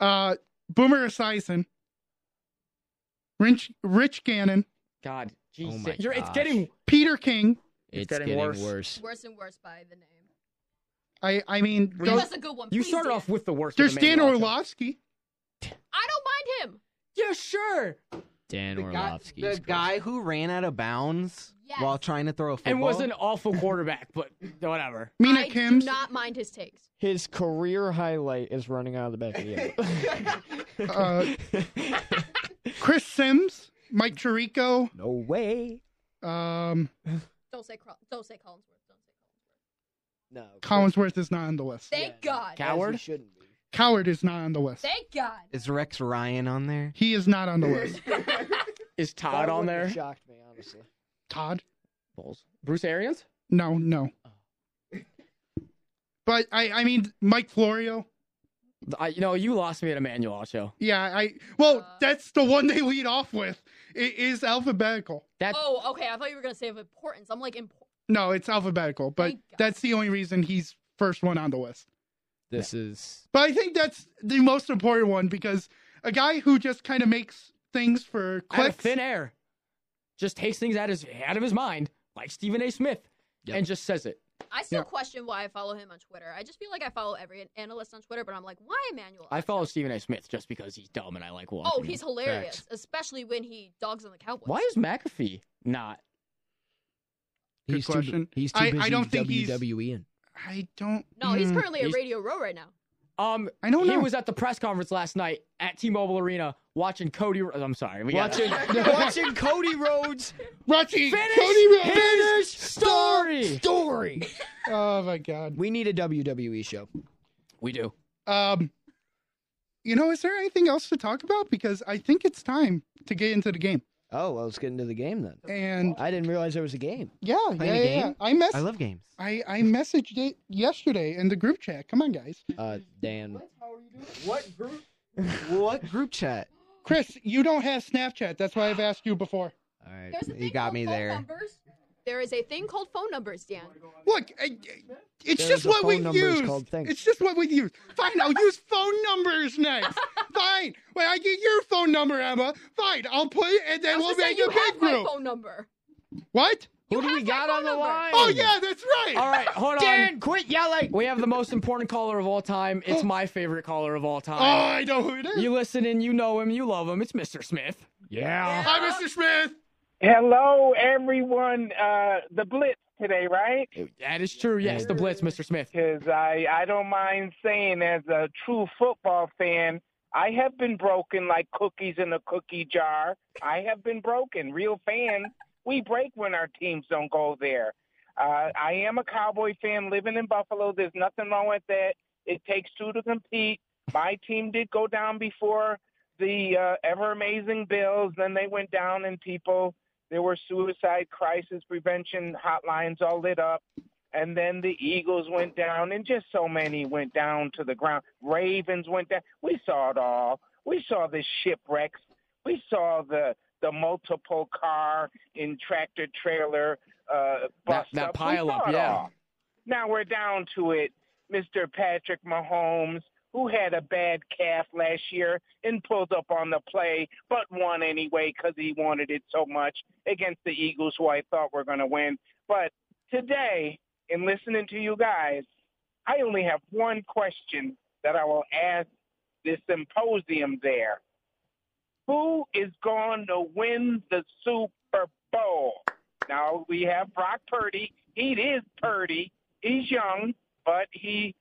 Speaker 10: uh, Boomer Esiason, Rich, Rich Gannon,
Speaker 19: Oh
Speaker 3: God, Jesus,
Speaker 10: my
Speaker 3: you're, it's
Speaker 10: gosh.
Speaker 3: getting
Speaker 10: Peter King.
Speaker 8: It's getting getting worse. worse.
Speaker 9: Worse and worse by the name.
Speaker 10: I I mean,
Speaker 9: Give us a good one.
Speaker 3: You
Speaker 9: please,
Speaker 3: started
Speaker 9: Dan.
Speaker 3: off with the worst.
Speaker 10: there's
Speaker 3: with Emmanuel
Speaker 10: Dan
Speaker 3: Acho.
Speaker 10: Orlovsky.
Speaker 9: I don't mind him.
Speaker 3: Yeah, sure.
Speaker 8: Dan
Speaker 3: Orlovsky.
Speaker 13: The guy who ran out of bounds while trying to throw a football.
Speaker 3: And was an awful quarterback, but whatever.
Speaker 10: Mina
Speaker 9: I do not mind his takes.
Speaker 8: His career highlight is running out of the back of the end.
Speaker 10: uh, Chris Sims, Mike Chirico.
Speaker 8: No way.
Speaker 10: Um,
Speaker 9: Don't say Cro- don't say Collinsworth.
Speaker 8: no.
Speaker 10: Collinsworth is not on the list.
Speaker 9: Thank God.
Speaker 8: shouldn't
Speaker 10: be. Coward is not on the list.
Speaker 9: Thank God.
Speaker 13: Is Rex Ryan on there?
Speaker 10: He is not on the list.
Speaker 3: Is Todd on there?
Speaker 8: Shocked me, honestly.
Speaker 10: Todd?
Speaker 3: Bulls. Bruce Arians?
Speaker 10: No, no. But I, I mean, Mike Florio.
Speaker 3: I, you know, you lost me at Emmanuel Ocho.
Speaker 10: Yeah, I.
Speaker 9: Uh,
Speaker 10: Well, that's the one they lead off with. It is alphabetical.
Speaker 3: That
Speaker 9: Oh, okay. I thought you were gonna say of importance. I'm like important.
Speaker 10: no, it's alphabetical. But that's the only reason he's first one on the list.
Speaker 8: This is
Speaker 10: But I think that's the most important one because a guy who just kind of makes things for
Speaker 3: out of
Speaker 10: clicks.
Speaker 3: thin air. Just takes things out, his, out of his mind, like Stephen A. Smith, and just says it.
Speaker 9: I still
Speaker 3: Yeah.
Speaker 9: question why I follow him on Twitter. I just feel like I follow every analyst on Twitter, but I'm like, why Emmanuel?
Speaker 3: I follow Stephen A. Smith just because he's dumb and I like watching
Speaker 9: Oh,
Speaker 3: him.
Speaker 9: he's hilarious,
Speaker 3: Facts.
Speaker 9: especially when he dogs on the Cowboys.
Speaker 3: Why is McAfee not?
Speaker 10: Good he's question. he's too I- I busy don't think he's-
Speaker 8: WWE E in.
Speaker 10: I don't.
Speaker 9: No, he's
Speaker 3: Mm.
Speaker 9: currently at
Speaker 3: He's-
Speaker 9: Radio Row right now.
Speaker 3: Um,
Speaker 10: I don't
Speaker 3: He
Speaker 10: know.
Speaker 3: was at the press conference last night at T-Mobile Arena watching Cody. Ro- I'm sorry, we got-
Speaker 8: Watching, watching Cody Rhodes.
Speaker 10: Watching
Speaker 3: Finish
Speaker 10: Cody Rhodes.
Speaker 3: his story.
Speaker 8: Story.
Speaker 10: Oh my god.
Speaker 8: E We need a WWE show.
Speaker 3: We do.
Speaker 10: Um, you know, is there anything else to talk about? Because I think it's time to get into the game.
Speaker 20: Oh, well, let's get into the game then.
Speaker 10: And
Speaker 20: I didn't realize there was a game.
Speaker 10: Yeah, yeah,
Speaker 20: a
Speaker 10: yeah,
Speaker 20: game?
Speaker 10: yeah. I mess.
Speaker 20: I love games.
Speaker 10: I I messaged it yesterday in the group chat. Come on, guys.
Speaker 20: Uh, Dan.
Speaker 8: What group?
Speaker 10: What group chat? Chris, you don't have Snapchat. That's why I've asked you before.
Speaker 1: All right, you got me there.
Speaker 9: There is a thing called phone numbers, Dan.
Speaker 10: Look, I, it's
Speaker 9: There's
Speaker 10: just
Speaker 9: a
Speaker 10: what we
Speaker 9: phone number, it's
Speaker 10: use.
Speaker 9: called thing.
Speaker 10: It's just what we use. Fine, I'll use phone numbers next. Fine. When I get your phone number, Emma, fine, I'll put it, and
Speaker 9: I
Speaker 10: then we'll
Speaker 9: was just saying,
Speaker 10: make a
Speaker 9: you have
Speaker 10: big group.
Speaker 9: my phone number.
Speaker 10: What?
Speaker 8: Who do we got on the line?
Speaker 10: Oh yeah, that's right.
Speaker 3: All right, hold on.
Speaker 8: Dan, quit yelling.
Speaker 3: We have the most important caller of all time. It's my favorite caller of all time.
Speaker 10: Oh, I know who it is.
Speaker 3: You listen and you know him, you love him. It's Mr. Smith.
Speaker 13: Yeah.
Speaker 10: Hi, Mr. Smith.
Speaker 13: Hello, everyone. Uh, the Blitz today, right?
Speaker 3: That is true. Yes, the Blitz, Mr. Smith.
Speaker 13: Because I, I don't mind saying, as a true football fan, I have been broken like cookies in a cookie jar. I have been broken. Real fans, we break when our teams don't go there. Uh, I am a Cowboy fan living in Buffalo. There's nothing wrong with that. It takes two to compete. My team did go down before the uh, ever amazing Bills. Then they went down, and people, there were suicide crisis prevention hotlines all lit up. And then the Eagles went down, and just so many went down to the ground. Ravens went down. We saw it all. We saw the shipwrecks. We saw the the multiple car and tractor trailer uh, bust
Speaker 3: that
Speaker 13: up. We
Speaker 3: pile
Speaker 13: saw
Speaker 3: up,
Speaker 13: it
Speaker 3: yeah.
Speaker 13: all. Now we're down to it, Mr. Patrick Mahomes, who had a bad calf last year and pulled up on the play, but won anyway because he wanted it so much against the Eagles, who I thought were going to win. But today, in listening to you guys, I only have one question that I will ask this symposium there. Who is going to win the Super Bowl? Now we have Brock Purdy. He is Purdy. He's young, but he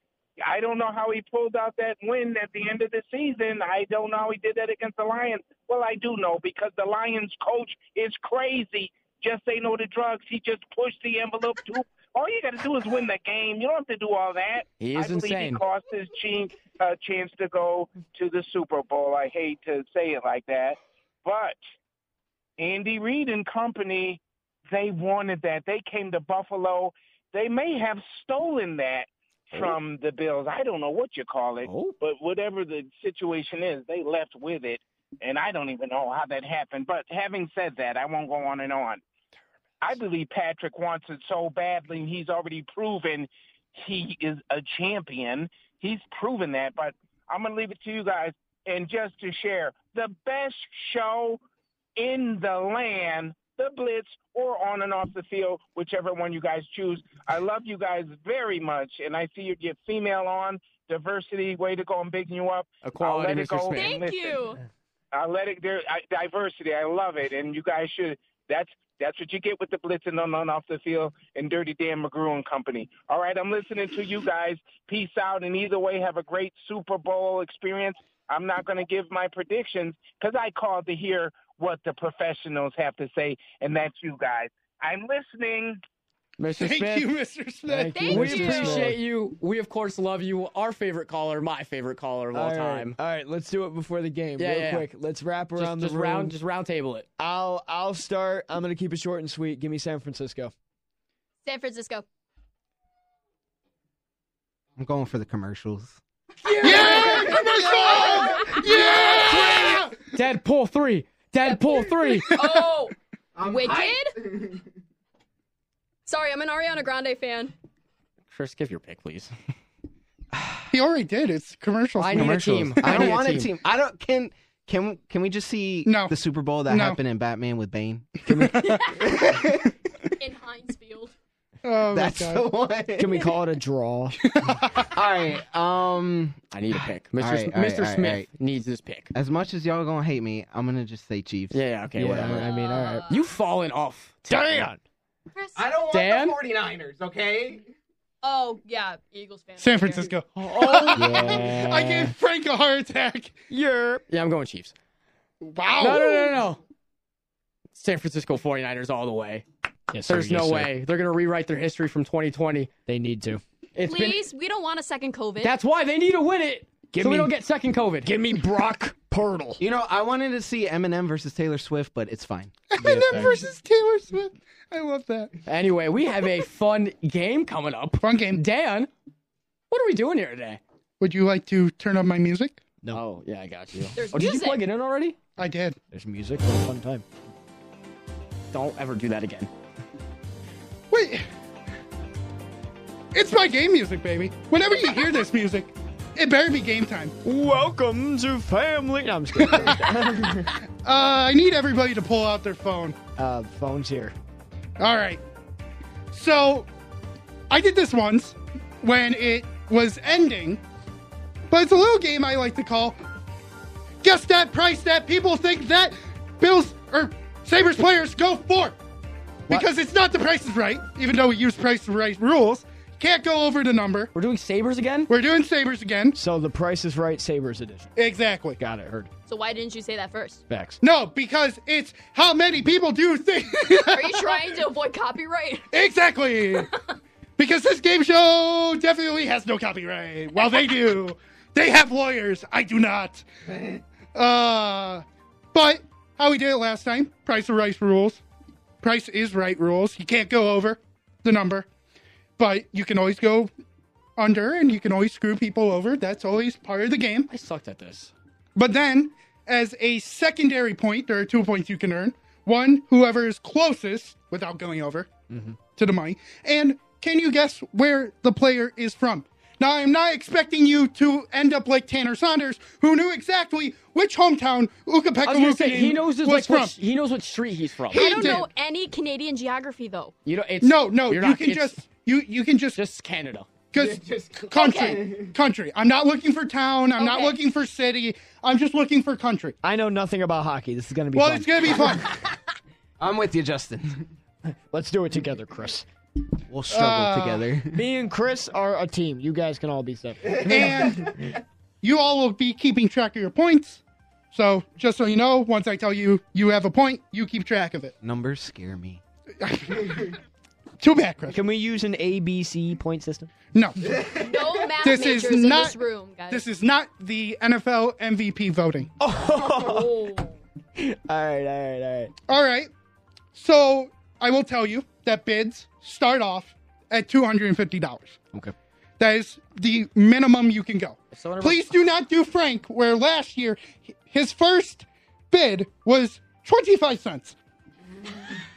Speaker 13: I don't know how he pulled out that win at the end of the season. I don't know how he did that against the Lions. Well, I do know because the Lions coach is crazy. Just say no to drugs. He just pushed the envelope too. All you got to do is win the game. You don't have to do all that.
Speaker 3: He is
Speaker 13: I believe
Speaker 3: insane.
Speaker 13: he cost his team a chance to go to the Super Bowl. I hate to say it like that, but Andy Reid and company, they wanted that. They came to Buffalo. They may have stolen that from the Bills. I don't know what you call it, but whatever the situation is, they left with it. And I don't even know how that happened. But having said that, I won't go on and on. I believe Patrick wants it so badly, and he's already proven he is a champion. He's proven that, but I'm going to leave it to you guys. And just to share, the best show in the land, the Blitz, or on and off the field, whichever one you guys choose. I love you guys very much, and I see you get female on. Diversity, way to go. I'm bigging you up.
Speaker 3: Equality,
Speaker 13: I'll let it
Speaker 3: Mr.
Speaker 13: go
Speaker 3: Smith.
Speaker 13: and
Speaker 9: Thank
Speaker 13: listen.
Speaker 9: you.
Speaker 13: I let it there. I, diversity, I love it, and you guys should. That's that's what you get with the Blitz and on and off the field and Dirty Dan McGrew and company. All right, I'm listening to you guys. Peace out, and either way, have a great Super Bowl experience. I'm not going to give my predictions because I called to hear what the professionals have to say, and that's you guys. I'm listening.
Speaker 3: Mr.
Speaker 10: Thank
Speaker 3: Smith.
Speaker 10: you, Mr. Smith.
Speaker 3: we appreciate you. We of course love you. Our favorite caller, my favorite caller of all,
Speaker 8: right,
Speaker 3: time.
Speaker 8: All right, let's do it before the game.
Speaker 3: Yeah,
Speaker 8: real
Speaker 3: yeah.
Speaker 8: quick. Let's wrap
Speaker 3: Just-
Speaker 8: around
Speaker 3: just
Speaker 8: the room.
Speaker 3: round- just round table it.
Speaker 8: I'll I'll start. I'm gonna keep it short and sweet. Give me San Francisco.
Speaker 9: San Francisco.
Speaker 21: I'm going for the commercials.
Speaker 3: Yeah! Deadpool three. Deadpool three.
Speaker 9: Oh, wicked. Sorry, I'm an Ariana Grande fan.
Speaker 3: Chris, give your pick, please.
Speaker 10: He already did. It's commercials.
Speaker 3: I need a
Speaker 10: commercials.
Speaker 3: team.
Speaker 21: I
Speaker 10: I
Speaker 21: don't
Speaker 10: need a
Speaker 21: want a
Speaker 10: team.
Speaker 21: team. I don't. Can can can we just see
Speaker 10: No.
Speaker 21: the Super Bowl that
Speaker 10: No.
Speaker 21: happened in Batman with Bane?
Speaker 9: In Hinesfield.
Speaker 10: Oh, my
Speaker 21: That's
Speaker 10: God.
Speaker 21: the one.
Speaker 8: Can we call it a draw?
Speaker 21: All right. Um.
Speaker 3: I need a pick.
Speaker 21: All
Speaker 3: Mr.
Speaker 21: right,
Speaker 3: Sm-
Speaker 21: all right,
Speaker 3: Mr.
Speaker 21: all right,
Speaker 3: Smith
Speaker 21: all right.
Speaker 3: needs this pick.
Speaker 21: As much as y'all gonna hate me, I'm gonna just say Chiefs.
Speaker 3: Yeah, okay, whatever.
Speaker 8: I mean, all right.
Speaker 3: You've fallen off. Damn.
Speaker 9: Uh,
Speaker 1: I don't want
Speaker 3: Dan?
Speaker 1: the 49ers, okay?
Speaker 9: Oh yeah, Eagles fan.
Speaker 10: San Francisco.
Speaker 9: Oh.
Speaker 3: Yeah.
Speaker 10: I gave Frank a heart attack.
Speaker 8: You're
Speaker 3: Yeah, I'm going Chiefs.
Speaker 10: wow.
Speaker 3: No, no, no, no, no. San Francisco 49ers all the way.
Speaker 8: Yes, sir,
Speaker 3: There's
Speaker 8: yes,
Speaker 3: no
Speaker 8: sir.
Speaker 3: way. They're going to rewrite their history from 2020.
Speaker 8: They need to.
Speaker 3: It's been
Speaker 9: Please, we don't want a second COVID.
Speaker 3: That's why they need to win it. Give so we don't get second COVID.
Speaker 8: Give me Brock Purtle.
Speaker 4: You know, I wanted to see Eminem versus Taylor Swift, but it's fine.
Speaker 10: Eminem versus Taylor Swift. I love that.
Speaker 3: Anyway, we have a fun game coming up.
Speaker 10: Fun game.
Speaker 3: Dan, what are we doing here today?
Speaker 10: Would you like to turn on my music?
Speaker 3: No. Oh, yeah, I got you.
Speaker 9: There's
Speaker 3: oh, did
Speaker 9: music.
Speaker 3: you plug it in already?
Speaker 10: I did.
Speaker 3: There's music. What a fun time. Don't ever do that again.
Speaker 10: Wait. It's my game music, baby. Whenever you hear this music, it better be game time.
Speaker 8: Welcome to family. No, I'm just kidding.
Speaker 10: uh, I need everybody to pull out their phone.
Speaker 8: uh, phone's here.
Speaker 10: All right. So I did this once when it was ending, but it's a little game I like to call Guess That Price That People Think That Bills or Sabres Players Go For. Because it's not the price is right, even though we use price is right rules. Can't go over the number.
Speaker 3: We're doing Sabres again?
Speaker 10: We're doing Sabres again.
Speaker 8: So the Price is Right Sabres edition.
Speaker 10: Exactly.
Speaker 8: Got it. Heard.
Speaker 9: So why didn't you say that first?
Speaker 8: Facts.
Speaker 10: No, because it's how many people do think.
Speaker 9: Are you trying to avoid copyright?
Speaker 10: Exactly. because this game show definitely has no copyright. Well, they do. They have lawyers. I do not. Uh, but how we did it last time? Price of rice rules. Price is right rules. You can't go over the number, but you can always go under, and you can always screw people over. That's always part of the game.
Speaker 3: I sucked at this.
Speaker 10: But then, as a secondary point, there are two points you can earn. One, whoever is closest without going over
Speaker 3: Mm-hmm.
Speaker 10: to the money. And can you guess where the player is from? Now, I'm not expecting you to end up like Tanner Saunders, who knew exactly which hometown Uka
Speaker 3: I was gonna say he knows his, like
Speaker 10: was
Speaker 3: what,
Speaker 10: from.
Speaker 3: he knows what street he's from.
Speaker 10: He
Speaker 9: I don't
Speaker 10: did.
Speaker 9: know any Canadian geography though.
Speaker 3: You know, it's
Speaker 10: No, no, you
Speaker 3: you're not-
Speaker 10: can
Speaker 3: it's
Speaker 10: just you you can just
Speaker 3: just Canada.
Speaker 10: Because country, country. I'm not looking for town. I'm not
Speaker 9: Okay.
Speaker 10: looking for city. I'm just looking for country.
Speaker 8: I know nothing about hockey. This is going to be
Speaker 10: Well,
Speaker 8: fun.
Speaker 10: it's gonna be fun.
Speaker 4: I'm with you, Justin.
Speaker 8: Let's do it together, Chris.
Speaker 4: We'll struggle
Speaker 8: Uh,
Speaker 4: together.
Speaker 8: Me and Chris are a team. You guys can all be separate.
Speaker 10: and you all will be keeping track of your points. So just so you know, once I tell you you have a point, you keep track of it.
Speaker 4: Numbers scare me.
Speaker 10: Too bad, Chris.
Speaker 8: Can we use an
Speaker 3: E
Speaker 8: ABC point system?
Speaker 10: No,
Speaker 9: No math
Speaker 10: This
Speaker 9: majors
Speaker 10: is
Speaker 9: in
Speaker 10: not-
Speaker 9: this room, guys.
Speaker 10: this is not the NFL MVP voting.
Speaker 9: Oh.
Speaker 8: All right, all right, all right.
Speaker 10: All right. So I will tell you that bids start off at two hundred and fifty dollars.
Speaker 8: Okay.
Speaker 10: That is the minimum you can go.
Speaker 3: So whenever-
Speaker 10: Please do not do Frank, where last year h- his first bid was 25 cents.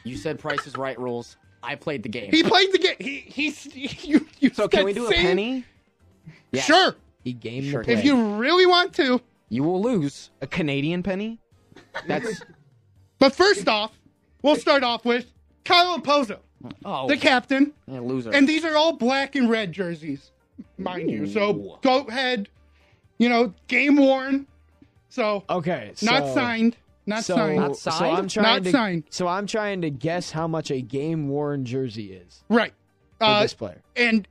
Speaker 3: You said Price is Right rules. I played the game.
Speaker 10: He played the game. He, he's, you, you
Speaker 4: So can
Speaker 10: said
Speaker 4: we do a
Speaker 10: same-
Speaker 4: penny?
Speaker 3: Yes.
Speaker 10: Sure.
Speaker 4: He game
Speaker 3: Sure.
Speaker 4: the play.
Speaker 10: If you really want to.
Speaker 3: You will lose.
Speaker 4: a Canadian penny?
Speaker 3: That's
Speaker 10: But first off, we'll start off with Kyle Pozo,
Speaker 3: oh
Speaker 10: the captain.
Speaker 3: man, loser.
Speaker 10: And these are all black and red jerseys, mind you. So go ahead. You know, game worn. So
Speaker 8: Okay.
Speaker 10: not
Speaker 8: Oh, so-
Speaker 10: signed. Not
Speaker 8: so,
Speaker 10: signed.
Speaker 8: so I'm trying
Speaker 10: Not
Speaker 8: to,
Speaker 10: signed.
Speaker 8: So I'm trying to guess how much a game worn jersey is
Speaker 10: Right.
Speaker 8: for
Speaker 10: Uh,
Speaker 8: this player.
Speaker 10: and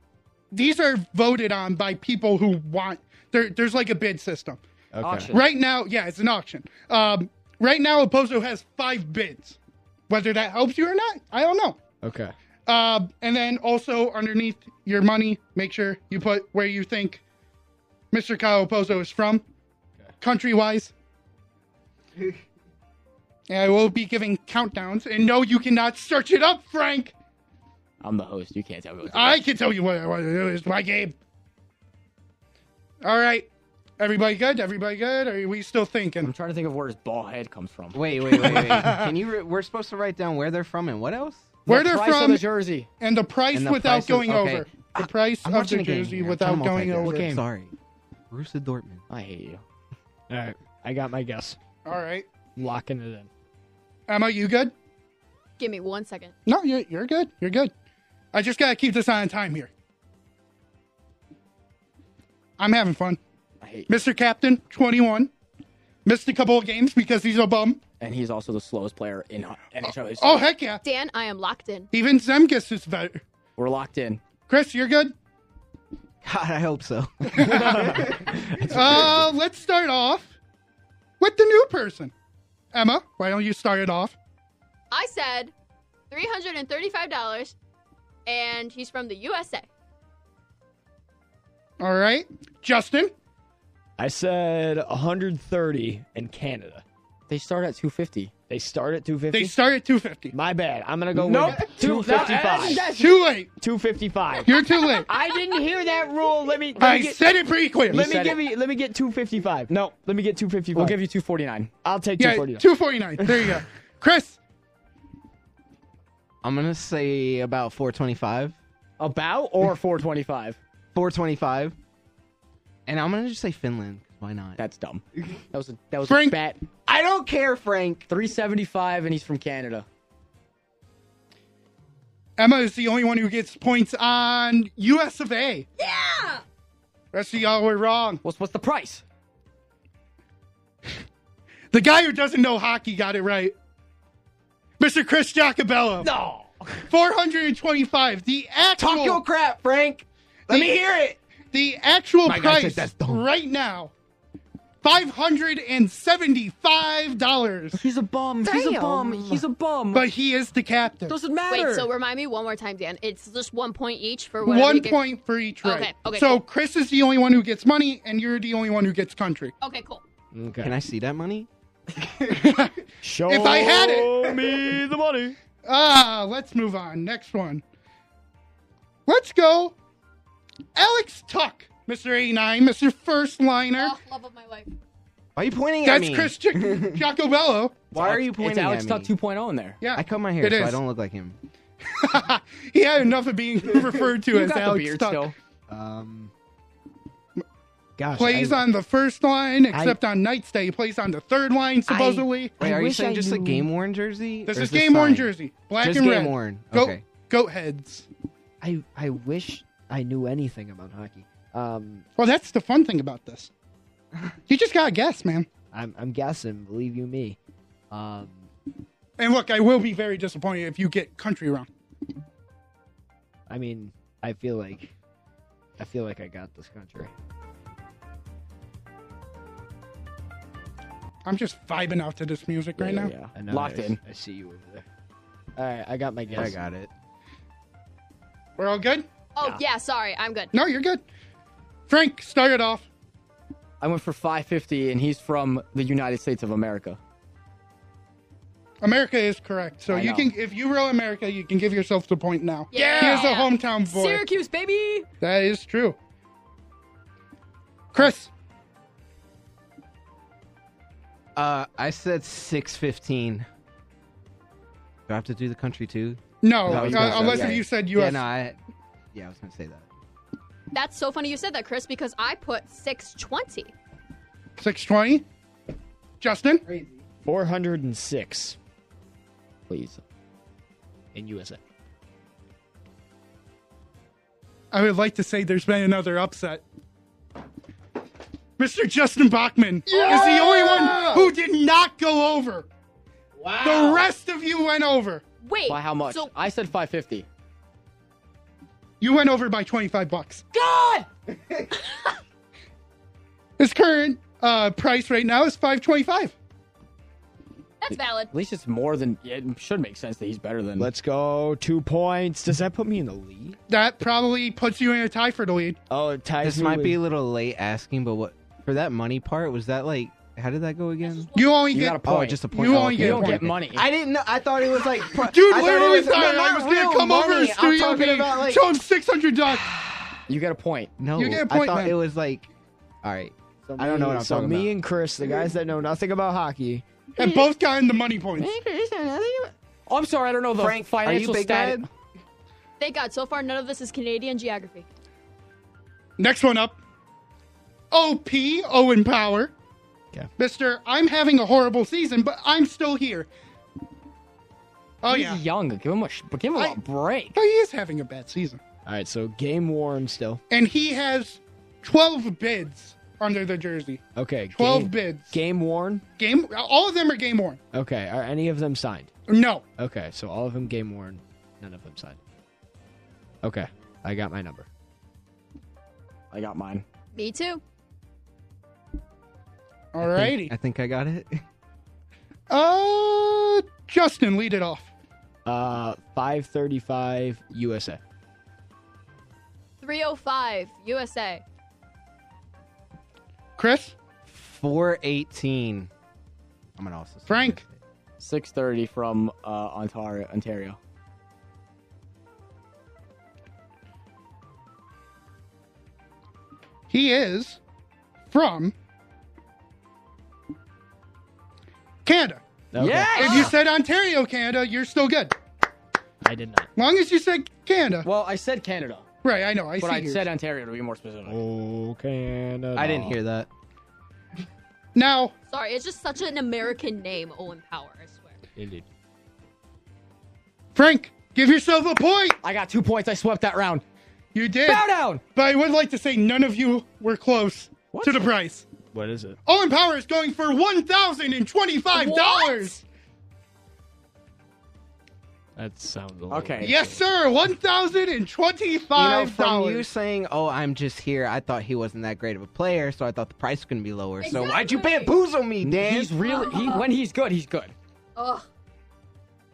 Speaker 10: these are voted on by people who want. There, there's like a bid system.
Speaker 8: Okay.
Speaker 3: Auction.
Speaker 10: Right now, yeah, it's an auction. Um, right now, Oposo has five bids. Whether that helps you or not, I don't know.
Speaker 8: Okay.
Speaker 10: Um, and then also underneath your money, make sure you put where you think Mr. Kyle Oposo is from, country wise. and I will be giving countdowns. And no, you cannot search it up, Frank.
Speaker 3: I'm the host. You can't tell me. What to
Speaker 10: I can tell you what I want to do. It's my game. All right. Everybody good? Everybody good? Are we still
Speaker 3: do. I'm
Speaker 10: thinking?
Speaker 3: trying to think of where his ball head comes from.
Speaker 4: Wait, wait, wait, wait. Can you? Re- we're supposed to write down where they're from and what else?
Speaker 10: Where
Speaker 3: The
Speaker 10: they're
Speaker 3: price of
Speaker 10: from
Speaker 3: the jersey.
Speaker 10: and the price
Speaker 4: And the
Speaker 10: without
Speaker 4: price of-
Speaker 10: going
Speaker 4: okay.
Speaker 10: over. The price
Speaker 4: I'm
Speaker 10: of
Speaker 4: watching
Speaker 10: the
Speaker 4: a game
Speaker 10: jersey
Speaker 4: here. I'm
Speaker 10: without
Speaker 4: trying to
Speaker 10: going
Speaker 4: multitask.
Speaker 10: over.
Speaker 8: game?
Speaker 4: Sorry, Borussia Dortmund.
Speaker 3: I hate you.
Speaker 8: All right. I got my guess.
Speaker 10: All right.
Speaker 8: Locking it in.
Speaker 10: Emma, you good?
Speaker 9: Give me one second.
Speaker 10: No, you're, you're good. You're good. I just got to keep this on time here. I'm having fun.
Speaker 3: I hate you.
Speaker 10: Mr. Captain, 21. Missed a couple of games because he's a bum.
Speaker 3: And he's also the slowest player in NHL history.
Speaker 10: Oh, heck yeah.
Speaker 9: Dan, I am locked in.
Speaker 10: Even Zemgus is better.
Speaker 3: We're locked in.
Speaker 10: Chris, you're good?
Speaker 4: God, I hope so.
Speaker 10: Uh, let's start off with the new person. Emma, why don't you start it off?
Speaker 9: I said three hundred and thirty-five dollars, and he's from the USA.
Speaker 10: All right. Justin,
Speaker 8: I said 130 in Canada.
Speaker 3: They start at 250.
Speaker 8: They start at 250.
Speaker 10: They start at 250.
Speaker 8: My bad. I'm gonna go
Speaker 10: Nope.
Speaker 8: with it.
Speaker 10: Two-
Speaker 8: 255.
Speaker 10: that's- that's- Too late.
Speaker 8: 255.
Speaker 10: You're too late.
Speaker 8: I didn't hear that rule. Let me. Let
Speaker 10: I
Speaker 8: me get,
Speaker 10: said it pretty clear.
Speaker 8: Let
Speaker 10: You
Speaker 8: me
Speaker 10: said
Speaker 8: give
Speaker 10: it.
Speaker 8: you. Let me get 255. No, let me get 255.
Speaker 3: We'll give you 249.
Speaker 8: I'll take
Speaker 10: Yeah,
Speaker 8: 249.
Speaker 10: 249. There you go. Chris,
Speaker 13: I'm gonna say about 425.
Speaker 8: About or 425?
Speaker 13: 425. And I'm gonna just say Finland. Why not?
Speaker 3: That's dumb. That was a, that was
Speaker 10: Frank.
Speaker 3: a fat
Speaker 13: I don't care, Frank.
Speaker 3: 375, and he's from Canada.
Speaker 10: Emma is the only one who gets points on US of A. Yeah. Rest of y'all were wrong.
Speaker 3: What's what's the price?
Speaker 10: The guy who doesn't know hockey got it right. Mr. Chris Giacobello.
Speaker 3: No.
Speaker 10: 425. The actual
Speaker 16: Talk your crap, Frank. Let
Speaker 10: The-
Speaker 16: me hear it.
Speaker 10: the actual
Speaker 16: My guy said
Speaker 10: price
Speaker 16: that's dumb.
Speaker 10: right now. Five hundred and seventy-five dollars.
Speaker 3: He's a bum. He's a bum. He's a bum.
Speaker 10: But he is the captain.
Speaker 3: Doesn't matter.
Speaker 9: Wait, so remind me one more time, Dan. It's just one point each for whatever
Speaker 10: One
Speaker 9: you get-
Speaker 10: point for each right.
Speaker 9: Okay, okay,
Speaker 10: so
Speaker 9: cool.
Speaker 10: Chris is the only one who gets money, and you're the only one who gets country.
Speaker 9: Okay, cool.
Speaker 13: Can I see that money?
Speaker 8: Show
Speaker 10: If I had it.
Speaker 8: me the money.
Speaker 10: Ah, let's move on. Next one. Let's go. Alex Tuck, Mr. 89, Mr. First Liner.
Speaker 9: Oh, love of my life.
Speaker 13: Why are you pointing at
Speaker 10: That's
Speaker 13: me?
Speaker 10: Chris Giac- Giacobello.
Speaker 13: Why are you pointing
Speaker 3: It's Alex
Speaker 13: at
Speaker 3: Tuck
Speaker 13: me?
Speaker 3: 2.0 in there.
Speaker 10: Yeah,
Speaker 13: I cut my hair
Speaker 10: it
Speaker 13: so
Speaker 10: is.
Speaker 13: I don't look like him.
Speaker 10: he had enough of being referred to
Speaker 3: You
Speaker 10: as
Speaker 3: got
Speaker 10: Alex
Speaker 3: the beard
Speaker 10: Tuck.
Speaker 3: still.
Speaker 13: Um,
Speaker 8: Gosh,
Speaker 10: Plays
Speaker 8: I,
Speaker 10: on the first line, except on nights that he plays on the third line, supposedly.
Speaker 13: wait,
Speaker 8: I
Speaker 13: are you
Speaker 8: wish
Speaker 13: saying
Speaker 8: I
Speaker 13: just a
Speaker 8: knew.
Speaker 13: game worn jersey?
Speaker 10: this
Speaker 13: Or
Speaker 10: is game worn
Speaker 13: signed?
Speaker 10: jersey, black
Speaker 13: Just
Speaker 10: and
Speaker 13: game
Speaker 10: red.
Speaker 13: worn.
Speaker 10: Goat,
Speaker 13: Okay.
Speaker 10: goat heads.
Speaker 12: I I wish I knew anything about hockey. Um,
Speaker 10: Well, that's the fun thing about this. You just gotta guess, man.
Speaker 12: I'm I'm guessing. Believe you me. Um,
Speaker 10: And look, I will be very disappointed if you get country wrong.
Speaker 12: I mean, I feel like, I feel like I got this country.
Speaker 10: I'm just vibing out to this music right now.
Speaker 12: I know,
Speaker 3: Locked
Speaker 12: I s-
Speaker 3: in.
Speaker 12: I see you over there. All right, I got my guess.
Speaker 13: I got it.
Speaker 10: We're all good.
Speaker 9: Oh yeah, sorry, I'm good.
Speaker 10: No, you're good. Frank, start it off.
Speaker 3: I went for 550, and he's from the United States of America.
Speaker 10: America is correct. So
Speaker 3: I
Speaker 10: you
Speaker 3: know.
Speaker 10: can, if you roll America, you can give yourself the point now.
Speaker 9: Yeah.
Speaker 10: He is a hometown boy.
Speaker 9: Syracuse, baby.
Speaker 10: That is true. Chris,
Speaker 13: Uh, I said 615. Do I have to do the country too?
Speaker 10: no,
Speaker 13: No,
Speaker 10: uh,
Speaker 13: you guys-
Speaker 10: unless
Speaker 13: yeah,
Speaker 10: you
Speaker 13: yeah.
Speaker 10: said
Speaker 13: Yeah,
Speaker 10: U.S.
Speaker 13: no, I, yeah, I was gonna say that.
Speaker 9: That's so funny you said that, Chris, because I put six twenty.
Speaker 10: 620. Justin,
Speaker 8: 406
Speaker 3: Please.
Speaker 8: in USA.
Speaker 10: I would like to say there's been another upset. Mr. Justin Bachman is the only one who did not go over. Wow. The rest of you went over.
Speaker 9: Wait.
Speaker 3: By how much?
Speaker 9: So
Speaker 3: I said 550.
Speaker 10: You went over by 25 bucks.
Speaker 3: God!
Speaker 10: His current uh, price right now is 525.
Speaker 9: that's valid.
Speaker 3: At least it's more than. yeah, It should make sense that he's better than.
Speaker 8: Let's go. Two points. Does that put me in the lead?
Speaker 10: That probably puts you in a tie for the lead.
Speaker 8: Oh, it ties
Speaker 13: This
Speaker 8: me
Speaker 13: might
Speaker 8: with-
Speaker 13: be a little late asking, but what for that money part was that like? How did that go again?
Speaker 10: You only
Speaker 3: You
Speaker 10: get
Speaker 3: got a
Speaker 13: Oh,
Speaker 3: point.
Speaker 13: just a point.
Speaker 10: You
Speaker 13: oh,
Speaker 10: only
Speaker 13: okay,
Speaker 10: get
Speaker 3: you
Speaker 10: a
Speaker 13: okay,
Speaker 3: don't get
Speaker 13: okay.
Speaker 3: money.
Speaker 16: I didn't know. I thought it was like. Pro-
Speaker 10: Dude,
Speaker 16: I thought it
Speaker 10: literally
Speaker 16: was-
Speaker 10: thought
Speaker 16: no,
Speaker 10: I
Speaker 16: not
Speaker 10: was gonna
Speaker 16: real
Speaker 10: come over to
Speaker 16: money.
Speaker 10: the
Speaker 16: I'm
Speaker 10: studio
Speaker 16: talking
Speaker 10: and
Speaker 16: about like.
Speaker 10: show him six hundred dollars.
Speaker 3: You get a point.
Speaker 13: No,
Speaker 10: You get a
Speaker 13: I
Speaker 10: point,
Speaker 13: thought
Speaker 10: man.
Speaker 13: it was like. All right,
Speaker 12: So
Speaker 13: I don't know what I'm
Speaker 12: so
Speaker 13: talking
Speaker 12: me
Speaker 13: about.
Speaker 12: and Chris, the guys that know nothing about hockey.
Speaker 10: And both got in the money points.
Speaker 3: Oh, I'm sorry, I don't know the
Speaker 13: Frank, are you
Speaker 3: financial
Speaker 13: big
Speaker 3: stat.
Speaker 13: bad?
Speaker 9: Thank God. So far, none of this is Canadian geography.
Speaker 10: Next one up. OP Owen Power.
Speaker 12: Okay.
Speaker 10: Mister, I'm having a horrible season, but I'm still here. Oh
Speaker 3: he's
Speaker 10: yeah.
Speaker 3: young. Give him a sh- give him
Speaker 10: I-
Speaker 3: a break.
Speaker 10: Oh, he is having a bad season.
Speaker 12: All right, so game worn still.
Speaker 10: And he has twelve bids under the jersey.
Speaker 12: Okay,
Speaker 10: Twelve
Speaker 12: game,
Speaker 10: bids.
Speaker 12: game worn.
Speaker 10: Game all of them are game worn.
Speaker 12: Okay, are any of them signed?
Speaker 10: No.
Speaker 12: Okay, so all of them game worn, none of them signed. Okay, I got my number.
Speaker 3: I got mine.
Speaker 9: Me too.
Speaker 13: I
Speaker 10: Alrighty.
Speaker 13: think I got it.
Speaker 10: Uh Justin, lead it off.
Speaker 12: Uh, five thirty-five USA.
Speaker 9: 305 USA.
Speaker 10: Chris?
Speaker 13: 418. I'm going to also.
Speaker 10: Frank?
Speaker 3: 630 from uh, Ontario. Ontario.
Speaker 10: He is from Canada.
Speaker 12: Okay. Yes!
Speaker 10: If you said Ontario, Canada, you're still good.
Speaker 12: I did not.
Speaker 10: Long as you said Canada.
Speaker 3: Well, I said Canada.
Speaker 10: Right, I know. I
Speaker 3: but
Speaker 10: see
Speaker 3: I
Speaker 10: here.
Speaker 3: said Ontario to be more specific.
Speaker 12: Oh, Canada.
Speaker 13: I didn't hear that.
Speaker 10: Now,
Speaker 9: Sorry, it's just such an American name, Owen Power. I swear.
Speaker 12: Indeed.
Speaker 10: Frank, give yourself a point.
Speaker 3: I got two points. I swept that round.
Speaker 10: You did.
Speaker 3: Bow down.
Speaker 10: But I would like to say none of you were close to the price.
Speaker 12: What is it?
Speaker 10: Owen Power is going for one thousand and twenty-five dollars.
Speaker 12: That sounds a
Speaker 3: Okay.
Speaker 10: Yes, sir. One thousand and
Speaker 13: You know,
Speaker 10: twenty-five
Speaker 13: from you
Speaker 10: dollars.
Speaker 13: saying, "Oh, I'm just here," I thought he wasn't that great of a player, so I thought the price was gonna be lower. So why'd you bamboozle me, Dan?
Speaker 3: He's really he, when he's good, he's good.
Speaker 9: Ugh.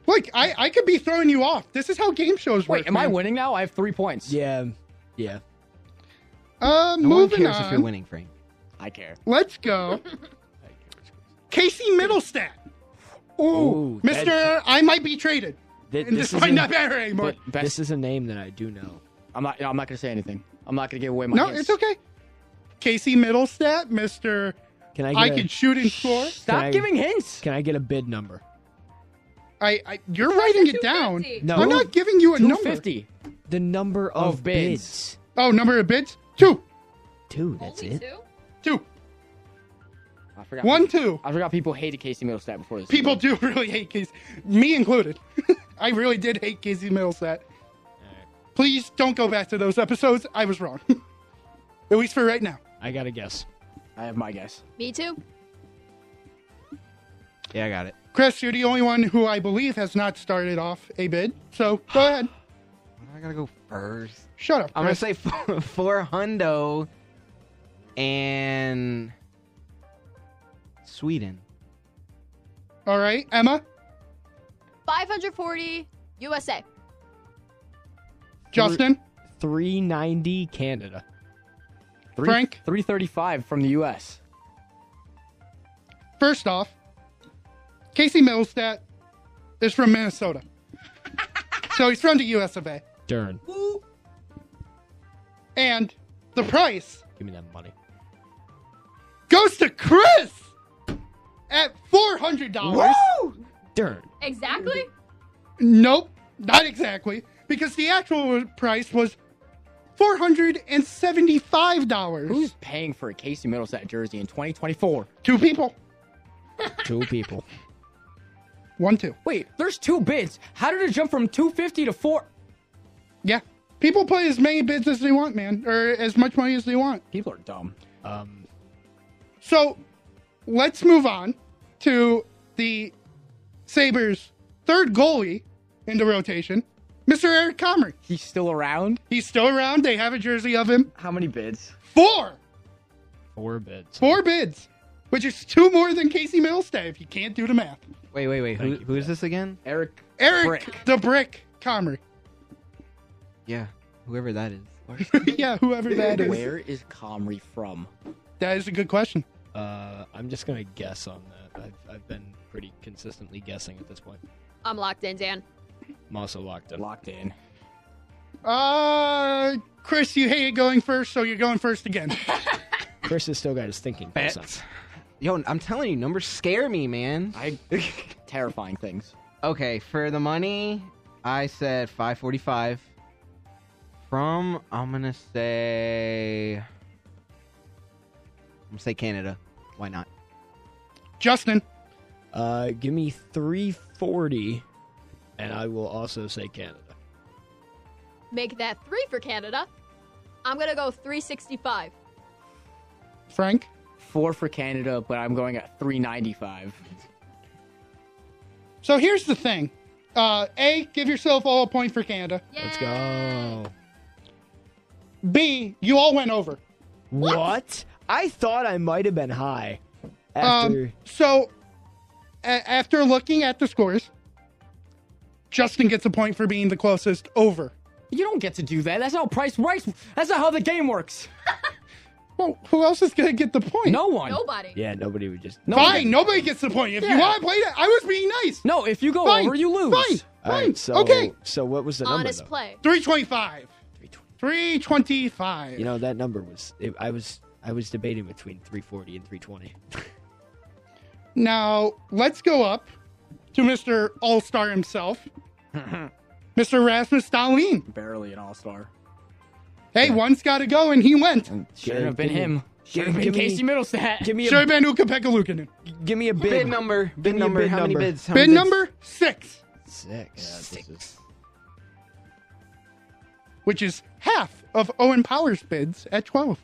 Speaker 10: Look, I, I could be throwing you off. This is how game shows work.
Speaker 3: Wait, am I
Speaker 10: man.
Speaker 3: winning now? I have three points.
Speaker 12: Yeah. Yeah.
Speaker 10: Uh,
Speaker 13: no one
Speaker 10: moving
Speaker 13: cares
Speaker 10: on.
Speaker 13: if you're winning, Frank.
Speaker 3: I care.
Speaker 10: Let's go. Casey Middlestat. Ooh,
Speaker 12: Ooh,
Speaker 10: Mr.
Speaker 12: that-
Speaker 10: I might be traded.
Speaker 12: Th-
Speaker 10: and this, might
Speaker 12: is a-
Speaker 10: not matter anymore.
Speaker 12: but This is a name that I do know.
Speaker 3: I'm not. I'm not gonna say anything. I'm not gonna give away my.
Speaker 10: No,
Speaker 3: hints.
Speaker 10: it's okay. Casey Middlestat, Mr.
Speaker 12: Can I?
Speaker 10: I,
Speaker 12: Get a-
Speaker 10: can shoot and score.
Speaker 3: Stop
Speaker 12: can I-
Speaker 3: giving hints.
Speaker 12: Can I get a bid number?
Speaker 10: I, I you're writing it down.
Speaker 12: No.
Speaker 10: I'm not giving you a
Speaker 3: Two
Speaker 10: number.
Speaker 3: fifty.
Speaker 12: The number of,
Speaker 3: Of bids.
Speaker 10: Oh, number of bids? Two.
Speaker 12: Two.
Speaker 9: Oh,
Speaker 12: That's it.
Speaker 10: Two.
Speaker 3: I forgot.
Speaker 10: One, two.
Speaker 3: I forgot people hated Casey Middlestat before this.
Speaker 10: People do really hate Casey. Me included. I really did hate Casey Middlestat. Please don't go back to those episodes. I was wrong. At least for right now.
Speaker 12: I got to guess.
Speaker 3: I have my guess.
Speaker 9: Me too.
Speaker 13: Yeah, I got it.
Speaker 10: Chris, you're the only one who I believe has not started off a bid. So go ahead.
Speaker 13: Why do I gotta go first?
Speaker 10: Shut up.
Speaker 13: I'm gonna
Speaker 10: Chris.
Speaker 13: say four, four hundo and Sweden.
Speaker 10: All right, Emma,
Speaker 9: 540 USA.
Speaker 10: Justin,
Speaker 13: Mm.
Speaker 12: Three ninety Canada.
Speaker 3: Three,
Speaker 10: Frank?
Speaker 3: Three thirty-five from the U.S.
Speaker 10: first off, Casey Middlestat is from Minnesota. so he's from the US of A.
Speaker 12: Dern.
Speaker 10: And the price
Speaker 12: Give me that money.
Speaker 10: goes to Chris at $400.
Speaker 12: Dern.
Speaker 9: Exactly.
Speaker 10: Nope, not exactly, because the actual price was $475.
Speaker 3: Who's paying for a Casey Middlestat jersey in 2024?
Speaker 10: Two people.
Speaker 12: Two people.
Speaker 10: One, two.
Speaker 3: Wait, there's two bids. How did it jump from 250 to four?
Speaker 10: Yeah. People put as many bids as they want, man, or as much money as they want.
Speaker 3: People are dumb.
Speaker 12: Um.
Speaker 10: So let's move on to the Sabres' third goalie in the rotation, Mr. Eric Comrie.
Speaker 3: He's still around.
Speaker 10: He's still around. They have a jersey of him.
Speaker 3: How many bids?
Speaker 10: Four.
Speaker 12: Four bids.
Speaker 10: Four bids, which is two more than Casey Middlestat if you can't do the math.
Speaker 13: Wait, wait, wait. Who, who is this again?
Speaker 3: Eric.
Speaker 10: Eric
Speaker 3: Brick.
Speaker 10: the Brick Comrie.
Speaker 13: Yeah, whoever that is.
Speaker 10: yeah, whoever that is.
Speaker 3: Where is Comrie from?
Speaker 10: That is a good question.
Speaker 12: Uh, I'm just gonna guess on that. I've, I've been pretty consistently guessing at this point.
Speaker 9: I'm locked in, Dan.
Speaker 12: I'm also locked in.
Speaker 3: Locked in.
Speaker 10: Uh, Chris, you hated going first, so you're going first again.
Speaker 12: Chris has still got his thinking process.
Speaker 13: Yo, I'm telling you, numbers scare me, man.
Speaker 3: I terrifying things.
Speaker 13: Okay, for the money, I said 545. From, I'm gonna say. I'm gonna say Canada. Why not?
Speaker 10: Justin,
Speaker 12: Uh, give me 340, and I will also say Canada.
Speaker 9: Make that three for Canada. I'm going to go 365.
Speaker 10: Frank,
Speaker 3: Four for Canada, but I'm going at 395.
Speaker 10: So here's the thing. Uh, a, give yourself all a point for Canada.
Speaker 12: Let's go.
Speaker 10: B, you all went over.
Speaker 12: What? I thought I might have been high. After
Speaker 10: Um, so a- after looking at the scores, Justin gets a point for being the closest over.
Speaker 3: You don't get to do that. That's not how price works. That's not how the game works.
Speaker 10: Well, who else is going to get the point?
Speaker 3: No one.
Speaker 9: Nobody.
Speaker 8: Yeah, nobody would just.
Speaker 10: Fine, nobody gets the point. If you
Speaker 8: Yeah.
Speaker 10: want to play that, I was being nice.
Speaker 3: No, if you go
Speaker 10: Fine.
Speaker 3: over, you lose.
Speaker 10: Fine,
Speaker 8: All
Speaker 10: fine.
Speaker 8: right, so,
Speaker 10: okay,
Speaker 8: So what was the number?
Speaker 9: Honest
Speaker 8: though?
Speaker 9: play.
Speaker 10: three twenty-five. Three twenty-five.
Speaker 8: You know that number was. It, I was. I was debating between 340 and 320.
Speaker 10: Now let's go up to Mister All Star himself, Mister Rasmus Dahlin.
Speaker 22: Barely an all star.
Speaker 10: Hey, one's got to go, and he went.
Speaker 3: Should have been him. Should have been Casey Middlestat.
Speaker 8: Give me
Speaker 10: Should have been Uka Pekka Lukanen.
Speaker 8: Give me a bid.
Speaker 4: Bid number. Bid
Speaker 8: me a
Speaker 4: number.
Speaker 8: bid
Speaker 4: How many
Speaker 8: number.
Speaker 4: bids? How
Speaker 10: Bid
Speaker 4: many
Speaker 10: number six,
Speaker 8: Six.
Speaker 10: which is half of Owen Power's bids at twelve,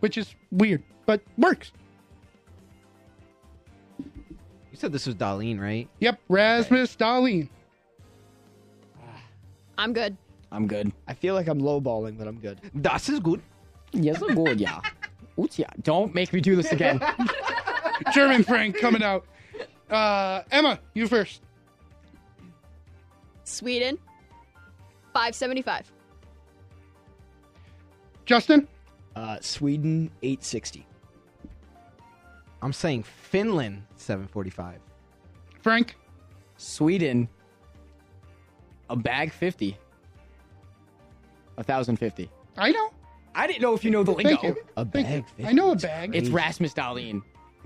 Speaker 10: which is weird but works.
Speaker 13: You said this was Darlene, right?
Speaker 10: Yep, Rasmus Dahlin.
Speaker 9: I'm good.
Speaker 3: I'm good.
Speaker 8: I feel like I'm lowballing, but I'm good.
Speaker 13: Das is good.
Speaker 3: Yes, I'm good. Yeah. Oots, yeah. Don't make me do this again.
Speaker 10: German Frank coming out. Uh, Emma, you first.
Speaker 9: Sweden, 575.
Speaker 10: Justin?
Speaker 8: Uh, Sweden, 860.
Speaker 13: I'm saying Finland, 745.
Speaker 10: Frank?
Speaker 3: Sweden. A bag fifty. A thousand fifty.
Speaker 10: I know.
Speaker 3: I didn't know if you know the lingo.
Speaker 8: Thank you.
Speaker 3: A bag.
Speaker 10: I know a bag.
Speaker 3: It's Rasmus Dahlin.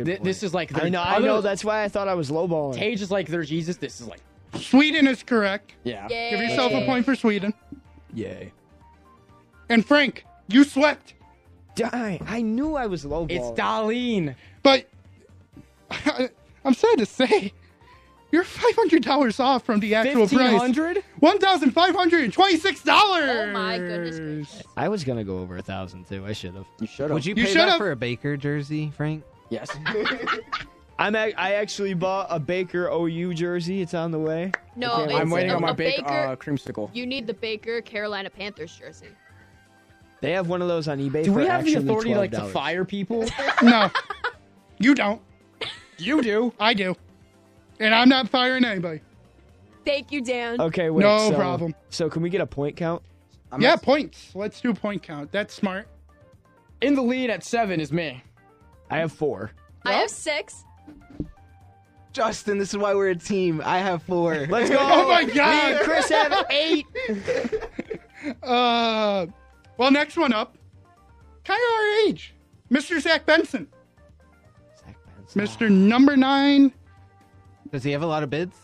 Speaker 3: Th- this is like their,
Speaker 8: I know. I
Speaker 3: other-
Speaker 8: know. That's why I thought I was lowballing.
Speaker 3: Tage is like their Jesus. This is like
Speaker 10: Sweden is correct.
Speaker 3: yeah.
Speaker 10: Give yourself a point for Sweden.
Speaker 6: Yay.
Speaker 10: And Frank, you swept.
Speaker 8: Die. I knew I was lowballing.
Speaker 3: It's Darlene.
Speaker 10: But I'm sad to say, you're five hundred dollars off from the actual price.
Speaker 3: $1,500?
Speaker 10: One thousand five hundred and twenty-six dollars.
Speaker 9: Oh my goodness gracious.
Speaker 8: I was gonna go over a thousand too. I should have.
Speaker 3: You should
Speaker 13: Would you
Speaker 10: You
Speaker 13: pay that
Speaker 10: should've-
Speaker 13: for a Baker jersey, Frank?
Speaker 3: Yes.
Speaker 8: I'm. ac I actually bought a Baker OU jersey. It's on the way.
Speaker 9: No,
Speaker 8: I can't
Speaker 9: it's
Speaker 8: wait
Speaker 3: I'm
Speaker 8: to
Speaker 3: waiting
Speaker 9: a,
Speaker 8: see
Speaker 3: on
Speaker 8: it.
Speaker 3: my
Speaker 9: a
Speaker 3: big
Speaker 9: Baker.
Speaker 3: uh, creamsicle.
Speaker 9: You need the Baker Carolina Panthers jersey.
Speaker 8: They have one of those on eBay.
Speaker 3: Do
Speaker 8: for
Speaker 3: we have the
Speaker 8: actually
Speaker 3: authority like to
Speaker 8: $12.
Speaker 3: fire people?
Speaker 10: No, you don't.
Speaker 3: you do.
Speaker 10: I do, and I'm not firing anybody.
Speaker 9: Thank you, Dan.
Speaker 8: Okay, wait.
Speaker 10: No
Speaker 8: so-
Speaker 10: problem.
Speaker 8: So can we get a point count?
Speaker 10: yeah, points. Let's do point count. That's smart.
Speaker 3: In the lead at seven is me.
Speaker 8: I have four.
Speaker 9: I have six.
Speaker 4: Justin, this is why we're a team. I have four.
Speaker 8: Let's go.
Speaker 10: Oh my
Speaker 8: Me
Speaker 10: God.
Speaker 8: and Chris have eight.
Speaker 10: Uh, well, next one up, kind of our age, Mr. Zach Benson, Mr. Number Nine.
Speaker 13: Does he have a lot of bids?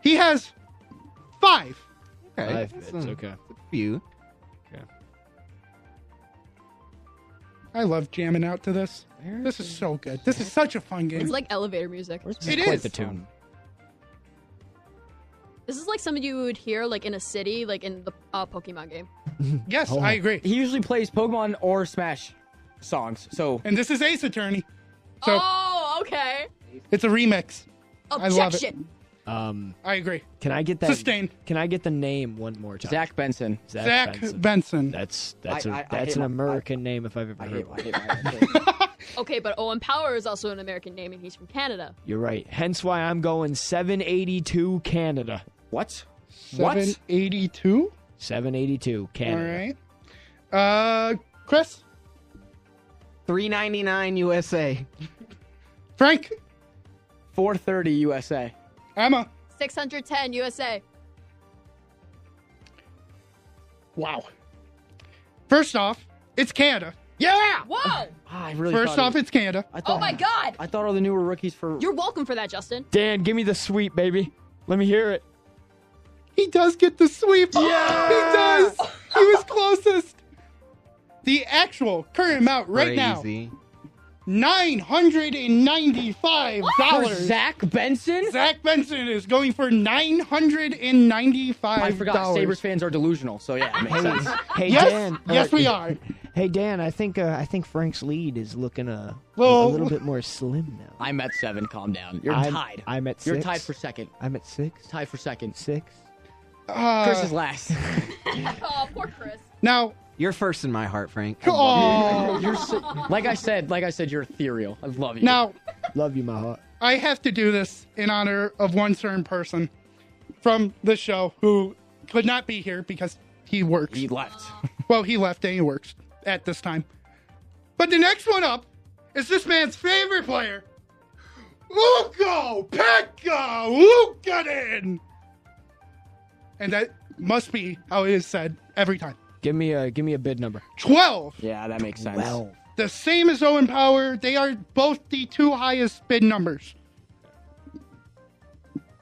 Speaker 10: He has five.
Speaker 13: Okay.
Speaker 8: Five
Speaker 13: that's
Speaker 8: bids,
Speaker 13: a-
Speaker 8: okay.
Speaker 13: that's a few.
Speaker 10: I love jamming out to this. This is so good. This is such a fun game.
Speaker 9: It's like elevator music.
Speaker 10: It
Speaker 8: Quite
Speaker 10: is.
Speaker 8: the tune.
Speaker 9: This is like something you would hear like in a city, like in the uh, Pokemon game.
Speaker 10: Yes,
Speaker 8: Oh.
Speaker 10: I agree.
Speaker 3: He usually plays Pokemon or Smash songs. So
Speaker 10: And this is Ace Attorney. So
Speaker 9: oh, okay.
Speaker 10: it's a remix. I love it.
Speaker 9: Objection.
Speaker 8: Um,
Speaker 10: I agree.
Speaker 8: can I get that?
Speaker 10: Sustained.
Speaker 8: Can I get the name one more time?
Speaker 3: Zach Benson.
Speaker 10: Zach Benson.
Speaker 8: That's that's a
Speaker 3: I- I- I
Speaker 8: that's
Speaker 3: hate
Speaker 8: an
Speaker 3: my-
Speaker 8: American name if I've ever
Speaker 3: I
Speaker 8: heard.
Speaker 3: hate,
Speaker 8: one.
Speaker 3: I hate my
Speaker 9: Okay, but Owen Power is also an American name, and he's from Canada.
Speaker 8: You're right. Hence why I'm going 782 Canada.
Speaker 3: What? What?
Speaker 10: 782.
Speaker 8: 782
Speaker 10: All
Speaker 8: Canada.
Speaker 10: right. Uh, Chris,
Speaker 4: 399 USA.
Speaker 10: Frank,
Speaker 3: 430 USA.
Speaker 10: Emma.
Speaker 9: 610 USA.
Speaker 10: Wow. First off, it's Canada. Yeah.
Speaker 9: Whoa!
Speaker 3: Ah, I really
Speaker 10: First
Speaker 3: thought
Speaker 10: off,
Speaker 3: it-
Speaker 10: it's Canada.
Speaker 3: I thought,
Speaker 9: Oh my God!
Speaker 3: I thought all the newer rookies for
Speaker 9: You're welcome for that, Justin.
Speaker 8: Dan, give me the sweep, baby. Let me hear it.
Speaker 10: He does get the sweep. Yeah. He does. He was closest. The actual current amount right now
Speaker 13: Crazy.
Speaker 10: nine hundred and ninety-five
Speaker 3: for
Speaker 10: dollars.
Speaker 3: Zach Benson.
Speaker 10: Zach Benson is going for nine hundred and ninety-five.
Speaker 3: I forgot Sabres fans are delusional, so yeah, it makes sense.
Speaker 8: Hey
Speaker 10: Yes,
Speaker 8: Dan.
Speaker 10: yes,
Speaker 8: or-
Speaker 10: we are.
Speaker 8: Hey Dan, I think uh, I think Frank's lead is looking uh,
Speaker 10: Well-
Speaker 8: a little bit more slim now.
Speaker 3: I'm at seven. Calm down. You're
Speaker 8: I'm-
Speaker 3: tied.
Speaker 8: I'm at
Speaker 3: You're
Speaker 8: six.
Speaker 3: tied for second.
Speaker 8: I'm at six.
Speaker 3: Tied for second.
Speaker 8: Six.
Speaker 10: Uh,
Speaker 3: Chris is last.
Speaker 9: Oh, poor Chris.
Speaker 10: now.
Speaker 13: You're first in my heart, Frank.
Speaker 10: Oh,
Speaker 3: You're si- like I said, like I said, you're ethereal. I love you.
Speaker 10: now
Speaker 8: Love you, my heart.
Speaker 10: I have to do this in honor of one certain person from the show who could not be here because he works.
Speaker 3: he left.
Speaker 10: Well, he left and he works at this time. But the next one up is this man's favorite player, Luko Pekka Lukanen. And that must be how it is said every time.
Speaker 8: Give me a give me a bid number.
Speaker 10: 12.
Speaker 8: Yeah, that makes sense. Well,
Speaker 10: The same as Owen Power. They are both the two highest bid numbers.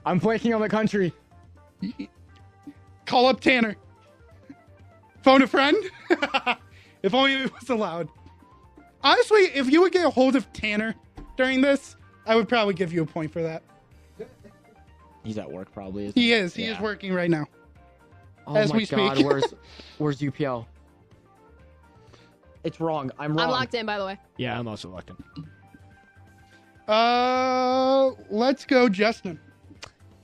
Speaker 3: I'm flaking on the country.
Speaker 10: Call up Tanner. Phone a friend. if only it was allowed. Honestly, if you would get a hold of Tanner during this, I would probably give you a point for that.
Speaker 8: he's at work probably. Isn't
Speaker 10: He is. He is working right now.
Speaker 8: Oh
Speaker 10: as
Speaker 8: my
Speaker 10: we
Speaker 8: God,
Speaker 10: speak.
Speaker 8: where's where's UPL? It's wrong. I'm wrong.
Speaker 9: I'm locked in, by the way.
Speaker 8: Yeah, I'm also locked in.
Speaker 10: Uh, let's go, Justin.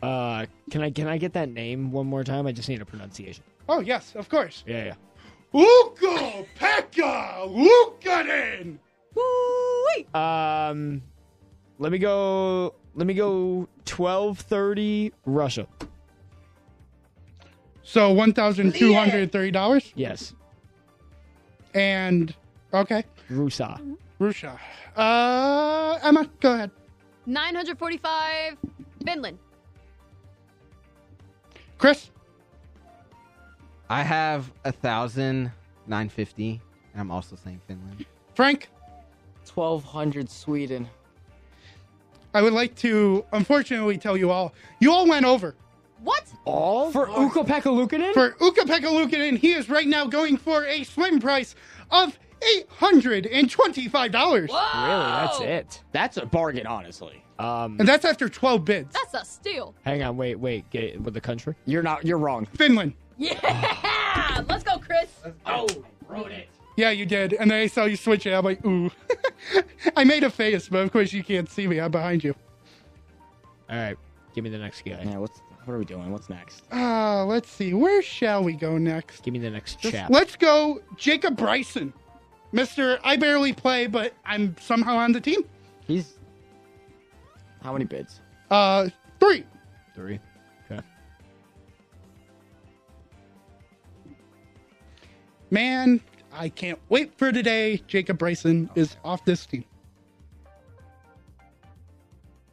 Speaker 8: Uh, can I can I get that name one more time? I just need a pronunciation.
Speaker 10: Oh, yes, of course.
Speaker 8: Yeah, yeah.
Speaker 10: Luko Pekka Lukanen.
Speaker 8: Um, let me go. Let me go. Twelve thirty, Russia.
Speaker 10: So one thousand two hundred thirty dollars.
Speaker 8: Yes,
Speaker 10: And okay,
Speaker 8: Rusa.
Speaker 10: Rusha. Uh, Emma, go ahead.
Speaker 9: 945 Finland.
Speaker 10: Chris.
Speaker 13: I have a thousand nine fifty, and I'm also saying Finland.
Speaker 10: Frank.
Speaker 23: Twelve hundred Sweden.
Speaker 10: I would like to unfortunately tell you all, you all went over.
Speaker 9: What?
Speaker 10: All
Speaker 9: Oh,
Speaker 3: for Uko Pekalukinen?
Speaker 10: For Uka Pekalukinen, he is right now going for a swim price of eight hundred and twenty-five dollars.
Speaker 9: Oh,
Speaker 8: Really, that's it.
Speaker 3: That's a bargain, honestly.
Speaker 8: Um,
Speaker 10: And that's after twelve bids.
Speaker 9: That's a steal.
Speaker 8: hang on, wait, wait. Get it with the country.
Speaker 3: You're not. You're wrong.
Speaker 10: Finland.
Speaker 9: Yeah! Let's go, Chris. Oh, wrote it.
Speaker 10: Yeah, you did. And then I saw you switch it. I'm like, ooh. I made a face, but of course you can't see me. I'm behind you.
Speaker 8: All right, give me the next guy.
Speaker 3: Yeah, what's what are we doing? What's next?
Speaker 10: Uh, let's see. Where shall we go next?
Speaker 8: Give me the next chap.
Speaker 10: Let's go Jacob Bryson. Mr. I barely play, but I'm somehow on the team.
Speaker 13: He's
Speaker 3: How many bids?
Speaker 10: uh three.
Speaker 8: Three. Okay.
Speaker 10: Man, I can't wait for today. Jacob Bryson is off this team.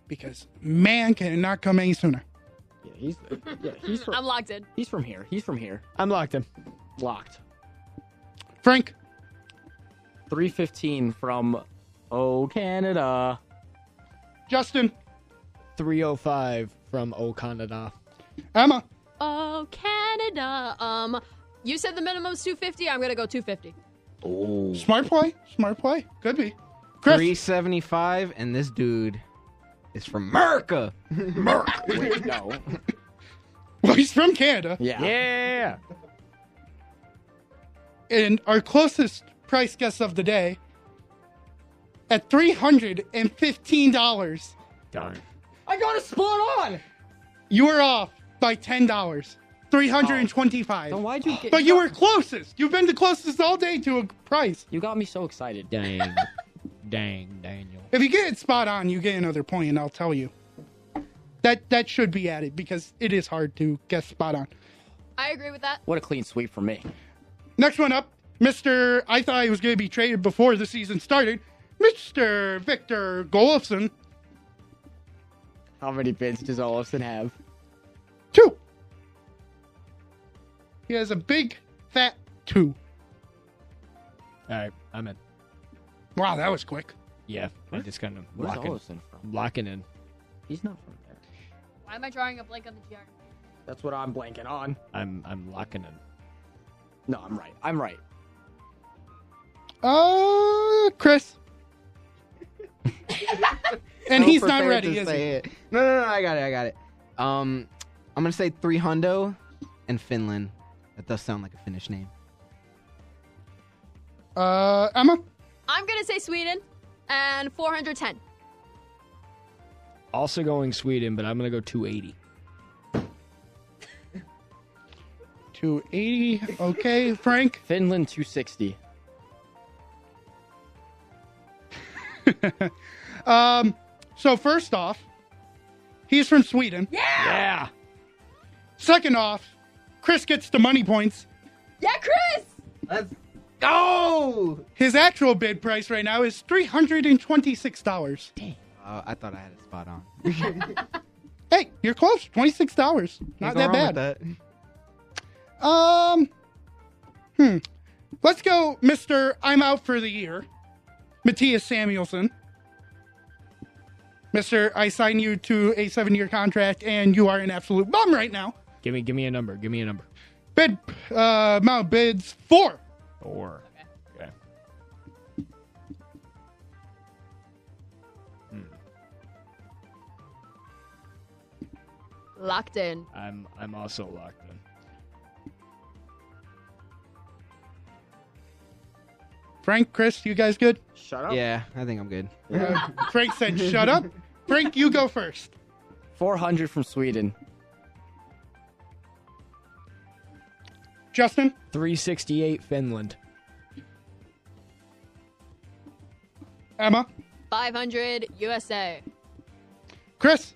Speaker 10: Because man can it not come any sooner.
Speaker 3: Yeah, he's yeah, he's from,
Speaker 9: I'm locked in.
Speaker 3: he's from here. He's from here.
Speaker 8: I'm locked in.
Speaker 3: Locked.
Speaker 10: Frank.
Speaker 23: Three fifteen from Oh Canada.
Speaker 10: Justin.
Speaker 8: Three oh five from O Canada.
Speaker 10: Emma.
Speaker 9: Oh, Canada. Um, you said the minimum's 250. I'm going to go 250.
Speaker 13: oh.
Speaker 10: Smart play. Smart play. Could be. Chris.
Speaker 13: three seventy five, and this dude is from America. America.
Speaker 3: Wait, no.
Speaker 10: Well, he's from Canada.
Speaker 3: Yeah.
Speaker 8: Yeah.
Speaker 10: And our closest price guess of the day at $315.
Speaker 8: Darn.
Speaker 3: I got a spot on.
Speaker 10: You were off by $10. 325.
Speaker 3: Oh.
Speaker 23: Then why'd you get?
Speaker 10: But you were closest. You've been the closest all day to a price.
Speaker 23: You got me so excited.
Speaker 8: Dang. Dang, Daniel.
Speaker 10: If you get it spot on, you get another point, and I'll tell you. That that should be added because it is hard to guess spot on.
Speaker 9: I agree with that.
Speaker 23: What a clean sweep for me.
Speaker 10: Next one up, Mr. I thought he was going to be traded before the season started. Mr. Victor Golofson.
Speaker 3: How many bids does Olafson have?
Speaker 10: Two. He has a big fat two.
Speaker 8: All right, I'm in.
Speaker 10: Wow, that was quick.
Speaker 8: Yeah, I just kind of
Speaker 23: Where's
Speaker 8: locking,
Speaker 23: Olafson from?
Speaker 8: locking in.
Speaker 23: He's not from there.
Speaker 9: Why am I drawing a blank on the geography?
Speaker 3: That's what I'm blanking on.
Speaker 8: I'm I'm locking in.
Speaker 3: No, I'm right. I'm right.
Speaker 10: Uh, Chris. and
Speaker 13: so
Speaker 10: he's not
Speaker 13: prepared
Speaker 10: ready,
Speaker 13: to
Speaker 10: is he?
Speaker 13: say it. No, no, no. I got it. I got it. Um, I'm gonna say three hundo and Finland. That does sound like a Finnish name.
Speaker 10: Uh, Emma.
Speaker 9: I'm going to say Sweden and 410.
Speaker 8: Also going Sweden, but I'm gonna go 280.
Speaker 10: 280. Okay, Frank.
Speaker 23: Finland two sixty.
Speaker 10: Um, so first off, he's from Sweden.
Speaker 8: Yeah.
Speaker 10: Second off, Chris gets the money points.
Speaker 9: Yeah, Chris!
Speaker 13: Let's
Speaker 10: Go! His actual bid price right now is three hundred and twenty-six dollars.
Speaker 13: Uh, I thought I had it spot on.
Speaker 10: Hey, you're close. Twenty-six dollars. Not
Speaker 13: go
Speaker 10: that
Speaker 13: wrong with
Speaker 10: bad. Um, hmm. Let's go, Mister. I'm out for the year. Matthias Samuelson. Mister, I sign you to a seven-year contract, and you are an absolute bum right now.
Speaker 8: Give me, give me a number. Give me a number.
Speaker 10: Bid uh, amount bids four.
Speaker 8: Four. Okay.
Speaker 9: Locked in.
Speaker 8: I'm, I'm also locked in.
Speaker 10: Frank, Chris, you guys good?
Speaker 13: Shut up. Yeah, I think I'm good.
Speaker 10: Uh, Frank said, "Shut up." Frank, you go first.
Speaker 3: 400 from Sweden.
Speaker 10: Justin,
Speaker 8: 368 Finland.
Speaker 10: Emma,
Speaker 9: 500 USA.
Speaker 10: Chris.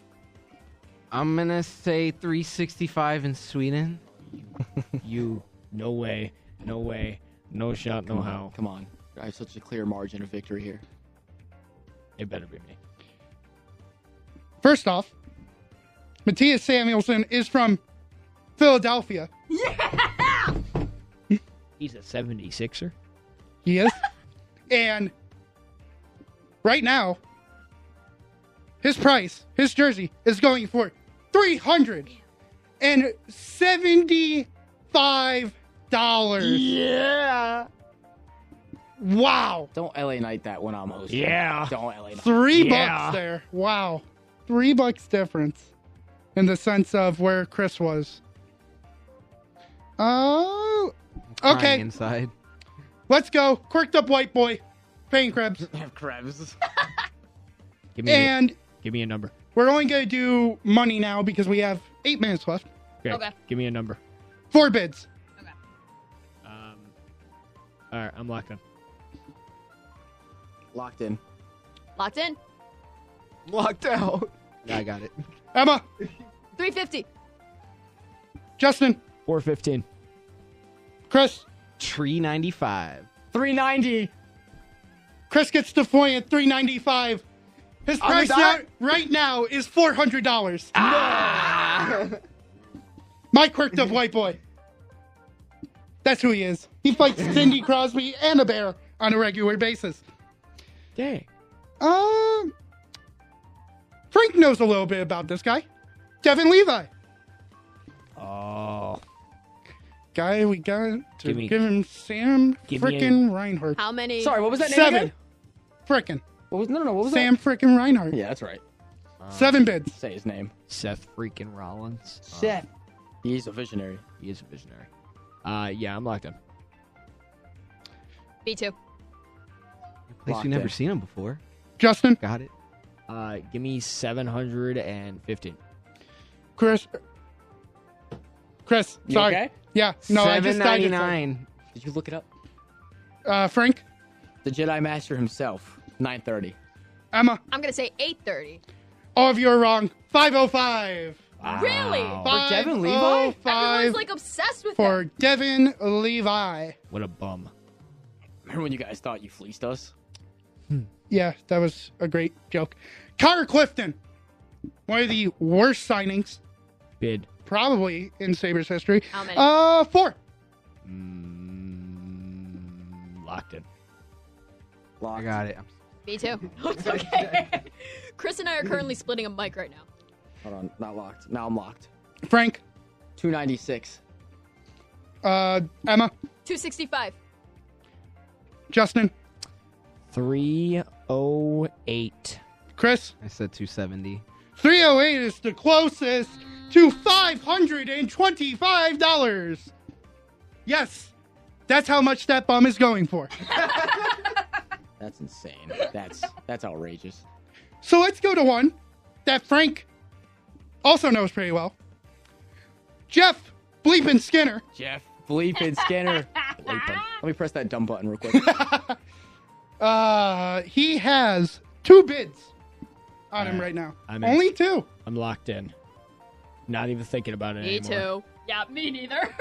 Speaker 13: I'm gonna say 365 in Sweden.
Speaker 8: you no way, no way, no shot, no
Speaker 3: Come on,
Speaker 8: how.
Speaker 3: Come on. I have such a clear margin of victory here.
Speaker 8: It better be me.
Speaker 10: First off, Matthias Samuelson is from Philadelphia.
Speaker 8: He's a 76er.
Speaker 10: He is. and right now, his price, his jersey, is going for three hundred and seventy-five dollars.
Speaker 3: Yeah.
Speaker 10: Wow.
Speaker 3: Don't LA Knight that when I'm hosting.
Speaker 10: Yeah.
Speaker 3: Don't LA Knight.
Speaker 10: Three bucks there. Wow. Three bucks difference in the sense of where Chris was. Oh.
Speaker 13: Crying
Speaker 10: Okay.
Speaker 13: Inside.
Speaker 10: Let's go. Quirked up white boy. Paying crabs.
Speaker 3: Krebs.
Speaker 8: Give me
Speaker 10: And
Speaker 8: a, give me a number.
Speaker 10: we're only going to do money now because we have eight minutes left.
Speaker 8: Okay. Give me a number.
Speaker 10: Four bids.
Speaker 8: Um, all right, I'm locked in.
Speaker 3: Locked in.
Speaker 9: Locked in.
Speaker 13: Locked out. I got it.
Speaker 10: Emma,
Speaker 9: 350.
Speaker 10: Justin,
Speaker 8: 415.
Speaker 10: Chris,
Speaker 13: Tree 95.
Speaker 3: 390.
Speaker 10: Chris gets to point at 395 His
Speaker 13: On the
Speaker 10: price
Speaker 13: dot?
Speaker 10: out right now is $400. My quirked up white boy. That's who he is. He fights Cindy Crosby and a bear on a regular basis.
Speaker 8: Dang.
Speaker 10: Um, Frank knows a little bit about this guy. Devin Levi.
Speaker 8: Oh.
Speaker 10: Guy we got to
Speaker 8: Give
Speaker 10: give,
Speaker 8: me-
Speaker 10: him Sam
Speaker 8: give me a-
Speaker 10: frickin' Reinhardt.
Speaker 9: How many?
Speaker 3: Sorry, what was that name
Speaker 10: Seven.
Speaker 3: again?
Speaker 10: Frickin'.
Speaker 3: What was, no, no, no. What was
Speaker 10: Sam frickin' Reinhardt.
Speaker 3: that? Yeah, that's right.
Speaker 10: Seven bids.
Speaker 3: Say his name.
Speaker 8: Seth freaking Rollins.
Speaker 3: Seth. He's a visionary.
Speaker 8: He is a visionary. Uh, yeah, I'm locked in.
Speaker 9: B2.
Speaker 13: Place
Speaker 8: Locked
Speaker 13: we've never
Speaker 8: in.
Speaker 13: seen him before.
Speaker 10: Justin,
Speaker 13: Got it.
Speaker 8: Uh, give me 715.
Speaker 10: Chris. Chris,
Speaker 3: You
Speaker 10: sorry.
Speaker 3: okay?
Speaker 10: Yeah, no, I just died.
Speaker 3: Did you look it up?
Speaker 10: Uh, Frank,
Speaker 3: The Jedi Master himself. 930.
Speaker 10: Emma,
Speaker 9: I'm going to say 830.
Speaker 10: all of you are wrong. 505.
Speaker 9: Really?
Speaker 10: Five
Speaker 3: Devin Levi?
Speaker 10: oh
Speaker 9: Everyone's
Speaker 10: five
Speaker 9: like obsessed with
Speaker 10: for
Speaker 9: him.
Speaker 10: Devin Levi.
Speaker 8: What a bum.
Speaker 3: Remember when you guys thought you fleeced us?
Speaker 10: Yeah, that was a great joke. Connor Clifton, one of the worst signings
Speaker 8: Bid.
Speaker 10: probably in Sabres history.
Speaker 9: How many?
Speaker 10: Uh, four.
Speaker 8: Mm, locked in.
Speaker 13: I got it. I'm
Speaker 9: B2. It's okay. Chris and I are currently splitting a mic right now.
Speaker 3: Hold on. Not locked. Now I'm locked.
Speaker 10: Frank,
Speaker 3: 296.
Speaker 10: uh, Emma,
Speaker 9: 265.
Speaker 10: Justin,
Speaker 8: 308.
Speaker 10: Chris.
Speaker 13: I said 270.
Speaker 10: 308 is the closest to $525. Yes, that's how much that bum is going for.
Speaker 3: That's insane. That's that's outrageous.
Speaker 10: So let's go to one that Frank also knows pretty well. Jeff Bleepin Skinner.
Speaker 3: Jeff, bleep and Skinner. Bleepin. Let me press that dumb button real quick.
Speaker 10: Uh, he has two bids on him right now.
Speaker 8: I'm in.
Speaker 10: Only two.
Speaker 8: I'm locked in. Not even thinking about it
Speaker 9: Me
Speaker 8: anymore.
Speaker 9: too. Yeah, me neither.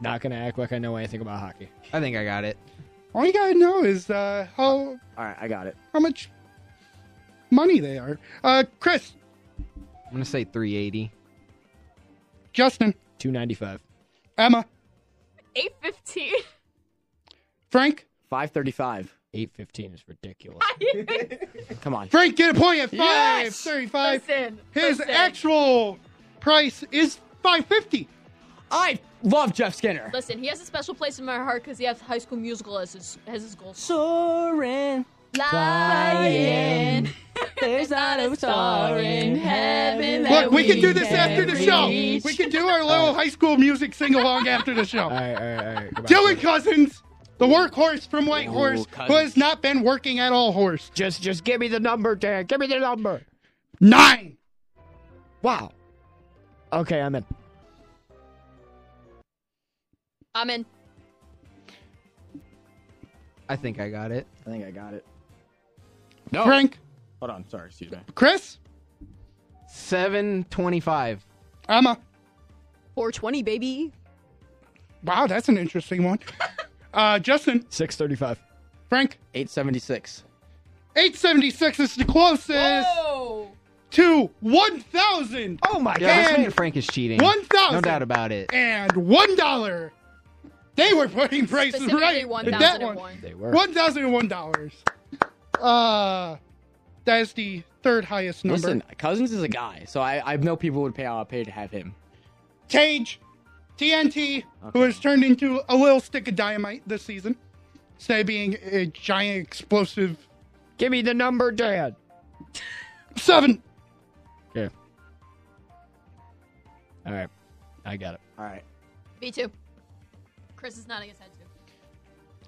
Speaker 12: Not gonna act like I know anything about hockey.
Speaker 13: I think I got it.
Speaker 10: All you gotta know is uh, how
Speaker 24: All right, I got it.
Speaker 10: how much money they are. Uh, Chris,
Speaker 13: I'm gonna say 380.
Speaker 10: Justin,
Speaker 12: 295.
Speaker 10: Emma,
Speaker 9: 815.
Speaker 10: Frank,
Speaker 24: 535.
Speaker 12: 815 is ridiculous.
Speaker 24: Come on.
Speaker 10: Frank, get a point at five
Speaker 24: Yes!
Speaker 10: thirty-five.
Speaker 9: Listen,
Speaker 10: His
Speaker 9: listen.
Speaker 10: actual price is five fifty.
Speaker 3: I love Jeff Skinner.
Speaker 9: Listen, he has a special place in my heart because he has High School Musical as his as his goal.
Speaker 3: Soaring.
Speaker 9: Flying. There's not a star in heaven.
Speaker 10: Look, we can do this after the show. We can do our little high school music sing along after the show. Dylan Cousins, the workhorse from Whitehorse, who has not been working at all. Horse.
Speaker 12: Just, just give me the number, Dan. Give me the number.
Speaker 10: Nine.
Speaker 12: Wow. Okay, I'm in.
Speaker 9: I'm in.
Speaker 13: I think I got it.
Speaker 24: I think I got it.
Speaker 10: No. Frank,
Speaker 24: Hold on. Sorry. Excuse me.
Speaker 10: Chris,
Speaker 13: 725.
Speaker 10: Emma.
Speaker 9: 420, baby.
Speaker 10: Wow, that's an interesting one. Uh, Justin,
Speaker 12: 635.
Speaker 10: Frank,
Speaker 24: 876.
Speaker 10: 876 is the closest to 1,000.
Speaker 12: Oh my
Speaker 13: Yeah,
Speaker 10: God.
Speaker 13: listening to Frank is cheating.
Speaker 10: One thousand.
Speaker 13: No doubt about it.
Speaker 10: And one dollar. They were putting prices
Speaker 9: Specifically
Speaker 10: right.
Speaker 9: one
Speaker 10: with that
Speaker 9: thousand and
Speaker 10: one.
Speaker 9: one.
Speaker 12: They were.
Speaker 10: One thousand and one dollars. Uh, that is the third highest number.
Speaker 3: Listen, Cousins is a guy, so I, I know people would pay out pay to have him.
Speaker 10: Cage, TNT, who has turned into a little stick of dynamite this season, instead of being a giant explosive
Speaker 12: Give me the number, Dan.
Speaker 10: seven.
Speaker 12: All right, I got it.
Speaker 24: All right.
Speaker 9: Me too. Chris is nodding his head too.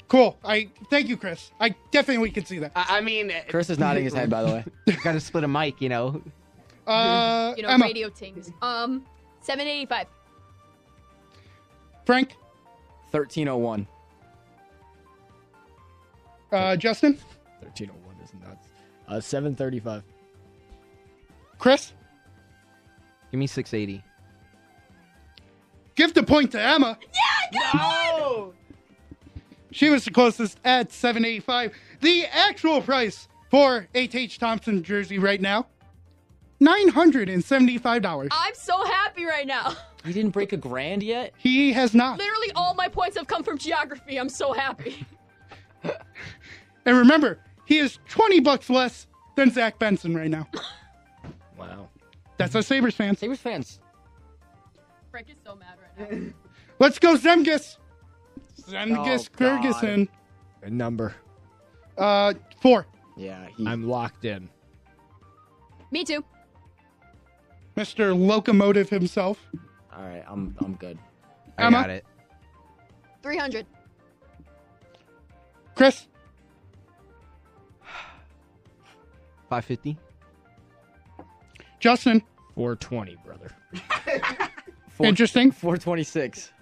Speaker 10: Cool. I thank you, Chris. I definitely could see
Speaker 9: Uh,
Speaker 10: that.
Speaker 13: I, I mean,
Speaker 3: Chris is nodding his head, by the way.
Speaker 13: got to split a mic, you know.
Speaker 10: Uh,
Speaker 9: You know,
Speaker 10: Emma,
Speaker 9: radio tings. Um, 785.
Speaker 10: Frank,
Speaker 3: 1301.
Speaker 10: uh, Justin,
Speaker 12: 1301 is nuts. Uh, 735.
Speaker 10: Chris.
Speaker 13: Give me 680.
Speaker 10: Give the point to Emma.
Speaker 9: No!
Speaker 10: She was the closest at 785. The actual price for H Thompson jersey right now, $975.
Speaker 9: I'm so happy right now.
Speaker 3: He didn't break a grand yet?
Speaker 10: He has not.
Speaker 9: Literally all my points have come from geography. I'm so happy.
Speaker 10: And remember, he is 20 bucks less than Zach Benson right now.
Speaker 12: Wow.
Speaker 10: That's us Sabres fans.
Speaker 3: Sabres fans.
Speaker 9: Frank is so mad right now.
Speaker 10: Let's go Zemgus. Zemgus
Speaker 3: Oh, God.
Speaker 10: Kyrgyzson.
Speaker 12: A number.
Speaker 10: Uh, four.
Speaker 24: Yeah.
Speaker 12: I'm locked in.
Speaker 9: Me too.
Speaker 10: Mr. Locomotive himself.
Speaker 24: All right. I'm I'm good.
Speaker 13: I
Speaker 10: Emma?
Speaker 13: got it.
Speaker 9: 300.
Speaker 10: Chris,
Speaker 13: 550.
Speaker 10: Justin.
Speaker 12: 420, brother.
Speaker 3: Four-
Speaker 10: Interesting.
Speaker 3: 426.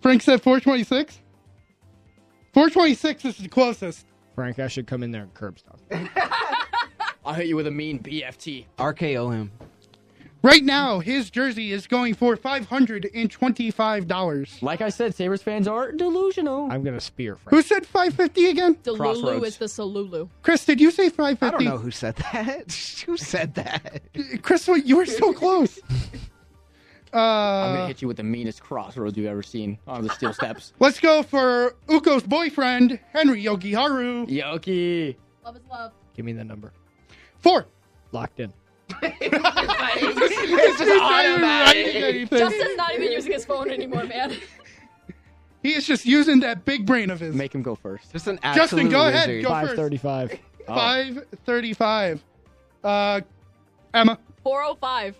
Speaker 10: Frank said 426. 426 is the closest.
Speaker 12: Frank, I should come in there and curb stuff.
Speaker 3: I'll hit you with a mean BFT.
Speaker 13: RKO him.
Speaker 10: Right now, his jersey is going for $525.
Speaker 3: Like I said, Sabres fans are delusional.
Speaker 12: I'm going to spear Frank.
Speaker 10: Who said 550 again?
Speaker 9: Delulu
Speaker 3: Crossroads.
Speaker 9: is the Salulu.
Speaker 10: Chris, did you say
Speaker 13: I don't know
Speaker 10: 550?
Speaker 13: who said that. who said that?
Speaker 10: Chris, wait, you were so close.
Speaker 3: I'm going to
Speaker 10: Uh,
Speaker 3: hit you with the meanest crossroads you've ever seen on the steel steps.
Speaker 10: let's go for Uko's boyfriend, Henry Yogiharu.
Speaker 3: Yoki.
Speaker 9: Love is love.
Speaker 12: Give me the number.
Speaker 10: Four.
Speaker 12: Locked in.
Speaker 10: He's not even writing anything.
Speaker 9: Justin's not even using his phone anymore, man.
Speaker 10: He is just using that big brain of his.
Speaker 3: Make him go first.
Speaker 13: Just an
Speaker 10: Justin,
Speaker 13: absolute
Speaker 10: go ahead.
Speaker 13: wizard.
Speaker 10: Go first.
Speaker 12: 535.
Speaker 13: oh.
Speaker 10: 535. Uh, Emma.
Speaker 9: 405.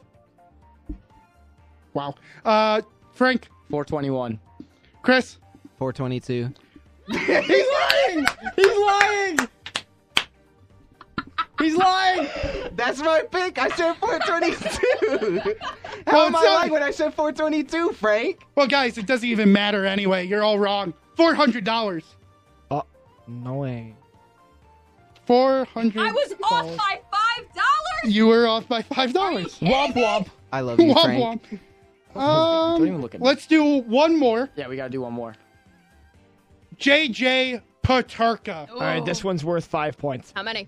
Speaker 10: Wow. Uh, Frank.
Speaker 3: 421.
Speaker 10: Chris.
Speaker 13: 422.
Speaker 10: He's lying.
Speaker 3: He's lying! He's lying!
Speaker 13: That's my pick. I said
Speaker 10: Well,
Speaker 13: 422. How am I
Speaker 10: it's not-
Speaker 13: lying when I said 422, Frank?
Speaker 10: Well, guys, it doesn't even matter anyway. You're all wrong. Four hundred dollars.
Speaker 12: Oh, no way.
Speaker 10: Four hundred.
Speaker 9: I was off by $5?
Speaker 10: You were off by five dollars.
Speaker 9: Womp womp.
Speaker 13: I love you,
Speaker 10: Womp
Speaker 13: Frank.
Speaker 10: womp. Um,
Speaker 24: Don't even look at me.
Speaker 10: let's do one more.
Speaker 24: Yeah, we gotta do one more.
Speaker 10: JJ Paterka.
Speaker 8: All right, this one's worth five points.
Speaker 9: How many?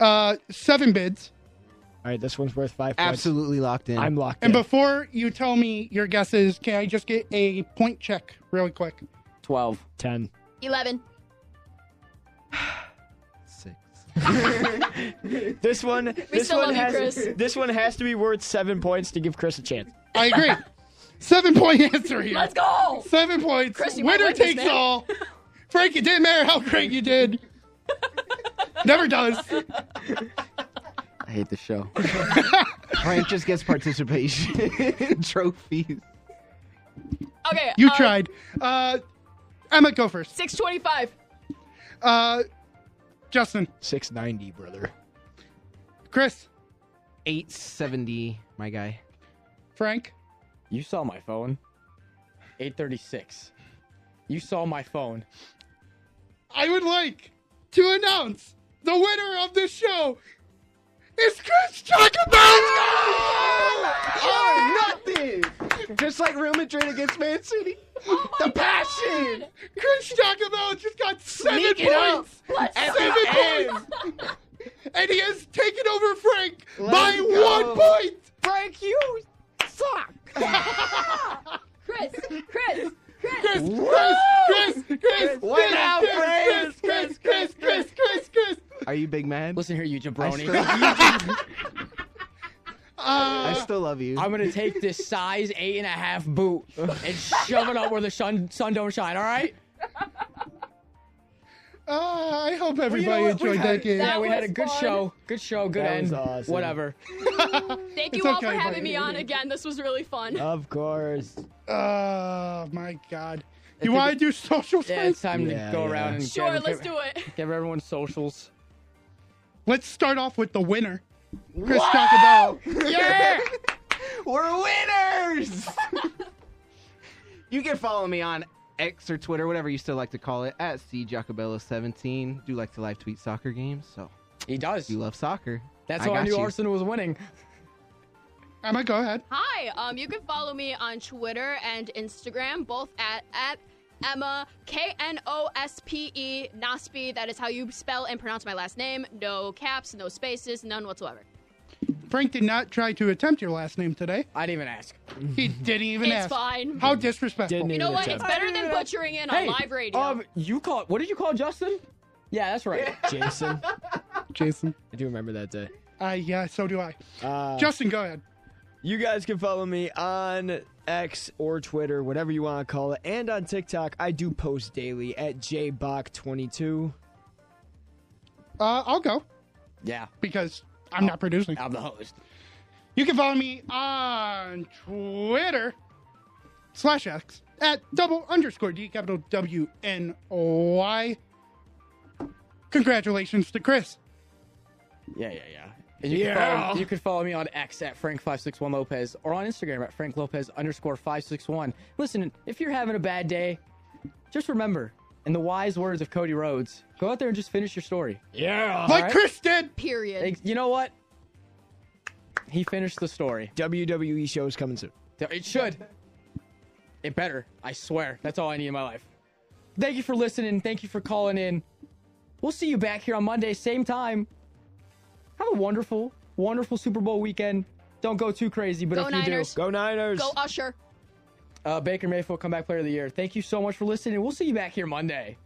Speaker 10: Uh, seven bids.
Speaker 8: All right, this one's worth five points.
Speaker 13: Absolutely locked in.
Speaker 8: I'm locked
Speaker 10: And
Speaker 8: in.
Speaker 10: before you tell me your guesses, can I just get a point check really quick?
Speaker 24: 12.
Speaker 8: 10.
Speaker 9: 11.
Speaker 8: This one, this
Speaker 9: still
Speaker 8: one
Speaker 9: love you,
Speaker 8: has,
Speaker 9: Chris.
Speaker 8: this one has to be worth seven points to give Chris a chance.
Speaker 10: I agree. Seven point answer here.
Speaker 9: Let's go!
Speaker 10: Seven points.
Speaker 9: Chris, you might
Speaker 10: Winner
Speaker 9: win this,
Speaker 10: takes
Speaker 9: man.
Speaker 10: all. Frank, it didn't matter how great you did. Never does.
Speaker 13: I hate the show. Frank just gets participation trophies.
Speaker 9: Okay.
Speaker 10: You
Speaker 9: uh,
Speaker 10: tried. Uh, Emma, go first.
Speaker 9: 625.
Speaker 10: Uh, Justin,
Speaker 8: 690, brother.
Speaker 10: Chris,
Speaker 13: 870, my guy.
Speaker 10: Frank,
Speaker 3: You saw my phone. 836. You saw my phone.
Speaker 10: I would like to announce the winner of this show is Chris Chocobo!
Speaker 16: Nothing. Just like Real Madrid against Man City. the passion.
Speaker 10: Chris Chocobo just got seven
Speaker 16: Sneak it up.
Speaker 10: points.
Speaker 16: Let's
Speaker 10: seven points. and he has taken over Frank by
Speaker 16: go.
Speaker 10: one point.
Speaker 8: Frank, you suck.
Speaker 9: Chris, Chris,
Speaker 10: Chris,
Speaker 9: Chris.
Speaker 10: Chris, Chris, Chris,
Speaker 13: What now,
Speaker 10: Chris, Chris, Chris, Chris, Chris, Chris, Chris.
Speaker 13: Are you big mad?
Speaker 3: Listen here, you
Speaker 13: I
Speaker 3: jabroni.
Speaker 13: still, I
Speaker 10: Uh,
Speaker 13: still love you.
Speaker 3: I'm gonna take this size eight and a half boot and shove it up where the sun sun don't shine. All right.
Speaker 10: uh, I hope
Speaker 3: Well, you know what?
Speaker 10: everybody
Speaker 3: We
Speaker 10: enjoyed
Speaker 3: had-
Speaker 10: that game.
Speaker 3: Yeah, we
Speaker 9: That
Speaker 3: had a
Speaker 9: was
Speaker 3: good
Speaker 9: fun.
Speaker 3: show. Good show. Good
Speaker 8: That was
Speaker 3: end.
Speaker 8: awesome.
Speaker 3: Whatever.
Speaker 9: Thank you
Speaker 10: It's
Speaker 9: all
Speaker 10: okay,
Speaker 9: for having
Speaker 10: buddy.
Speaker 9: me on again. This was really fun.
Speaker 8: Of course.
Speaker 10: Oh my god.
Speaker 3: think
Speaker 10: You want to
Speaker 3: it-
Speaker 10: do social
Speaker 3: Yeah,
Speaker 10: space?
Speaker 3: it's time
Speaker 8: Yeah,
Speaker 3: to go
Speaker 8: yeah.
Speaker 3: around and
Speaker 9: sure,
Speaker 3: give,
Speaker 9: let's
Speaker 3: give,
Speaker 9: do it.
Speaker 3: give everyone socials.
Speaker 10: Let's start off with the winner. Chris Chocobo. Yeah.
Speaker 16: We're winners.
Speaker 13: You can follow me on X or Twitter, whatever you still like to call it, at cjacobello17. Do like to live tweet soccer games, so
Speaker 3: He does.
Speaker 13: if you love soccer.
Speaker 3: That's
Speaker 13: I
Speaker 3: how I
Speaker 13: got
Speaker 3: knew
Speaker 13: you.
Speaker 3: Arsenal was winning.
Speaker 10: Emma, go ahead.
Speaker 9: Hi, um, you can follow me on Twitter and Instagram, both at, at Emma K N O S P E Nospe. That is how you spell and pronounce my last name. No caps, no spaces, none whatsoever.
Speaker 10: Frank did not try to attempt your last name today.
Speaker 3: I didn't even ask.
Speaker 10: He didn't even
Speaker 9: It's
Speaker 10: ask.
Speaker 9: fine.
Speaker 10: How disrespectful.
Speaker 8: Didn't
Speaker 9: You know what? It's better than butchering in on
Speaker 3: Hey,
Speaker 9: live radio.
Speaker 3: Um, you call. What did you call Justin? Yeah, that's right.
Speaker 8: Jason.
Speaker 10: Jason.
Speaker 8: I do remember that day.
Speaker 10: Uh, yeah, so do I.
Speaker 8: Uh,
Speaker 10: Justin, go ahead.
Speaker 8: You guys can follow me on X or Twitter, whatever you want to call it, and on TikTok. I do post daily at jbach22.
Speaker 10: Uh, I'll go
Speaker 3: Yeah,
Speaker 10: because I'm not producing.
Speaker 3: I'm the host.
Speaker 10: You can follow me on Twitter slash X at double underscore D capital W N Y. Congratulations to Chris.
Speaker 3: Yeah, yeah, yeah. And you, can follow, you can follow me on X at Frank561Lopez or on Instagram at Frank Lopez underscore 561. Listen, if you're having a bad day, just remember, in the wise words of Cody Rhodes, go out there and just finish your story.
Speaker 8: Yeah.
Speaker 10: like
Speaker 3: right.
Speaker 10: Chris did.
Speaker 9: Period.
Speaker 3: Ex- You know what? He finished the story.
Speaker 8: WWE show is E coming soon.
Speaker 3: It should. It better. I swear. That's all I need in my life. Thank you for listening. Thank you for calling in. We'll see you back here on Monday, same time. Have a wonderful, wonderful Super Bowl weekend. Don't go too crazy, but
Speaker 9: Go
Speaker 3: if
Speaker 9: Niners.
Speaker 8: Go Niners.
Speaker 9: Go Usher.
Speaker 3: you do, uh, Baker Mayfield, comeback player of the year. Thank you so much for listening. We'll see you back here Monday.